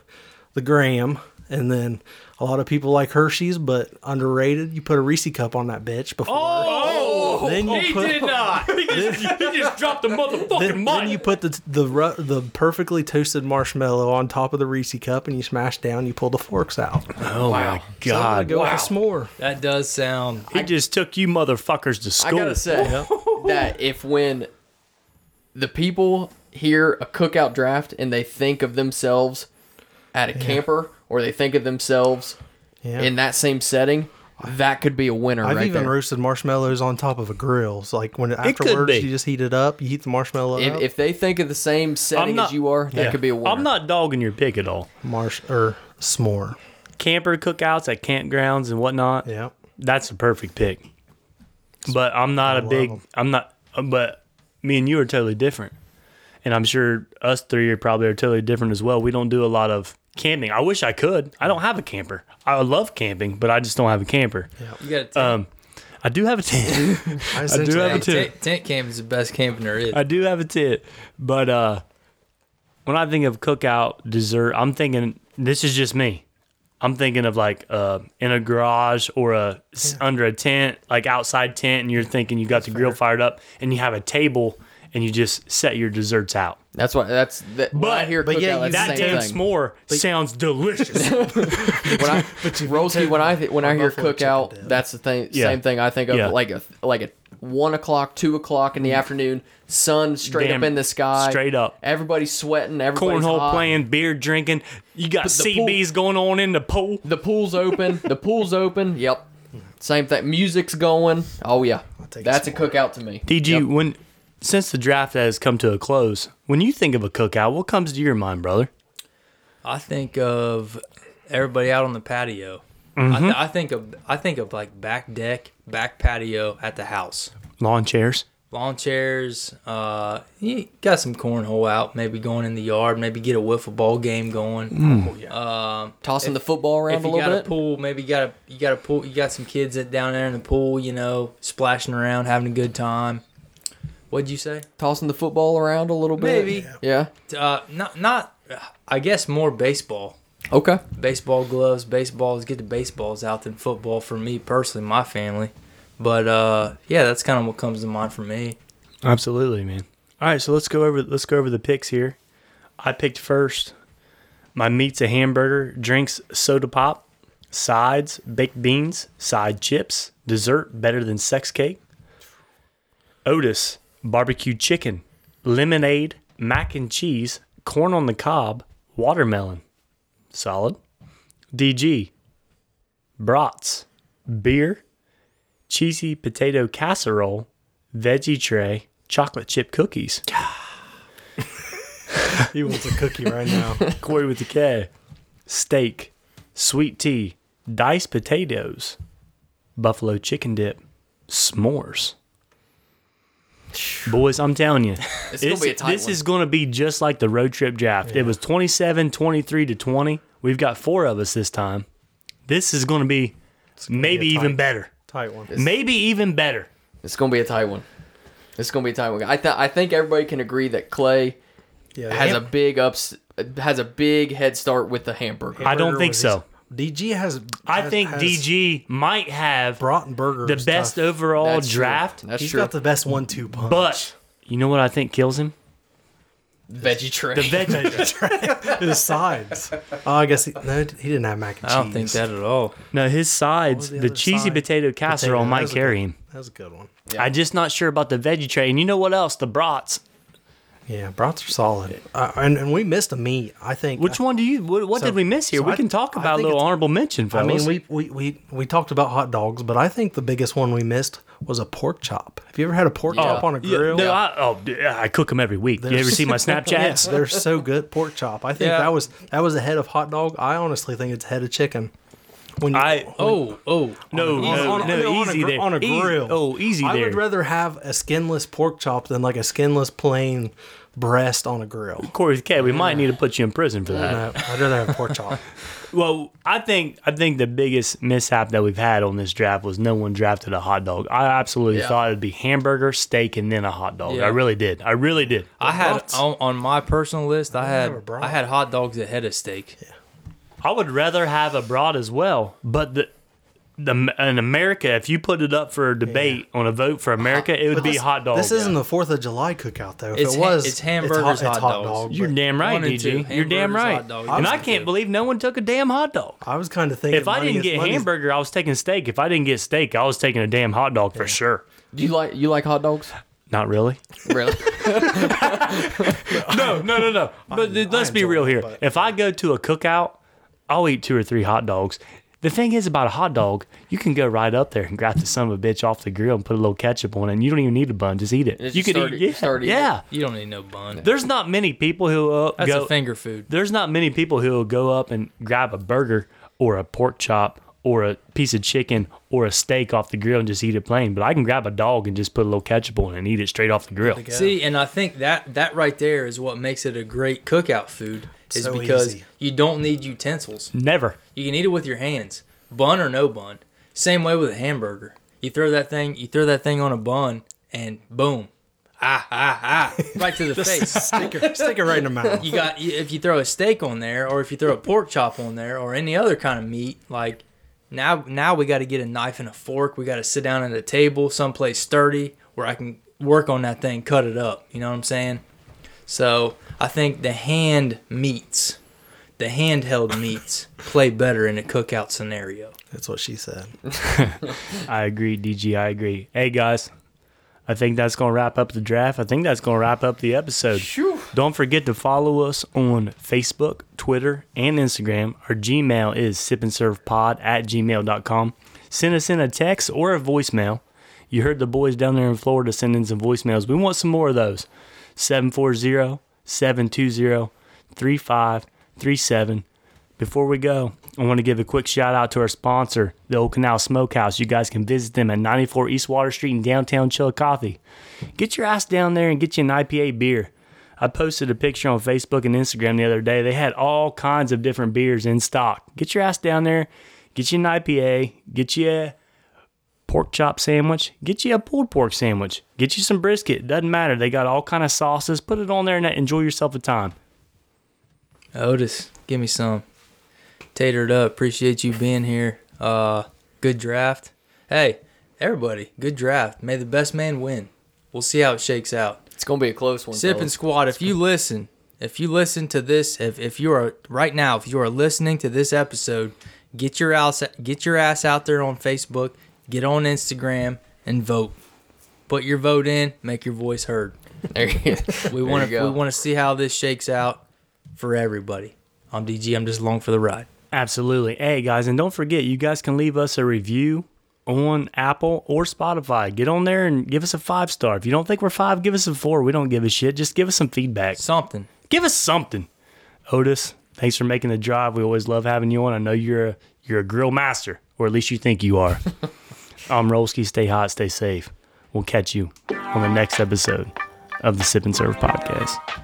D: the graham, and then a lot of people like Hershey's, but underrated. You put a Reese cup on that bitch before.
B: Oh,
D: Then you
B: he
D: put-
B: did not. He just, he just dropped the motherfucking
D: then,
B: mic.
D: then you put the the ru- the perfectly toasted marshmallow on top of the Reese cup, and you smash down. You pull the forks out.
A: Oh my
D: So I'm gonna
A: God.
D: go with a s'more.
B: that does sound.
A: he just took you motherfuckers to
C: I
A: school.
C: gotta say that if when the people hear a cookout draft and they think of themselves at a camper or they think of themselves
D: Yeah.
C: in that same setting, that could be a winner
D: I've
C: right
D: even
C: there.
D: roasted marshmallows on top of a grill. So like when
A: could
D: afterwards
A: be.
D: you just heat it up, you heat the marshmallow
C: if,
D: up,
C: if they think of the same setting
A: not-
C: as you are, that
A: Yeah.
C: could be a winner.
A: I'm not dogging your pick at all.
D: marsh or s'more.
A: Camper cookouts at campgrounds and whatnot.
D: Yeah,
A: That's a perfect pick. But I'm not a big.
D: 'em.
A: I'm not. uh, But me and you are totally different, and I'm sure us three are probably are totally different as well. We don't do a lot of camping. I wish I could. I don't have a camper. I love camping, but I just don't have a camper.
B: You got a tent.
A: Um, I do have a tent.
D: I,
A: do have
B: Hey,
A: a tent.
B: tent, tent camp is the best camping there is.
A: I do have a tent, but uh, when I think of cookout dessert, I'm thinking this is just me. I'm thinking of like uh, in a garage or a s- under a tent, like outside tent, and you're thinking you got the grill fired up, and you have a table, and you just set your desserts out.
C: that's what that's that, when I
A: But-
C: hear
D: but
C: cookout,
D: yeah, you-
C: that's the
A: That
C: same
A: damn
C: thing.
A: s'more sounds delicious.
C: when I Rolski, when I when I hear
D: buffalo chicken
C: cookout,
D: dip.
C: that's the thing.
A: Yeah.
C: Same thing I think of
A: Yeah. Mm.
C: like a like a one o'clock, two o'clock in the afternoon, sun straight
A: Damn,
C: up in the sky,
A: straight up.
C: Everybody's sweating. Everybody's
A: Cornhole
C: hot.
A: playing, beer drinking. You got
C: the pool-
A: CBs going on in the pool.
C: The pool's open. the pool's open. Yep. Same thing. Music's going. Oh yeah,
D: take
C: that's a cookout to me.
A: DG,
C: Yep.
A: when since the draft has come to a close, when you think of a cookout, what comes to your mind, brother?
B: I think of everybody out on the patio. I, th- I think of I think of like back deck, back patio at the house,
A: Lawn chairs.
B: lawn chairs. Uh, you got some cornhole out, maybe going in the yard, maybe get a wiffle ball game going.
C: Tossing the football around
B: if
C: a
B: you
C: little
B: got
C: bit.
B: a pool, maybe you got a you got a pool. You got some kids that down there in the pool, you know, splashing around, having a good time. What'd you say?
C: Tossing the football around a little bit.
B: Maybe.
C: Yeah.
B: Uh, not not. I guess more baseball,
C: Okay.
B: baseball gloves, baseballs. Get the baseballs out than football for me personally, my family. But uh, yeah, that's kind of what comes to mind for me.
A: Absolutely, man. All right, so let's go over let's go over the picks here. I picked first. My meat's a hamburger, drinks soda pop, sides baked beans, side chips, dessert better than sex cake. Otis barbecue chicken, lemonade, mac and cheese, corn on the cob, watermelon. Solid. DG brats, beer, cheesy potato casserole, veggie tray, chocolate chip cookies.
D: He wants a cookie right now.
A: Corey with the K. Steak, sweet tea, diced potatoes, buffalo chicken dip, s'mores. Boys, I'm telling you,
C: It's gonna
A: this-
C: be a tight
A: this
C: one.
A: is going to be just like the road trip draft. It was 27, 23 to 20. We've got four of us this time. This is going to be maybe
D: be a tight-
A: even better.
D: Tight one.
A: Maybe even better.
C: It's gonna be a tight one. It's gonna be a tight one. I th- I think everybody can agree that Clay
D: Yeah,
C: has
D: yeah.
C: a big ups has a big head start with the hamburger.
A: I don't
D: Hamburger
A: think
D: was
A: so.
D: his- DG has.
A: I
D: has-
A: think
D: has
A: DG might have
D: Brattenberger.
A: the
D: is
A: best
D: tough.
A: overall
C: That's true.
A: draft,
C: That's
D: He's
C: true.
D: got the best one-two punch.
A: but you know what I think kills him?
C: veggie tray.
A: The veggie.
D: his sides. Oh, I guess he, no, he didn't have mac and cheese.
B: I don't think that at all.
A: no, his sides,
D: was
A: the,
D: the other
A: cheesy
D: side?
A: potato casserole
D: Potato, that
A: might
D: was a
A: carry
D: good-
A: him.
D: That was a good one.
A: I'm just not sure about the veggie tray. And you know what else? The brats.
D: Yeah, brats are solid. Uh, and, and we missed a meat. I think.
A: Which one do you? What, what
D: So-
A: did we miss here?
D: so
A: we
D: I-
A: can talk
D: I
A: about a
D: think
A: little
D: it's-
A: honorable mention,
D: I
A: fellas.
D: mean, we, we, we, we talked about hot dogs, but I think the biggest one we missed was a pork chop. Have you ever had a pork chop on a
A: Yeah,
D: grill?
A: no, I, oh, d- I cook them every week. You ever see my Snapchats?
D: Yes, they're so good. Pork chop. I think
B: Yeah.
D: that was that was ahead of hot dog. I honestly think it's ahead of chicken. When you,
A: I
B: Oh, oh,
A: no,
D: on-
A: no,
D: on-
A: no,
D: no, on a
A: easy
D: gr-
A: there
D: on a
A: Easy-
D: grill.
A: oh, easy
D: I
A: there.
D: would rather have a skinless pork chop than like a skinless plain breast on a grill.
A: Corey, okay, we might need to put you in prison for that.
D: No, I'd rather have pork chop.
A: Well, I think I think the biggest mishap that we've had on this draft was no one drafted a hot dog. I absolutely
C: Yeah.
A: thought it'd be hamburger, steak, and then a hot dog.
B: Yeah.
A: I really did. I really did.
B: I had
D: brats.
B: on, on my personal list. I
D: have a
B: had
D: brat.
B: I had hot dogs ahead of steak.
A: I would rather have a broad as well, but the. The, in America, if you put it up for a debate on a vote for America, it would be
D: this-
A: hot dog.
D: This isn't the Fourth of July cookout though. If
B: Oh, It's
D: it
B: ha-
D: was,
B: it's hamburgers,
D: hot,
B: hot dogs.
D: dog.
A: You're
D: but
A: damn right,
B: One and two.
A: DG. You're damn
B: Hamburgers,
A: right.
B: hot dog,
A: and
B: one
A: I
B: and
A: can't
B: two.
A: believe no one took a damn hot dog.
D: I was kind of thinking
A: If I
D: money
A: didn't
D: is-
A: get
D: money's-
A: hamburger, I was taking steak. If I didn't get steak, I was taking a damn hot dog for sure.
C: Do you like you like hot dogs?
A: Not really.
C: Really?
A: No, no, no, no. But th- let's be
D: enjoy
A: real
D: it,
A: here.
D: but-
A: If I go to a cookout, I'll eat two or three hot dogs. The thing is about a hot dog, you can go right up there and grab the son of a bitch off the grill and put a little ketchup on it, and you don't even need a bun. Just eat it.
C: Just
A: you could
C: start
A: eat,
C: it-
A: yeah,
C: start eating
A: yeah.
B: You don't need no bun.
A: There's not many people who uh,
B: That's
A: go.
B: a finger food.
A: There's not many people who will go up and grab a burger or a pork chop or a piece of chicken or a steak off the grill and just eat it plain. But I can grab a dog and just put a little ketchup on it and eat it straight off the grill.
B: See, and I think that that right there is what makes it a great cookout food is
D: So
B: because
D: easy.
B: you don't need utensils.
A: Never.
B: You can eat it with your hands, bun or no bun. Same way with a hamburger. You throw that thing, you throw that thing on a bun, and boom, ah ah ah, right to the face.
D: Stick it, stick it right in the mouth.
B: You got you- if you throw a steak on there, or if you throw a pork chop on there, or any other kind of meat. Like now, now we got to get a knife and a fork. We got to sit down at a table, someplace sturdy where I can work on that thing, cut it up. You know what I'm saying? So I think the hand meats, the handheld meats, play better in a cookout scenario.
D: That's what she said.
A: I agree, DG. I agree. Hey, guys, I think that's going to wrap up the draft. I think that's going to wrap up the episode. Don't forget to follow us on Facebook, Twitter, and Instagram. Our Gmail is sipandservepod at gmail.com. Send us in a text or a voicemail. You heard the boys down there in Florida sending some voicemails. We want some more of those. 740 720 3537. Before we go, I want to give a quick shout out to our sponsor, the Old Canal Smokehouse. You guys can visit them at 94 East Water Street in downtown Chillicothe. Get your ass down there and get you an IPA beer. I posted a picture on Facebook and Instagram the other day. They had all kinds of different beers in stock. Get your ass down there, get you an IPA, get you a pork chop sandwich, get you a pulled pork sandwich, get you some brisket. Doesn't matter. They got all kind of sauces. Put it on there and enjoy yourself a time.
B: Otis, give me some. Tater it up. Appreciate you being here. Uh, good draft. Hey, everybody, good draft. May the best man win. We'll see how it shakes out.
C: It's gonna be a close one.
B: Sipping
C: fellas.
B: Squad, if you listen, if you listen to this, if, if you are right now, if you are listening to this episode, get your ass get your ass out there on Facebook, get on Instagram, and vote. Put your vote in, make your voice heard.
C: There you-
B: We
C: there
B: want
C: you
B: to
C: go.
B: we want to see how this shakes out for everybody. I'm DG. I'm just along for the ride.
A: Absolutely. Hey, guys, and don't forget, you guys can leave us a review on Apple or Spotify. Get on there and give us a five star. If you don't think we're five, give us a four. We don't give a shit. Just give us some feedback.
B: Something.
A: Give us something. Otis, thanks for making the drive. We always love having you on. I know you're a, you're a grill master, or at least you think you are. I'm Rolski. Stay hot, stay safe. We'll catch you on the next episode of the Sip and Serve podcast.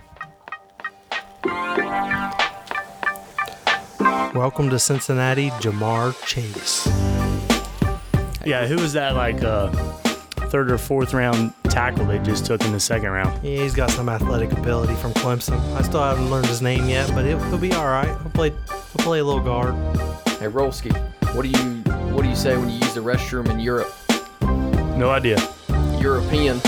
D: Welcome to Cincinnati, Jamar Chase.
A: Yeah, who was that like uh, third or fourth round tackle they just took in the second round?
D: Yeah, he's got some athletic ability from Clemson. I still haven't learned his name yet, but it, he'll be all right. He'll play, he'll play a little guard.
C: Hey Rolski, what do you what do you say when you use the restroom in Europe?
A: No idea.
C: European.